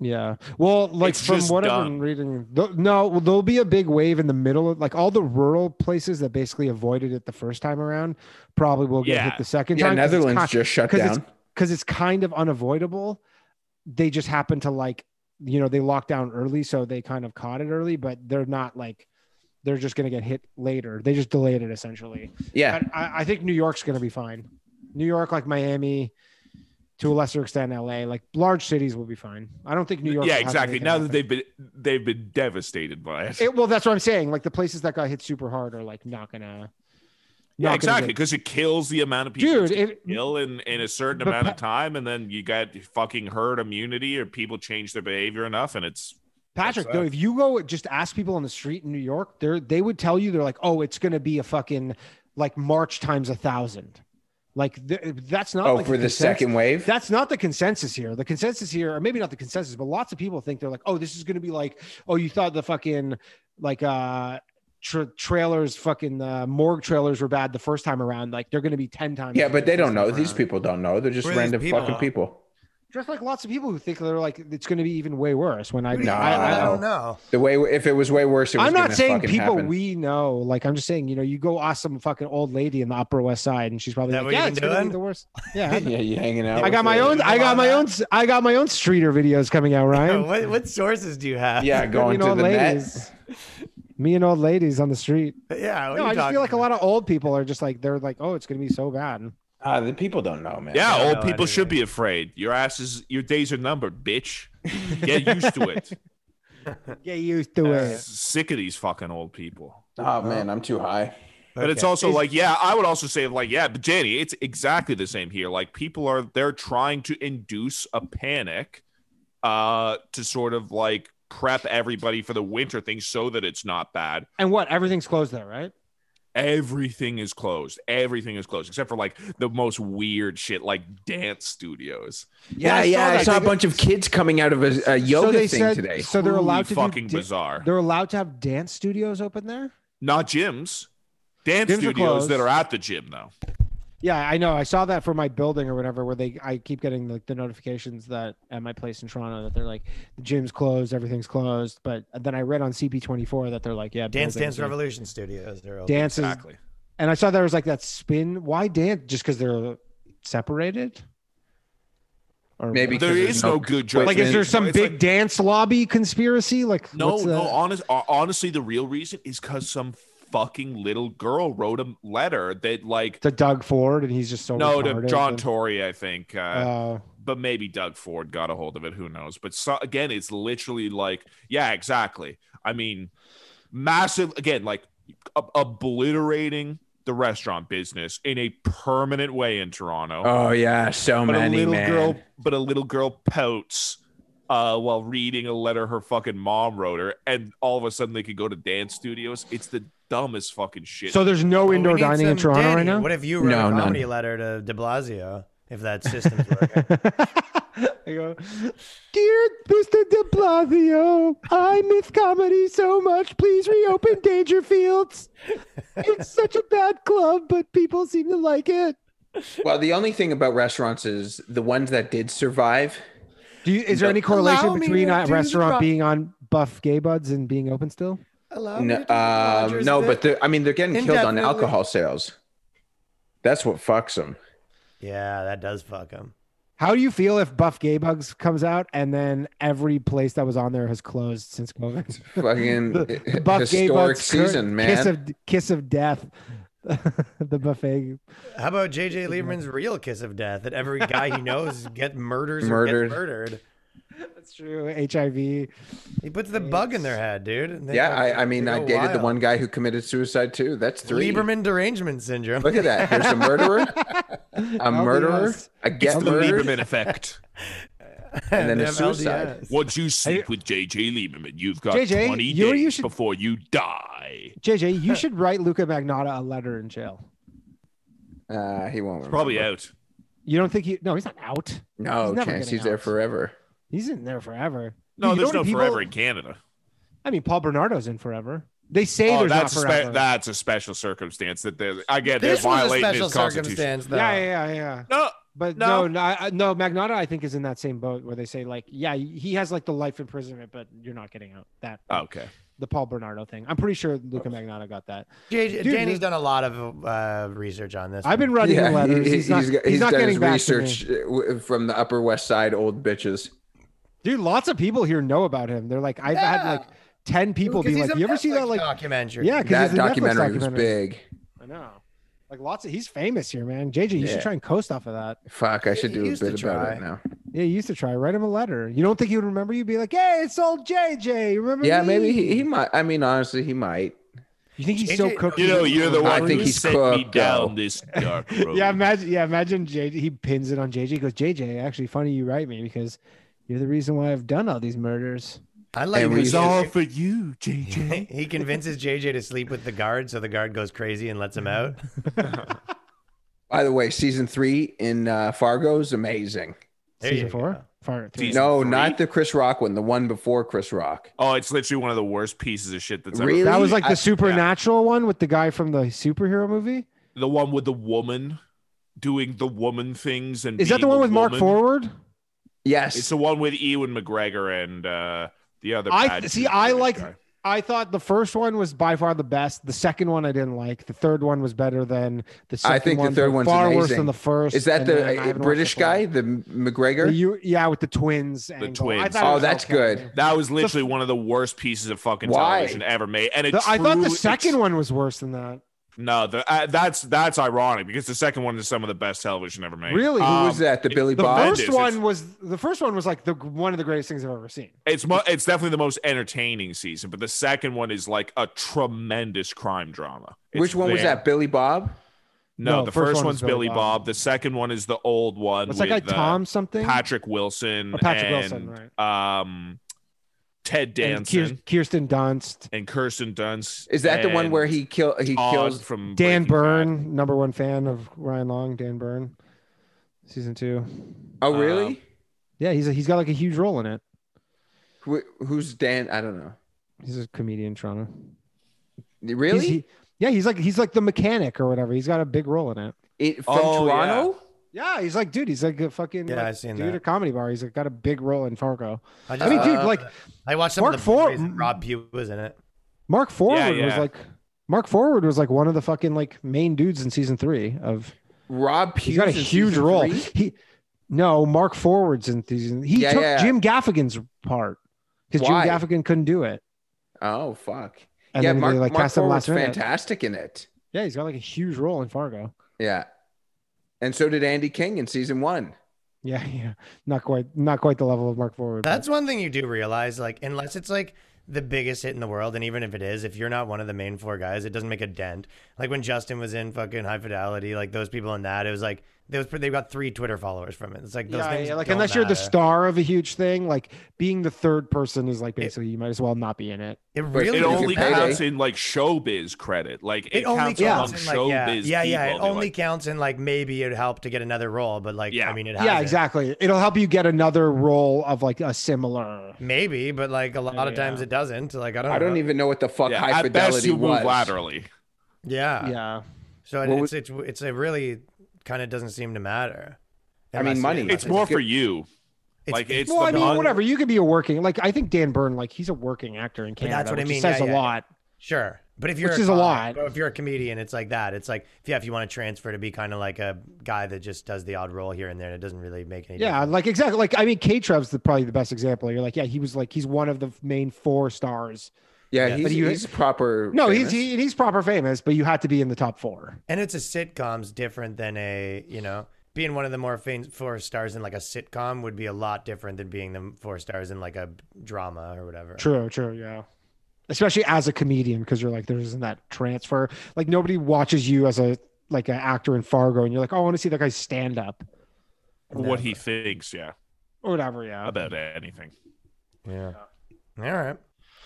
S2: Yeah. Well, like
S3: It's
S2: from
S3: just
S2: what I've
S3: dumb.
S2: been reading, th- no, well, there'll be a big wave in the middle of like all the rural places that basically avoided it the first time around probably will get
S3: Yeah.
S2: hit the second
S4: yeah,
S2: time. 'cause it's
S4: Netherlands
S2: con-
S4: just shut
S2: because
S4: down.
S2: it's because it's kind of unavoidable. They just happen to like, you know, they locked down early, so they kind of caught it early, but they're not like they're just gonna get hit later. They just delayed it essentially.
S4: yeah,
S2: But I, I think New York's gonna be fine. New York, like Miami, to a lesser extent, LA, like large cities will be fine. I don't think New York.
S3: yeah,
S2: will have
S3: exactly.
S2: anything
S3: Now that
S2: happen.
S3: they've been they've been devastated by it.
S2: It- well, that's what I'm saying. Like the places that got hit super hard are like not gonna. not
S3: yeah,
S2: gonna
S3: exactly,
S2: get-
S3: because it kills the amount of people
S2: Dude,
S3: that's
S2: it-
S3: ill in, in a certain
S2: But
S3: amount of
S2: pa-
S3: time, and then you got fucking herd immunity, or people change their behavior enough, and it's
S2: Patrick,
S3: That's
S2: though,
S3: that.
S2: if you go just ask people on the street in New York, they are they would tell you they're like, oh, it's gonna be a fucking like March times a thousand. Like th- that's not
S4: Oh,
S2: like
S4: for the
S2: consensus-
S4: second wave?
S2: That's not the consensus here. The consensus here, or maybe not the consensus, but lots of people think they're like, oh, this is going to be like, oh, you thought the fucking like uh tra- trailers, fucking uh, morgue trailers were bad the first time around. Like they're going to be ten times.
S4: yeah,
S2: as
S4: but
S2: good
S4: they
S2: this
S4: don't know.
S2: time
S4: These
S2: around.
S4: people don't know. They're just
S5: Who are these
S4: random
S5: people?
S4: fucking people.
S2: just like lots of people who think they're like it's going to be even way worse. When I,
S5: What do you-
S4: No.
S2: I, I,
S5: I don't know.
S4: The way if it was way worse, it was
S2: I'm not
S4: gonna
S2: saying
S4: fucking
S2: people
S4: happen.
S2: we know. Like I'm just saying, you know, you go ask some fucking old lady in the Upper West Side, and she's probably
S5: That
S2: like,
S5: what
S2: "Yeah,
S5: you've
S2: it's
S5: been
S2: gonna be
S5: doing?
S2: the
S5: [laughs]
S2: worst." Yeah,
S4: [laughs] yeah, you hanging out.
S2: I
S4: with
S2: got my
S4: the-
S2: own. I got my own. I got my own streeter videos coming out, Ryan.
S5: [laughs] What, what sources do you
S2: [laughs]
S4: [laughs]
S5: have?
S4: Yeah,
S2: Me
S4: going
S2: and
S4: to
S2: old
S4: the
S2: ladies.
S4: net.
S2: Me and old ladies on the street.
S5: Yeah. What
S2: No,
S5: are you
S2: I just
S5: talking
S2: feel like a
S5: about?
S2: lot of old people are just like they're like, "Oh, it's gonna be so bad."
S4: Uh, the people don't know, man.
S3: Yeah,
S5: don't
S3: old
S5: know
S3: people should
S5: anything.
S3: be afraid. Your asses, your days are numbered, bitch. Get used to
S2: [laughs]
S3: it.
S2: Get used to it.
S3: Sick of these fucking old people.
S4: Oh man, I'm too high.
S3: But it's
S5: Okay.
S3: also like, yeah, I would also say like, yeah, but Danny, it's exactly the same here. Like people are they're trying to induce a panic uh to sort of like prep everybody for the winter thing so that it's not bad.
S2: And what? Everything's closed there, right?
S3: Everything is closed. Everything is closed except for like the most weird shit like dance studios.
S4: Yeah,
S2: I saw
S4: yeah. I saw,
S2: that.
S4: a
S2: They-
S4: bunch of kids coming out of a, a yoga
S2: they
S4: thing
S2: said-
S4: today.
S2: So they're
S3: Truly
S2: allowed to do
S3: fucking
S2: di-
S3: bizarre.
S2: They're allowed to have dance studios open there.
S3: Not gyms. Dance
S2: Gyms are
S3: studios that
S2: closed.
S3: are at the gym though.
S2: Yeah, I know. I saw that for my building or whatever, where they I keep getting like the notifications that at my place in Toronto that they're like the gym's closed, everything's closed. But then I read on CP24 that they're like, yeah, buildings
S5: Dance Dance
S2: are-
S5: Revolution Studios. They're open.
S2: dances,
S3: Exactly.
S2: and I saw there was like that spin. Why dance? Just because they're separated? Or
S4: Maybe
S3: There is no good dress.
S2: like is there some
S3: It's
S2: big
S3: like-
S2: dance lobby conspiracy? Like
S3: No,
S2: what's the-
S3: no. Honest, uh, honestly, the real reason is because some fucking little girl wrote a letter that, like,
S2: to Doug Ford, and he's just so
S3: no, to
S2: retarded
S3: John
S2: and-
S3: Tory, I think, uh,
S2: Uh,
S3: but maybe Doug Ford got a hold of it. Who knows? But so, again, it's literally like, yeah, exactly. I mean, massive. Again, like ob- obliterating the restaurant business in a permanent way in Toronto.
S4: Oh yeah, so
S3: but
S4: many
S3: a little
S4: man.
S3: girl but a little girl pouts uh, while reading a letter her fucking mom wrote her and all of a sudden they could go to dance studios it's the dumbest fucking shit
S2: so there's no
S5: Well, we
S2: indoor
S5: need
S2: dining in
S5: some
S2: Toronto
S5: Danny.
S2: right now.
S5: What if you wrote
S4: No,
S5: a
S4: none.
S5: comedy letter to De Blasio? If that system's working.
S4: [laughs]
S2: [laughs] I go, dear Mr. De Blasio, I miss comedy so much. Please reopen Dangerfields. It's such a bad club, but people seem to like it.
S4: Well, the only thing about restaurants is the ones that did survive.
S2: Do you, is there any correlation between a restaurant being on Buff Gay Buds and being open still?
S5: Allow
S4: No,
S5: me to
S4: um,
S5: lodge
S4: no,
S5: this-
S4: but they're, I mean they're getting killed on
S5: Indefinitely.
S4: alcohol sales. That's what fucks
S2: [laughs]
S4: them.
S5: yeah, that does fuck him.
S2: How do you feel if Buff Gay Bugs comes out and then every place that was on there has closed since
S4: [laughs]
S2: COVID?
S4: Fucking
S2: The- the Buff Gay
S4: historic
S2: Bugs cur-
S4: season,
S2: Kiss
S4: man.
S2: of kiss of death. [laughs] the buffet
S5: How about JJ Lieberman's real kiss of death that every guy
S4: [laughs]
S5: he knows get murders or
S4: Murdered.
S5: gets murdered?
S2: That's true. HIV.
S5: He puts the bug in their head, dude. and they
S4: yeah,
S5: fucking-
S4: I, I mean
S5: they
S4: I
S5: go
S4: dated the
S5: wild.
S4: one guy who committed suicide too. That's three.
S5: Lieberman derangement syndrome.
S4: Look at that. There's a murderer, a murderer,
S2: LDS.
S4: a
S3: it's
S4: get
S3: the
S4: murdered,
S3: Lieberman
S2: [laughs]
S3: effect
S4: and then
S5: [laughs] They
S4: a
S5: have
S4: suicide.
S5: LDS.
S3: once you sleep with JJ Lieberman you've got
S2: JJ,
S3: 20
S2: you-
S3: days
S2: you should-
S3: before you die
S2: JJ,
S3: [laughs]
S2: you should write Luca Magnotta a letter in jail.
S4: Uh, he won't.
S3: probably
S4: remember.
S3: out
S2: You don't think he? No, he's not out. He's
S4: No
S2: never
S4: chance.
S2: getting
S4: He's there
S2: out.
S4: forever.
S2: He's in there forever. Dude,
S3: no
S2: you
S3: there's
S2: know
S3: no
S2: what people-
S3: forever in Canada
S2: I mean, Paul Bernardo's in forever. They say
S3: oh
S2: there's
S3: that's a,
S2: not
S3: spe-
S2: forever.
S3: that's a special circumstance that they're I get they're
S5: This was a
S3: violating
S5: special
S3: his constitution
S5: circumstance, though.
S2: yeah, yeah, yeah, yeah.
S3: no
S2: But
S3: No.
S2: no, no, I- no, Magnotta, I think is in that same boat where they say like, yeah, he has like the life imprisonment, but you're not getting out. That
S3: okay
S2: the Paul Bernardo thing. I'm pretty sure Luca Magnotta got that.
S5: JJ,
S2: Dude,
S5: Danny's
S2: this-
S5: done a lot of uh, research on this.
S2: I've been writing
S4: Yeah,
S2: letters.
S4: he,
S2: he's not.
S4: he's
S2: He's,
S4: got- he's
S2: not
S4: done
S2: getting
S4: his
S2: back
S4: research
S2: To me.
S4: uh, w- from the Upper West Side old bitches.
S2: Dude, lots of people here know about him. They're like, I've had like ten people
S5: Because
S2: be
S5: he's
S2: like,
S5: a
S2: you ever see that
S5: Netflix
S2: like
S5: documentary?
S2: Yeah, because
S4: That documentary, was big.
S2: I know. Like lots of he's famous here, man. JJ, you
S4: Yeah.
S2: should try and coast off of that.
S4: Fuck, I should
S5: He
S4: do a
S5: used to
S4: bit about it
S5: try.
S4: now.
S2: Yeah, you used to try. Write him a letter. You don't think he would remember you? Be like, hey, it's old JJ. Remember?
S4: Yeah,
S2: me?"
S4: maybe he, he might. I mean, honestly, he might.
S2: You think he's so
S5: JJ
S2: cooked?
S3: you know you're the
S4: I
S3: one
S4: think
S3: who
S4: he's
S3: set me
S4: cooked,
S3: down
S4: though.
S3: this dark
S2: [laughs]
S3: road
S2: Yeah, imagine. Yeah, imagine JJ. He pins it on JJ. He goes, JJ, actually, funny you write me because you're the reason why I've done all these murders.
S5: I like
S4: And
S5: when
S4: we-
S5: he-
S4: It's all
S3: for you, JJ.
S5: he
S2: Mm-hmm.
S5: convinces JJ to sleep with the guard, so the guard goes crazy and lets him out.
S4: By the way, season three in uh, Fargo is amazing.
S5: There
S2: season
S5: you
S2: four,
S5: go.
S2: Fire three.
S3: Season-
S4: no,
S3: three?
S4: not the Chris Rock one, the one before Chris Rock.
S3: [laughs] Oh, it's literally one of the worst pieces of shit that's
S4: Really?
S3: ever.
S2: That was like
S4: I-
S2: the
S4: yeah.
S2: supernatural one with the guy from the superhero movie.
S3: The one with the woman doing the woman things and
S2: Is that
S3: being
S2: the one
S3: a
S2: with Mark
S3: woman.
S2: Forward?
S4: Yes,
S3: It's the one with Ewan McGregor and uh, the other.
S2: I-
S3: bad
S2: see,
S3: dude,
S2: I
S3: British
S2: like-
S3: guy.
S2: I thought the first one was by far the best. The second one I didn't like. The third one was better than the second
S4: I think the
S2: one,
S4: third
S2: but
S4: one's
S2: far worse
S4: amazing.
S2: than the first.
S4: is that
S2: and then I haven't
S4: the uh,
S2: watched
S4: British
S2: the fourth.
S4: guy, the M-
S2: The
S4: McGregor?
S2: U- yeah, with the twins. angle. I
S3: twins.
S2: thought it
S4: Oh,
S2: was
S4: that's
S2: okay.
S4: good.
S3: That was literally one of the worst pieces of fucking
S4: Why?
S3: television ever made. And it
S2: The- I thought the
S3: true-
S2: second one was worse than that.
S3: No, the, uh, that's that's ironic because the second one is some of the best television ever made.
S2: Really? Who
S4: Who
S3: Um,
S4: was that? The Billy
S2: The
S4: Bob?
S3: Bond
S2: first
S3: is-
S2: one
S3: it's-
S2: was the first one was like the one of the greatest things I've ever seen.
S3: It's mo- it's definitely the most entertaining season, but the second one is like a tremendous crime drama. It's
S4: Which one was
S3: there.
S4: that? Billy Bob?
S3: No,
S2: No,
S3: the
S2: first
S3: first,
S2: one was
S3: one's Billy Bob. The second one is the old one
S2: What's
S3: with
S2: that guy
S3: uh,
S2: Tom something?
S3: Patrick Wilson,
S2: Oh, Patrick
S3: and,
S2: Wilson,
S3: um, Ted
S2: And
S3: Danson and,
S2: Kier- Kirsten Dunst,
S3: Kirsten Dunst.
S4: Is that the one
S3: and
S4: where he kill he
S3: Oz
S4: kills?
S3: from
S2: Dan
S3: Breaking
S2: Byrne, number one fan of Ryan Long. Dan Byrne, season two.
S3: uh,
S4: Oh, really?
S2: Yeah, he's a, he's got like a huge role in it.
S4: Who, who's Dan? I don't know.
S2: He's a comedian in Toronto. He's-
S4: Really?
S2: he- yeah, he's like he's like the mechanic or whatever. He's got a big role in it.
S4: It, from
S3: Oh, yeah.
S4: Toronto?
S2: Yeah, he's like dude. He's like a fucking
S5: Yeah,
S2: like,
S5: I've seen
S2: dude
S5: that.
S2: at a comedy bar. He's like, got a big role in Fargo.
S5: I,
S2: I
S5: just,
S2: mean, dude,
S4: Uh,
S2: like
S5: I watched some
S2: Mark mm-hmm.
S5: of the movies
S2: Form-
S5: and Rob Pugh was in it.
S2: Mark Forward was
S3: yeah.
S2: like Mark Forward was like one of the fucking like main dudes in season three of
S4: Rob Hughes.
S2: he's got a
S4: in
S2: huge
S4: season
S2: role.
S4: three?
S2: He no Mark Forward's in season. He
S4: Yeah,
S2: took
S4: yeah.
S2: Jim Gaffigan's part because Jim
S4: Why?
S2: Gaffigan couldn't do it.
S4: Oh fuck!
S2: And
S4: yeah,
S2: then
S4: Mark,
S2: they like
S4: Mark
S2: cast him
S4: Forward's
S2: last minute.
S4: fantastic in it.
S2: Yeah, he's got like a huge role in Fargo.
S4: Yeah, and so did Andy King in season one.
S2: Yeah, yeah, not quite, not quite the level of Mark Forward. but-
S5: That's one thing you do realize, like, unless it's like the biggest hit in the world, and even if it is, if you're not one of the main four guys, it doesn't make a dent. Like when Justin was in fucking High Fidelity, like those people in that, it was like they was they got three Twitter followers from it. It's like those
S2: yeah,
S5: things
S2: yeah, like
S5: don't
S2: unless you're the
S5: matter.
S2: star of a huge thing, like being the third person is like basically you might as well not be in it.
S5: It
S4: But
S5: really
S3: It
S4: If you
S3: only
S4: pay
S5: matters.
S3: counts in like showbiz credit. Like it,
S5: It only
S3: counts,
S2: yeah.
S5: counts
S3: among
S5: in like yeah,
S3: showbiz
S5: yeah, yeah. It
S3: people. They're
S5: only
S3: like,
S5: counts in like maybe it helped to get another role, but like
S3: Yeah.
S5: I mean, it
S2: yeah,
S5: hasn't.
S2: exactly. It'll help you get another role of like a similar.
S5: Maybe, but like a lot of
S2: Yeah.
S5: times it doesn't. Like I don't.
S4: I don't
S5: know.
S4: even know what the fuck
S3: yeah,
S4: high
S3: at best
S4: fidelity
S3: you
S4: was.
S3: move laterally.
S5: Yeah.
S2: yeah,
S5: So it,
S4: What
S5: it's, it's it's it really kind of doesn't seem to matter.
S4: I mean,
S5: Unless it-
S4: money.
S3: It's
S4: It's
S3: more
S4: good-
S3: for you. Like it's
S2: well,
S3: the
S2: I mean,
S3: mon-
S2: whatever. You could be a working like I think Dan Byrne, like he's a working actor in
S5: that's
S2: Canada.
S5: what I
S2: which
S5: mean,
S2: Says
S5: yeah,
S2: a
S5: yeah, yeah.
S2: lot.
S5: Sure, but if you're
S2: Which
S5: a
S2: is a
S5: comic
S2: lot.
S5: or if you're a comedian, it's like that. It's like yeah, if you want to transfer to be kind of like a guy that just does the odd role here and there, it doesn't really make any.
S2: Yeah,
S5: difference.
S2: like exactly. Like I mean, K. Trev's the, probably the best example. You're like, yeah, he was like he's one of the main four stars.
S4: Yeah,
S5: Yeah.
S4: he's,
S2: But you-
S4: he's proper.
S2: No, he's
S4: famous.
S2: he, and he's proper famous, but you had to be in the top four.
S5: and it's a sitcom's different than a you know being one of the more fam- four stars in like a sitcom would be a lot different than being the four stars in like a drama or whatever.
S2: True, true, yeah. Especially as a comedian, because you're like, there isn't that transfer. Like nobody watches you as a like an actor in Fargo, and you're like, oh, I want to see that guy stand up
S3: What he thinks, yeah,
S2: or whatever. Yeah,
S3: about anything.
S5: Yeah. All right.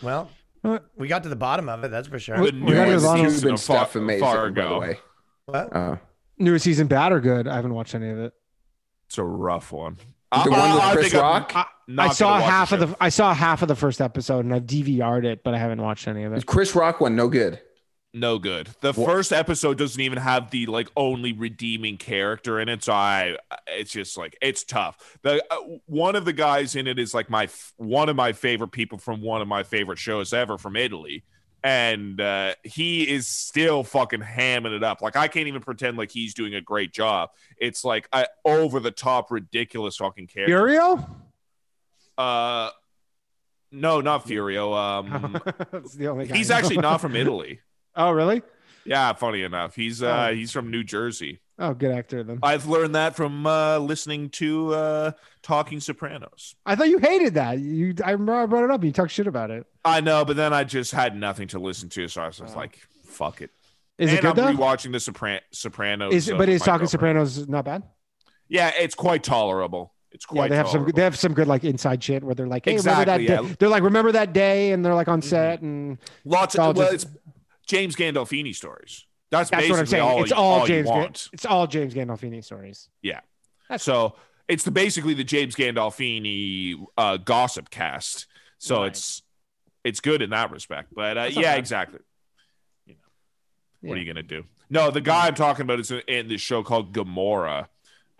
S5: Well,
S2: Alright.
S5: we got to the bottom of it. That's for sure.
S2: We-
S3: The
S2: we got
S3: newest
S2: his honest-
S3: season
S4: Cuban
S3: of Far-
S4: stuff amazing. By the
S3: Fargo.
S4: way,
S5: What?
S4: Uh,
S2: newest season, bad or good? I haven't watched any of it.
S3: It's a rough one.
S4: the one with Chris
S3: think I'm
S4: Rock.
S2: I,
S3: not
S2: I
S3: gonna
S2: saw
S3: watch
S2: half of
S3: show.
S2: the I saw half of the first episode, and I've DVR'd it, but I haven't watched any of
S4: The
S2: it.
S4: Chris Rock one, no good.
S3: No good. The
S4: Wha-
S3: first episode doesn't even have the like only redeeming character in it, so I it's just like it's tough. The uh, one of the guys in it is like my f- one of my favorite people from one of my favorite shows ever from Italy, and uh, he is still fucking hamming it up. Like I can't even pretend like he's doing a great job. It's like I over the top, ridiculous fucking character.
S2: Furio?
S3: Uh, no, not Furio. Um,
S2: [laughs] That's the only guy
S3: he's
S2: I know.
S3: actually not from Italy.
S2: [laughs] oh, really?
S3: Yeah, funny enough, he's uh, he's from New Jersey.
S2: Oh, good actor then.
S3: I've learned that from uh, listening to uh, Talking Sopranos.
S2: I thought you hated that. You, I remember I brought it up. and You talked shit about it.
S3: I know, but then I just had nothing to listen to, so I was just
S2: Wow.
S3: like, "Fuck it."
S2: Oh. Is
S3: and
S2: it good
S3: I'm
S2: though?
S3: rewatching the Sopran- Sopranos.
S2: Is
S3: uh,
S2: but
S3: with
S2: is
S3: my
S2: Talking
S3: girlfriend.
S2: Sopranos not bad?
S3: Yeah, it's quite tolerable. It's quite.
S2: yeah, they have some
S3: tolerable.
S2: they have some good like inside shit where they're like, hey, remember
S3: Exactly,
S2: that
S3: yeah. Mm-hmm.
S2: day? They're like, remember that day, and they're like on set and
S3: lots
S2: I'll
S3: of well,
S2: just-
S3: it's James Gandolfini stories. That's,
S2: That's
S3: basically
S2: what I'm saying.
S3: all
S2: it's
S3: you-
S2: all,
S3: all you
S2: James. Ga-
S3: want.
S2: it's all James Gandolfini stories. That's-
S3: So it's the basically the James Gandolfini uh, gossip cast. So
S2: Right.
S3: it's it's good in that respect. But uh,
S2: That's not
S3: yeah,
S2: bad.
S3: exactly. You know, what are
S2: Yeah.
S3: you gonna do? No, the guy I'm talking about is in, in this show called Gamora.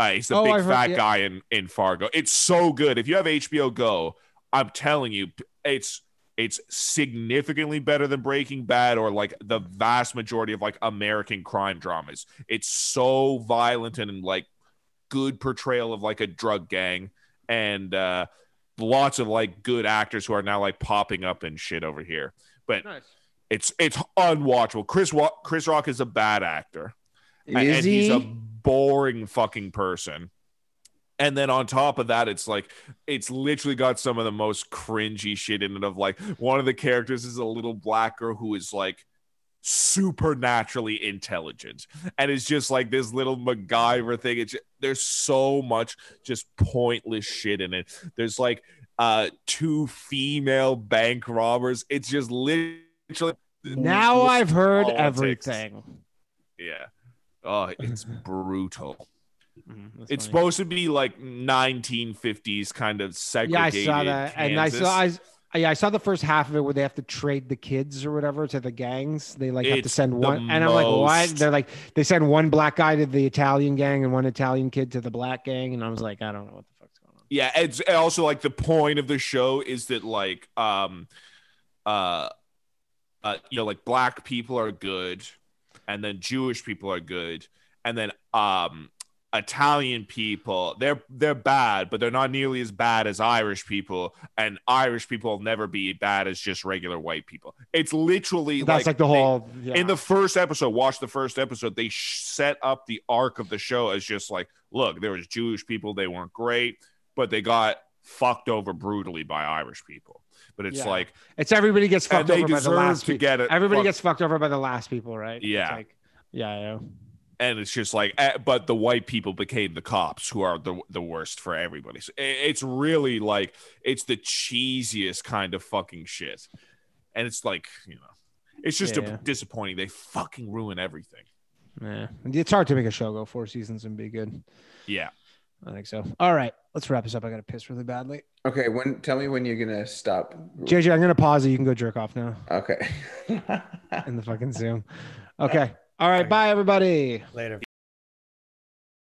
S3: Uh, he's the
S2: Oh,
S3: big
S2: I've heard-
S3: fat
S2: yeah.
S3: guy in in Fargo. It's so good. If you have HBO Go, I'm telling you, it's it's significantly better than Breaking Bad or like the vast majority of like American crime dramas. It's so violent and like good portrayal of like a drug gang and uh lots of like good actors who are now like popping up and shit over here. But
S2: Nice.
S3: it's it's unwatchable. Chris Wa- Chris Rock is a bad actor and-
S4: Is
S3: and he's a boring fucking person. And then on top of that, it's like it's literally got some of the most cringy shit in it. Of like one of the characters is a little black girl who is like supernaturally intelligent, and it's just like this little MacGyver thing. It's there's so much just pointless shit in it. There's like uh two female bank robbers. It's just literally [laughs]
S2: Now I've heard
S3: Politics.
S2: everything.
S3: yeah. Oh, it's brutal.
S2: Mm-hmm, That's
S3: It's
S2: funny.
S3: supposed to be like 1950s kind
S2: yeah,
S3: of
S2: I
S3: segregated.
S2: saw that, and I
S3: Kansas.
S2: saw I. Yeah, I saw the first half of it where they have to trade the kids or whatever to the gangs. They like have to
S3: It's
S2: send
S3: the
S2: one, and I'm like, what?
S3: most-
S2: They're like, they send one black guy to the Italian gang and one Italian kid to the black gang, and I was like, I don't know what the fuck's going on.
S3: yeah, it's and also like the point of the show is that like um uh uh you know like black people are good and then Jewish people are good and then um Italian people they're they're bad but they're not nearly as bad as Irish people and Irish people will never be bad as just regular white people. It's literally
S2: That's like, the
S3: they-
S2: whole yeah.
S3: in the first episode watch the first episode they sh- set up the arc of the show as just like look there was jewish people they weren't great but they got fucked over brutally by irish people but it's
S2: Yeah.
S3: like
S2: it's everybody gets
S3: and
S2: fucked
S3: they
S2: over by the
S3: deserve
S2: last
S3: to
S2: people.
S3: get it
S2: Everybody
S3: fucked-
S2: gets fucked over by the last people, right? It's
S3: Yeah.
S2: like- yeah, yeah.
S3: and it's just like eh, but the white people became the cops who are the, the worst for everybody so i- it's really like it's the cheesiest kind of fucking shit and it's like you know it's just
S2: Yeah.
S3: disappointing they fucking ruin everything
S2: Yeah. It's hard to make a show go four seasons and be good.
S3: yeah
S2: I think so. All right. Let's wrap this up. I got to piss really badly.
S4: Okay, when tell me when you're gonna stop.
S2: JJ, I'm going to pause it. You can go jerk off now
S4: Okay. [laughs]
S3: [laughs]
S2: in the fucking Zoom. Okay. All right. Bye, everybody.
S5: Later.